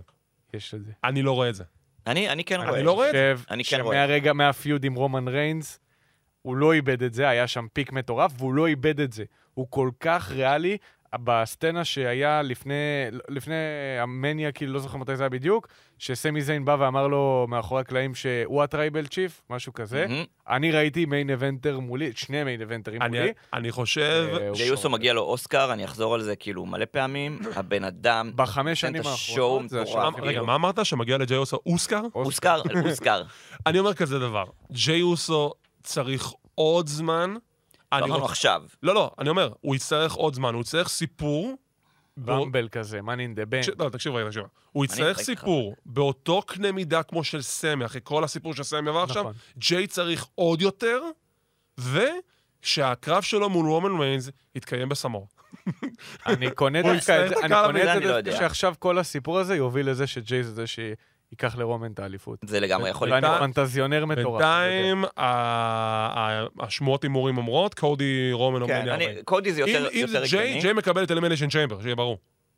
[SPEAKER 6] יש את זה.
[SPEAKER 4] אני לא רואה את זה.
[SPEAKER 5] אני אני כן רואה.
[SPEAKER 4] אני לא רואה את זה.
[SPEAKER 6] חושב
[SPEAKER 5] אני כן רואה.
[SPEAKER 6] שמהרגע, מהפיוד עם רומן ריינס, הוא לא איבד את זה, היה שם פיק מטורף, והוא לא איבד את זה. הוא כל כך ריאלי. בסצנה שהיה לפני, לפני המניה, כאילו, לא זוכר מתי זה היה בדיוק, שסמי זיין בא ואמר לו מאחורי הקלעים שהוא הטרייבל צ'יף, משהו כזה.
[SPEAKER 5] מהמם.
[SPEAKER 6] אני ראיתי מיין אבנטר מולי, שני מיין אבנטרים
[SPEAKER 4] אני-
[SPEAKER 6] מולי.
[SPEAKER 4] אני חושב...
[SPEAKER 6] אה, הוא
[SPEAKER 5] ג'יי אוסו
[SPEAKER 6] שורף.
[SPEAKER 5] מגיע לו אוסקר, אני אחזור על זה כאילו מלא פעמים. הבן אדם
[SPEAKER 6] בחמש
[SPEAKER 5] נותן כן, את
[SPEAKER 6] שנים
[SPEAKER 5] השואו
[SPEAKER 6] האחרונות. זה השואו
[SPEAKER 5] מטורף.
[SPEAKER 6] הכי
[SPEAKER 4] רגע,
[SPEAKER 5] כאילו.
[SPEAKER 4] מה אמרת? שמגיע לג'יי אוסו אוסקר?
[SPEAKER 5] אוסקר, אוסקר.
[SPEAKER 4] אני אומר כזה דבר, ג'יי אוסו צריך עוד זמן. אני
[SPEAKER 5] אמרנו
[SPEAKER 4] רוצה...
[SPEAKER 5] נכון, עכשיו.
[SPEAKER 4] לא, לא, אני אומר, הוא יצטרך עוד זמן, הוא יצטרך סיפור. בא-
[SPEAKER 6] במבל כזה, מאני אין דה בן.
[SPEAKER 4] ש- לא, תקשיב רגע, תקשיב. הוא יצטרך
[SPEAKER 5] ראיתי אותך.
[SPEAKER 4] סיפור באותו קנה מידה כמו של סמי, אחרי כל הסיפור של סמי עבר עכשיו,
[SPEAKER 6] נכון.
[SPEAKER 4] ג'יי צריך עוד יותר, ושהקרב שלו מול רומן ריינס יתקיים בסמור.
[SPEAKER 6] אני קונה
[SPEAKER 4] הוא
[SPEAKER 6] דווקא
[SPEAKER 4] יצטרך
[SPEAKER 6] את זה,
[SPEAKER 4] את
[SPEAKER 6] אני
[SPEAKER 4] הקהל
[SPEAKER 6] קונה
[SPEAKER 5] המילה,
[SPEAKER 6] את
[SPEAKER 5] אני
[SPEAKER 6] זה
[SPEAKER 5] לא
[SPEAKER 6] דווקא
[SPEAKER 5] יודע.
[SPEAKER 6] שעכשיו כל הסיפור הזה יוביל לזה שג'יי זה זה שייקח לרומן את האליפות.
[SPEAKER 5] זה לגמרי יכול
[SPEAKER 6] ואני
[SPEAKER 5] לקרות.
[SPEAKER 4] בינתיים-
[SPEAKER 6] פנטזיונר מטורף.
[SPEAKER 4] בינתיים, ה- ה- השמועות הימורים אומרות, קודי רומן
[SPEAKER 5] כן,
[SPEAKER 4] אומר
[SPEAKER 5] אני-
[SPEAKER 4] לי
[SPEAKER 5] קודי זה יותר
[SPEAKER 4] אם אם זה
[SPEAKER 5] יותר
[SPEAKER 4] ג'יי,
[SPEAKER 5] הגיוני.
[SPEAKER 4] ג'יי מקבל את אלימיניישן צ'יימבר, שיהיה ברור.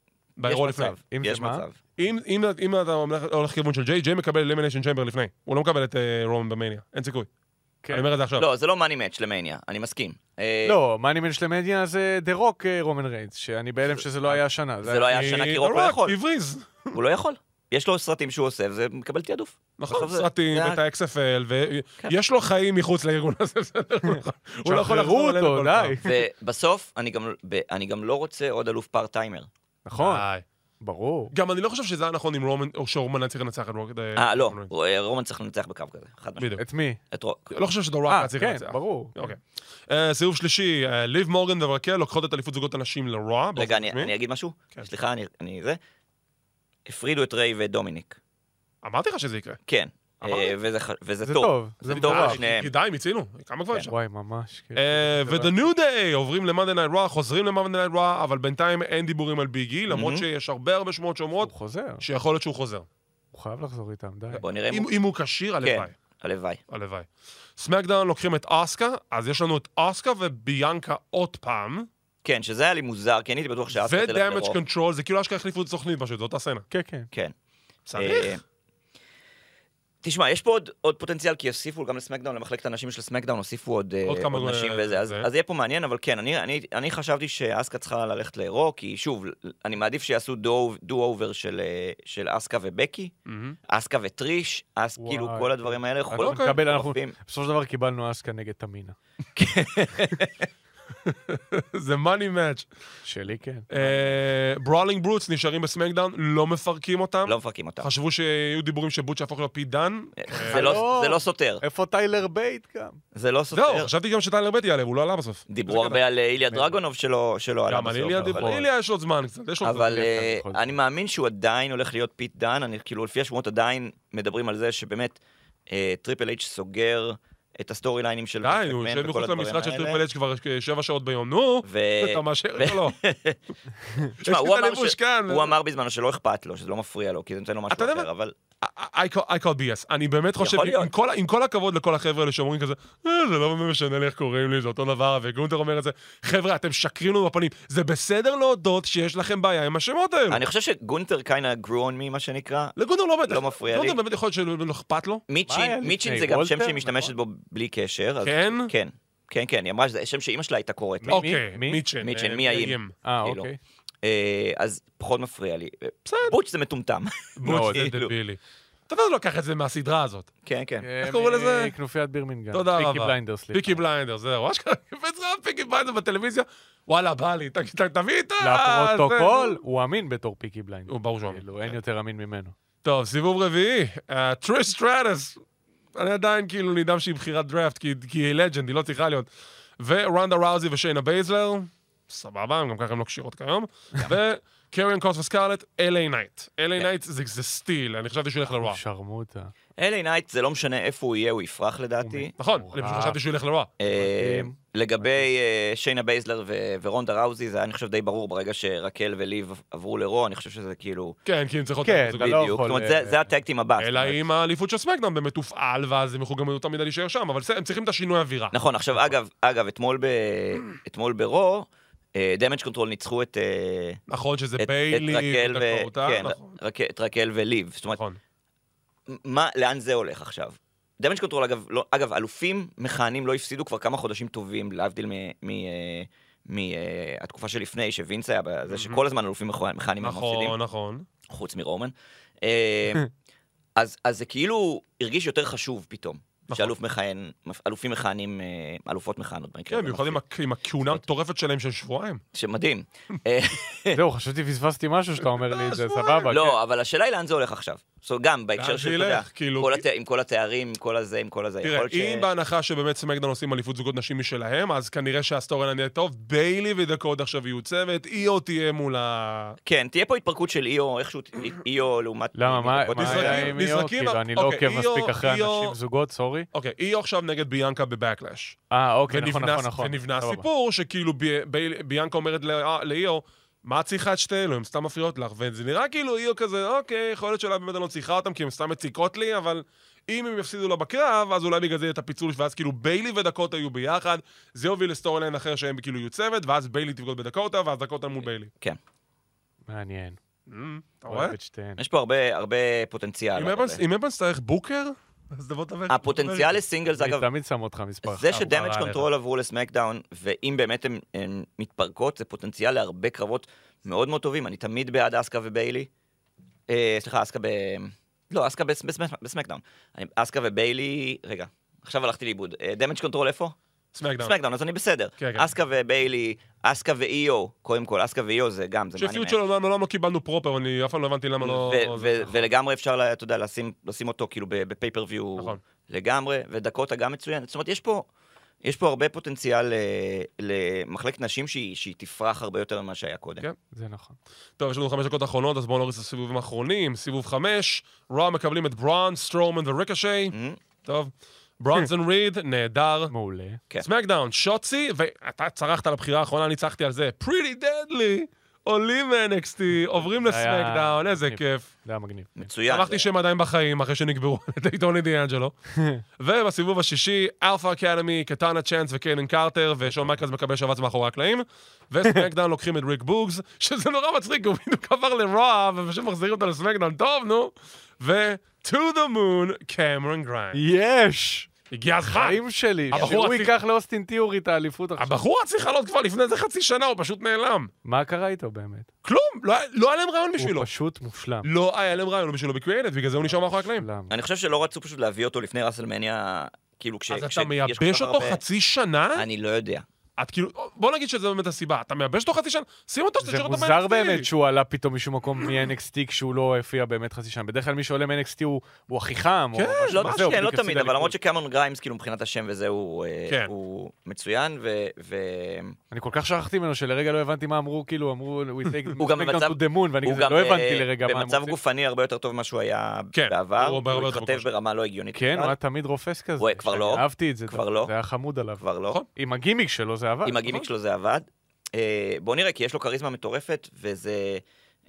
[SPEAKER 5] יש
[SPEAKER 4] באירוע לפני.
[SPEAKER 5] מצב,
[SPEAKER 6] אם
[SPEAKER 5] יש
[SPEAKER 6] זה מה?
[SPEAKER 5] מצב.
[SPEAKER 4] אם, אם, אם אתה הולך- הולך כיוון של ג'יי, ג'יי מקבל אלימיניישן צ'יימבר לפני. הוא לא מקבל את אה, רומן במאניה, אין סיכוי.
[SPEAKER 6] כן.
[SPEAKER 4] אני אומר את זה עכשיו.
[SPEAKER 5] לא, זה לא מאני מאץ' למניה, אני מסכים. אה,
[SPEAKER 6] לא, מאני מן שלמדיה זה דה רוק אה, רומן ריינס, שאני בהלם שזה לא היה השנה.
[SPEAKER 5] זה לא היה
[SPEAKER 4] אה,
[SPEAKER 5] השנה, כי רוק לא
[SPEAKER 4] רק,
[SPEAKER 5] יכול.
[SPEAKER 4] הבריז.
[SPEAKER 5] הוא לא יכול. יש לו סרטים שהוא עושה, וזה מקבל תעדוף.
[SPEAKER 4] נכון,
[SPEAKER 5] בסוף זה-
[SPEAKER 4] סרטים,
[SPEAKER 5] זה
[SPEAKER 4] את ה-XFL, ויש לו חיים מחוץ לארגון הזה, בסדר. הוא לא יכול
[SPEAKER 6] שחררו
[SPEAKER 4] לחזור אלינו
[SPEAKER 6] אותו,
[SPEAKER 4] כל
[SPEAKER 6] די.
[SPEAKER 4] פעם.
[SPEAKER 5] ובסוף, אני גם- ב- אני גם לא רוצה עוד אלוף פארט טיימר.
[SPEAKER 6] נכון,
[SPEAKER 4] די.
[SPEAKER 6] ברור.
[SPEAKER 4] גם אני לא חושב שזה היה נכון עם רומן, או שרומן היה צריך לנצח את רוק.
[SPEAKER 5] אה, לא, רומן צריך לנצח בקרב כזה.
[SPEAKER 4] כן,
[SPEAKER 5] חד משמעית.
[SPEAKER 4] נכון. בדיוק.
[SPEAKER 6] את מי?
[SPEAKER 5] את רוק.
[SPEAKER 4] לא חושב שדורק
[SPEAKER 6] אה,
[SPEAKER 4] היה צריך
[SPEAKER 6] כן,
[SPEAKER 4] לנצח.
[SPEAKER 6] ברור.
[SPEAKER 4] אוקיי. אה, סיבוב שלישי, אה, ליב מורגן וברקל לוקחות את אליפות זוגות הנשים לרוע. באופן
[SPEAKER 5] רגע, אני-
[SPEAKER 4] רשמי.
[SPEAKER 5] אני אגיד משהו?
[SPEAKER 4] לא, כן.
[SPEAKER 5] סליחה, אני- אני זה. הפרידו את ריי ודומיניק.
[SPEAKER 4] אמרתי לך שזה יקרה.
[SPEAKER 5] כן, אה, וזה ח- וזה
[SPEAKER 6] זה
[SPEAKER 5] טוב.
[SPEAKER 6] טוב, זה
[SPEAKER 5] טוב
[SPEAKER 6] מטורף.
[SPEAKER 5] לשניהם.
[SPEAKER 4] די, מיצינו, כמה כבר יש?
[SPEAKER 6] וואי, ממש. כן.
[SPEAKER 4] אה, ו-The New Day עוברים ל-Monday Night Raw, חוזרים ל-Monday Night Raw, אבל בינתיים אין דיבורים על ביגי, למרות שיש הרבה הרבה שמועות
[SPEAKER 6] הוא
[SPEAKER 4] שאומרות
[SPEAKER 6] חוזר,
[SPEAKER 4] שיכול להיות שהוא חוזר.
[SPEAKER 6] הוא חייב לחזור איתם, די.
[SPEAKER 5] בוא נראה אם
[SPEAKER 4] אם
[SPEAKER 5] הוא...
[SPEAKER 4] אם הוא כשיר,
[SPEAKER 5] כן,
[SPEAKER 4] הלוואי.
[SPEAKER 5] הלוואי.
[SPEAKER 4] הלוואי. סמקדאון לוקחים את אסקה, אז יש לנו את אסקה וביאנקה עוד פעם,
[SPEAKER 5] כן, שזה היה לי מוזר, כי אני הייתי בטוח שאסקה תלך
[SPEAKER 4] ו-Damage
[SPEAKER 5] לרוב.
[SPEAKER 4] Control, זה כאילו אשכרה החליפו את סוכנית פשוט, זאת הסצנה.
[SPEAKER 6] כן, כן.
[SPEAKER 5] כן. אה,
[SPEAKER 4] צריך.
[SPEAKER 5] תשמע, יש פה עוד, עוד פוטנציאל, כי הוסיפו גם לסמקדאון, למחלקת הנשים של סמקדאון, הוסיפו עוד, אה,
[SPEAKER 4] עוד כמה,
[SPEAKER 5] עוד נשים
[SPEAKER 4] אה,
[SPEAKER 5] וזה, אז,
[SPEAKER 4] זה.
[SPEAKER 5] אז יהיה פה מעניין, אבל כן, אני, אני, אני חשבתי שאסקה צריכה ללכת לאירו, כי שוב, אני מעדיף שיעשו דו-אובר של, אה, של אסקה ובקי,
[SPEAKER 4] מהמם.
[SPEAKER 5] אסקה וטריש, אז
[SPEAKER 6] וואי.
[SPEAKER 5] כאילו כל הדברים האלה יכולים...
[SPEAKER 4] אוקיי.
[SPEAKER 6] נקבל, אנחנו
[SPEAKER 5] מטורפים.
[SPEAKER 6] בסופו של דבר קיבלנו אסקה נגד תמינה.
[SPEAKER 4] זה money match.
[SPEAKER 6] שלי כן.
[SPEAKER 4] ברולינג ברוץ נשארים בסמקדאון, לא מפרקים אותם.
[SPEAKER 5] לא מפרקים אותם.
[SPEAKER 4] חשבו שיהיו דיבורים שבוץ' יהפוך להיות פי דן.
[SPEAKER 5] זה לא-
[SPEAKER 6] לא.
[SPEAKER 5] זה לא סותר,
[SPEAKER 6] איפה טיילר בייט גם?
[SPEAKER 5] זה לא סותר.
[SPEAKER 4] זהו, חשבתי גם שטיילר בטי יעלה, והוא לא עלה בסוף.
[SPEAKER 5] דיברו הרבה על אה, איליה דרגונוב שלא שלא עלה
[SPEAKER 4] גם על
[SPEAKER 5] בסוף. נכון.
[SPEAKER 4] איליה דיברו,
[SPEAKER 5] אבל-
[SPEAKER 4] איליה יש עוד זמן קצת, יש עוד זמן.
[SPEAKER 5] אבל אה,
[SPEAKER 4] נכון.
[SPEAKER 6] בכל זאת.
[SPEAKER 5] אני מאמין שהוא עדיין הולך להיות פיט דן, אני כאילו לפי השמועות עדיין מדברים על זה שבאמת אה, טריפל אייץ' סוגר את הסטורי ליינים של
[SPEAKER 4] כן. די,
[SPEAKER 5] מק
[SPEAKER 4] הוא
[SPEAKER 5] מקמן
[SPEAKER 4] יושב
[SPEAKER 5] וכל
[SPEAKER 4] מחוץ
[SPEAKER 5] לא הדברים
[SPEAKER 4] למשרד של
[SPEAKER 5] האלה.
[SPEAKER 4] טריפל אץ' כבר כ- שבע שעות ביום, נו,
[SPEAKER 5] ו...
[SPEAKER 4] אתה מאשר
[SPEAKER 5] ו-
[SPEAKER 4] או לא? יש כן. לי
[SPEAKER 5] תשמע, הוא
[SPEAKER 4] את
[SPEAKER 5] אמר
[SPEAKER 4] הלבוש
[SPEAKER 5] ש-
[SPEAKER 4] כאן. אה.
[SPEAKER 5] הוא אמר בזמנו שלא אכפת לו, שזה לא מפריע לו, כי זה נותן לו
[SPEAKER 4] אתה
[SPEAKER 5] משהו
[SPEAKER 4] יודע
[SPEAKER 5] אחר, אבל
[SPEAKER 4] I call- I call BS, אני באמת חושב,
[SPEAKER 5] יכול
[SPEAKER 4] עם-
[SPEAKER 5] להיות.
[SPEAKER 4] עם כל ה- עם כל הכבוד לכל החבר'ה האלה שאומרים כזה, "אה, זה לא משנה לי איך קוראים לי, זה אותו דבר, וגונטר אומר את זה, חבר'ה, אתם שקרים לנו בפנים, זה בסדר להודות שיש לכם בעיה עם השמות האלו.
[SPEAKER 5] אני חושב שגונטר קיינה grew on me, מה שנקרא.
[SPEAKER 4] לגונטר לא באמת,
[SPEAKER 5] לא מפריע לי.
[SPEAKER 4] גונטר באמת יכול להיות שלא אכפת לו,
[SPEAKER 6] מה היה
[SPEAKER 5] מיצ'ין,
[SPEAKER 6] לפני?
[SPEAKER 5] מיצ'ין זה גם שם
[SPEAKER 6] וולטר,
[SPEAKER 5] שהיא משתמשת בו בלי קשר. אז-
[SPEAKER 4] כן?
[SPEAKER 5] כן, כן, כן, היא אמרה שזה שם שאימא שלה הייתה קוראת לו.
[SPEAKER 4] אוקיי,
[SPEAKER 6] מי?
[SPEAKER 4] מיצ'ן.
[SPEAKER 5] מיצ'ן,
[SPEAKER 4] אה,
[SPEAKER 5] מי האם?
[SPEAKER 6] אה,
[SPEAKER 5] כאילו.
[SPEAKER 6] אוקיי.
[SPEAKER 5] אה, אז פחות מפריע לי.
[SPEAKER 4] בסדר.
[SPEAKER 5] בוץ' זה מטומטם.
[SPEAKER 4] בוץ' זה
[SPEAKER 5] כאילו.
[SPEAKER 4] דבילי. אתה יודע, לוקח את זה מהסדרה הזאת.
[SPEAKER 5] כן, כן.
[SPEAKER 4] איך קוראים לזה?
[SPEAKER 6] אה, כנופיית בירמינגן.
[SPEAKER 4] תודה רבה.
[SPEAKER 6] כן. פיקי בליינדר, סליחה.
[SPEAKER 4] פיקי בליינדר, זהו, אשכרה, קפץ לך פיקי בליינדר בטלוויזיה, וואלה, בא לי, ת- ת- תביא את ה...
[SPEAKER 6] לפרוטוקול, הוא אמין בתור פיקי בליינדר.
[SPEAKER 4] אה, הוא ברור שהוא אמין.
[SPEAKER 6] כאילו, אין יותר אמין ממנו.
[SPEAKER 4] טוב, סיבוב רביעי, אה, טריש סטרטס. אני עדיין כאילו נדהם שהיא בחירת דראפט, כי כי היא לג'נד, היא לא צריכה להיות. ורונדה ראוזי ושיינה בייזלר, סבבה, הם גם ככה הם לא כשירות כיום.
[SPEAKER 6] כן.
[SPEAKER 4] וקריון קרוס וסקארלט, LA נייט. LA נייט זה זה סטיל, אני חשבתי שהוא ילך לרוע.
[SPEAKER 6] שרמוטה.
[SPEAKER 5] אלי נייט, זה לא משנה איפה הוא יהיה, הוא יפרח לדעתי.
[SPEAKER 4] נכון,
[SPEAKER 6] הוא
[SPEAKER 4] אני פשוט
[SPEAKER 6] רע.
[SPEAKER 4] חשבתי שהוא ילך לרוע.
[SPEAKER 5] אה,
[SPEAKER 6] מדהים.
[SPEAKER 5] לגבי אה, שיינה בייזלר ו- ורונדה ראוזי, זה היה אני חושב די ברור ברגע שרקל וליב עברו לרו, אני חושב שזה כאילו...
[SPEAKER 4] כן, כי הם צריכות...
[SPEAKER 6] כן,
[SPEAKER 4] זה
[SPEAKER 6] אתה לא
[SPEAKER 5] בדיוק.
[SPEAKER 6] יכול,
[SPEAKER 5] זאת אומרת,
[SPEAKER 6] אה,
[SPEAKER 5] זה- זה הטקטים הבא. זאת
[SPEAKER 4] אלא
[SPEAKER 5] אומרת.
[SPEAKER 4] אם האליפות של סמקדאון באמת תופעל, ואז הם יוכלו גם יותר מדי להישאר שם, אבל זה- הם צריכים את השינוי אווירה.
[SPEAKER 5] נכון, עכשיו, אגב, אגב, אתמול ב- אתמול ברו, דמג' קונטרול ניצחו את... אה,
[SPEAKER 4] נכון שזה
[SPEAKER 5] את- את
[SPEAKER 4] ביילי,
[SPEAKER 5] רקל ו-
[SPEAKER 4] ודקוטה,
[SPEAKER 5] כן,
[SPEAKER 4] נכון.
[SPEAKER 5] רק- את רקל וליב. זאת אומרת,
[SPEAKER 4] נכון.
[SPEAKER 5] מה, לאן זה הולך עכשיו? דמג' קונטרול, אגב, לא, אגב, אלופים מכהנים לא הפסידו כבר כמה חודשים טובים, להבדיל אה, מהתקופה אה, שלפני, שווינס היה בזה, שכל הזמן אלופים מכהנים מכהנים לא מפסידים,
[SPEAKER 4] נכון, נכון.
[SPEAKER 5] חוץ מרומן. אה, אז, אז זה כאילו הרגיש יותר חשוב פתאום,
[SPEAKER 4] נכון.
[SPEAKER 5] שאלוף מכהן, אלופים מכהנים, אה, אלופות מכהנות במקרה.
[SPEAKER 4] כן,
[SPEAKER 5] הזה,
[SPEAKER 4] במיוחד עם
[SPEAKER 5] מפסיד.
[SPEAKER 4] הק- עם הכהונה המטורפת שלהם של שבועיים.
[SPEAKER 5] שמדהים. אה,
[SPEAKER 6] זהו, חשבתי פספסתי משהו שאתה אומר לי,
[SPEAKER 4] אה,
[SPEAKER 6] זה סבבה. כן.
[SPEAKER 5] לא, אבל השאלה היא לאן זה הולך עכשיו. So, גם בהקשר
[SPEAKER 4] לאן זה
[SPEAKER 5] של, אתה יודע,
[SPEAKER 4] ילך? כאילו-
[SPEAKER 5] כל הת- עם כל התארים, עם כל הזה, עם כל הזה.
[SPEAKER 4] תראה,
[SPEAKER 5] יכול להיות ש-
[SPEAKER 4] אם בהנחה שבאמת סמקדאון עושים אליפות זוגות נשים משלהם, אז כנראה שהסטוריין יהיה טוב, ביילי ודקוד עכשיו יהיו צוות, איו תהיה מול ה...
[SPEAKER 5] כן, תהיה פה התפרקות של איו, איכשהו ת- איו לעומת...
[SPEAKER 6] למה, מה-
[SPEAKER 5] מתפרקות
[SPEAKER 6] מה
[SPEAKER 5] ישראל.
[SPEAKER 6] היה עם איו?
[SPEAKER 4] נזרקים
[SPEAKER 6] כאילו,
[SPEAKER 4] ה-
[SPEAKER 6] אני לא
[SPEAKER 4] אוקיי,
[SPEAKER 6] עוקב מספיק
[SPEAKER 4] איו-
[SPEAKER 6] אחרי
[SPEAKER 4] איו-
[SPEAKER 6] אנשים זוגות, סורי.
[SPEAKER 4] אוקיי, איו עכשיו נגד ביאנקה בבקלאש.
[SPEAKER 6] אה, אוקיי, נכון,
[SPEAKER 4] ונבנה-
[SPEAKER 6] נכון, נכון.
[SPEAKER 4] ונבנה
[SPEAKER 6] סבבה.
[SPEAKER 4] סיפור שכאילו בי- בי- ביאנקה אומרת לא- לאיו, מה את צריכה את שתי אלו, הן סתם מפריעות לך, וזה נראה כאילו איו כזה, אוקיי, יכול להיות שאולי באמת אני לא צריכה אותם כי הן סתם מציקות לי, אבל אם הם יפסידו לה בקרב, אז אולי בגלל זה יהיה את הפיצול, ואז כאילו ביילי ודקות היו ביחד, זה יוביל לסטורי ליין אחר שהם כאילו יהיו צוות, ואז ביילי תבגוד בדקוטה, ואז דקוטה מול ביילי.
[SPEAKER 5] כן.
[SPEAKER 6] מעניין.
[SPEAKER 4] Mm, אתה רואה?
[SPEAKER 6] אה, אוהב את שתיהן.
[SPEAKER 5] יש פה הרבה, הרבה פוטנציאל.
[SPEAKER 4] אם
[SPEAKER 5] אבל-
[SPEAKER 4] אבנס- אם אבנס צריך בוקר, אז תבוא תדבר.
[SPEAKER 5] הפוטנציאל לסינגלס,
[SPEAKER 6] אני
[SPEAKER 5] אגב,
[SPEAKER 6] תמיד שם אותך מספר
[SPEAKER 5] זה
[SPEAKER 6] אחת.
[SPEAKER 5] שדמג'
[SPEAKER 4] רע לך.
[SPEAKER 5] קונטרול עברו לסמקדאון, ואם באמת הן- הן מתפרקות, זה פוטנציאל להרבה קרבות מאוד מאוד טובים. אני תמיד בעד אסקה וביילי. אה, סליחה, אסקה ב... לא, אסקה בס- בסמק- בסמקדאון. אני- אסקה וביילי... רגע, עכשיו הלכתי לאיבוד. אה, דמג' קונטרול איפה?
[SPEAKER 4] סמקדאון.
[SPEAKER 5] סמקדאון, אז אני בסדר.
[SPEAKER 4] כן, כן.
[SPEAKER 5] אסקה וביילי, אסקה ואיו, קודם כל, אסקה ואיו זה גם, זה
[SPEAKER 4] שפיוט שלו מעולם לא קיבלנו פרופר, אני אף פעם לא הבנתי למה לא...
[SPEAKER 5] ו- ו- ולגמרי אפשר, לה- אתה יודע, לשים, לשים אותו כאילו בפייפריוויו
[SPEAKER 4] נכון.
[SPEAKER 5] לגמרי, ודקוטה גם מצוין. זאת אומרת, יש פה, יש פה הרבה פוטנציאל אה, למחלקת נשים שהיא, שהיא תפרח הרבה יותר ממה שהיה קודם.
[SPEAKER 4] כן.
[SPEAKER 6] זה נכון.
[SPEAKER 4] טוב, יש לנו חמש דקות אחרונות, אז בואו נוריד את הסיבובים האחרונים. סיבוב חמש, רוע מקבלים את ברון, סטרומן וריקושי.
[SPEAKER 5] אה?
[SPEAKER 4] טוב. ברונזון ריד, נהדר.
[SPEAKER 6] מעולה.
[SPEAKER 5] כן.
[SPEAKER 4] סמקדאון, שוצי, ואתה צרחת על הבחירה האחרונה, ניצחתי על זה. פריטי דדלי! עולים מ-NXT, עוברים
[SPEAKER 6] זה היה
[SPEAKER 4] לסמקדאון, איזה
[SPEAKER 6] מגניב.
[SPEAKER 4] כיף.
[SPEAKER 6] זה היה מגניב. כן.
[SPEAKER 5] מצוין.
[SPEAKER 4] שמחתי שהם עדיין בחיים, אחרי שנקברו על ידי טוני דיאנג'לו. ובסיבוב השישי, אלפא אקדמי, קטנה צ'אנס וקיינן קרטר, ושון מייקלס מקבל שבץ מאחורי הקלעים. וסמקדאון לוקחים את ריק בוגס, שזה נורא מצחיק, הוא בדיוק עבר לרוע, ופשוט מחזירים אותו לסמקדאון, טוב, נו. ו-To the moon, קמרון גריינד.
[SPEAKER 6] יש!
[SPEAKER 4] הגיע הזמן.
[SPEAKER 6] חיים שלי,
[SPEAKER 4] הבחור
[SPEAKER 6] שהוא
[SPEAKER 4] הצליח-
[SPEAKER 6] ייקח לאוסטין תיאורי את האליפות עכשיו.
[SPEAKER 4] הבחורה צריכה לעלות כבר לפני איזה חצי שנה, הוא פשוט נעלם.
[SPEAKER 6] מה קרה איתו באמת?
[SPEAKER 4] כלום, לא היה- לא היה להם רעיון בשבילו.
[SPEAKER 6] הוא פשוט מושלם.
[SPEAKER 4] לא היה להם רעיון בשבילו בקריאייטד, בגלל זה הוא נשאר מאחורי הקלעים.
[SPEAKER 6] מושלם.
[SPEAKER 5] אני חושב שלא רצו פשוט להביא אותו לפני ראסלמניה, כאילו כש...
[SPEAKER 4] אז
[SPEAKER 5] כש-
[SPEAKER 4] אתה
[SPEAKER 5] יש כל כך
[SPEAKER 4] מייבש אותו
[SPEAKER 5] הרבה-
[SPEAKER 4] חצי שנה?
[SPEAKER 5] אני לא יודע.
[SPEAKER 4] את כאילו, בוא נגיד שזה באמת הסיבה, אתה מייבש אותו חצי שנה, שים אותו שתשאיר
[SPEAKER 6] זה
[SPEAKER 4] אותו
[SPEAKER 6] מוזר
[SPEAKER 4] ב-NXT.
[SPEAKER 6] באמת שהוא עלה פתאום משום מקום מ-NXT כשהוא לא הופיע באמת חצי שנה. בדרך כלל מי שעולה מ-NXT הוא הוא הכי חם. או
[SPEAKER 4] כן,
[SPEAKER 6] משהו
[SPEAKER 5] לא,
[SPEAKER 6] כזה, הוא
[SPEAKER 5] כן, לא
[SPEAKER 6] בדיוק הפסיד
[SPEAKER 5] תמיד, אבל
[SPEAKER 6] אליפות.
[SPEAKER 5] למרות שקמרון גריימס, כאילו מבחינת השם וזה, הוא, אה,
[SPEAKER 4] כן.
[SPEAKER 5] הוא מצוין, ו... ו...
[SPEAKER 6] אני כל כך שכחתי ממנו שלרגע לא הבנתי מה אמרו, כאילו אמרו, we take
[SPEAKER 5] הוא גם
[SPEAKER 6] take down
[SPEAKER 5] במצב-
[SPEAKER 6] to the moon, ואני
[SPEAKER 5] הוא
[SPEAKER 6] כזה לא
[SPEAKER 5] אה,
[SPEAKER 6] הבנתי לרגע מה הם
[SPEAKER 5] במצב
[SPEAKER 6] רוצים.
[SPEAKER 5] גופני הרבה יותר טוב ממה שהוא היה
[SPEAKER 4] כן,
[SPEAKER 5] בעבר.
[SPEAKER 4] הוא הרבה
[SPEAKER 5] הוא
[SPEAKER 4] הרבה יותר
[SPEAKER 5] התכתב
[SPEAKER 4] בכושר.
[SPEAKER 5] ברמה לא הגיונית.
[SPEAKER 6] כן,
[SPEAKER 5] בכלל.
[SPEAKER 6] הוא היה תמיד רופס כזה.
[SPEAKER 5] וואי, כבר
[SPEAKER 6] שאני
[SPEAKER 5] לא.
[SPEAKER 6] אהבתי את זה.
[SPEAKER 5] כבר
[SPEAKER 6] דווקא.
[SPEAKER 5] לא.
[SPEAKER 6] זה היה חמוד עליו.
[SPEAKER 5] כבר לא.
[SPEAKER 4] נכון.
[SPEAKER 6] עם הגימיק שלו זה עבד. נכון?
[SPEAKER 5] עם הגימיק שלו זה עבד. אה, בוא נראה, כי יש לו כריזמה מטורפת, וזה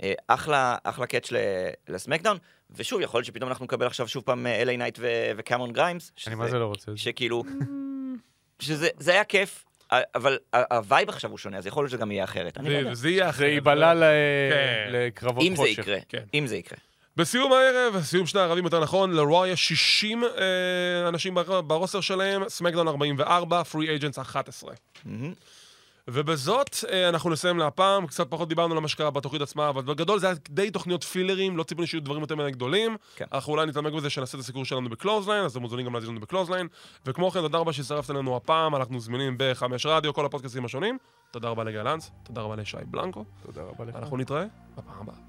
[SPEAKER 5] אה, אחלה, אחלה קאץ' ל- לסמקדאון. ושוב, יכול להיות שפתאום אנחנו נקבל עכשיו שוב פעם אה, אליי נייט וקמרון גריימס.
[SPEAKER 6] אני
[SPEAKER 5] שזה-
[SPEAKER 6] מה זה לא רוצה את זה.
[SPEAKER 5] שכאילו, שזה זה היה כיף, ה- אבל ה- הווייב עכשיו הוא שונה, אז יכול להיות שזה גם יהיה אחרת. אני לא יודע.
[SPEAKER 4] זה- זה יהיה אחרת.
[SPEAKER 6] זה ייבלע ל-
[SPEAKER 4] כן.
[SPEAKER 6] לקרבות
[SPEAKER 5] לא- אם זה
[SPEAKER 6] חושך.
[SPEAKER 5] יקרה,
[SPEAKER 4] כן.
[SPEAKER 5] אם זה יקרה.
[SPEAKER 4] בסיום הערב, סיום שני הערבים יותר נכון, לרוע יש 60 אה, אנשים בר- ברוסר שלהם, סמקדאון 44, פרי אייג'נס 11.
[SPEAKER 5] מהמם.
[SPEAKER 4] ובזאת אה, אנחנו נסיים להפעם, קצת פחות דיברנו על מה שקרה בתוכנית עצמה, אבל בגדול זה היה די תוכניות פילרים, לא ציפינו שיהיו דברים יותר מדי גדולים.
[SPEAKER 5] כן.
[SPEAKER 4] אנחנו אולי נתעמק בזה שנעשה את הסיקור שלנו בקלוזליין, אז אתם מוזמנים גם להזין לנו בקלוזליין. וכמו כן, תודה רבה שהצטרפתם אלינו הפעם, אנחנו זמינים בחמש רדיו, כל הפודקאסטים השונים. תודה רבה לגלנץ, תודה רבה לשי בלנקו,
[SPEAKER 6] תודה רבה לך.
[SPEAKER 4] אנחנו נתראה בפעם הבאה.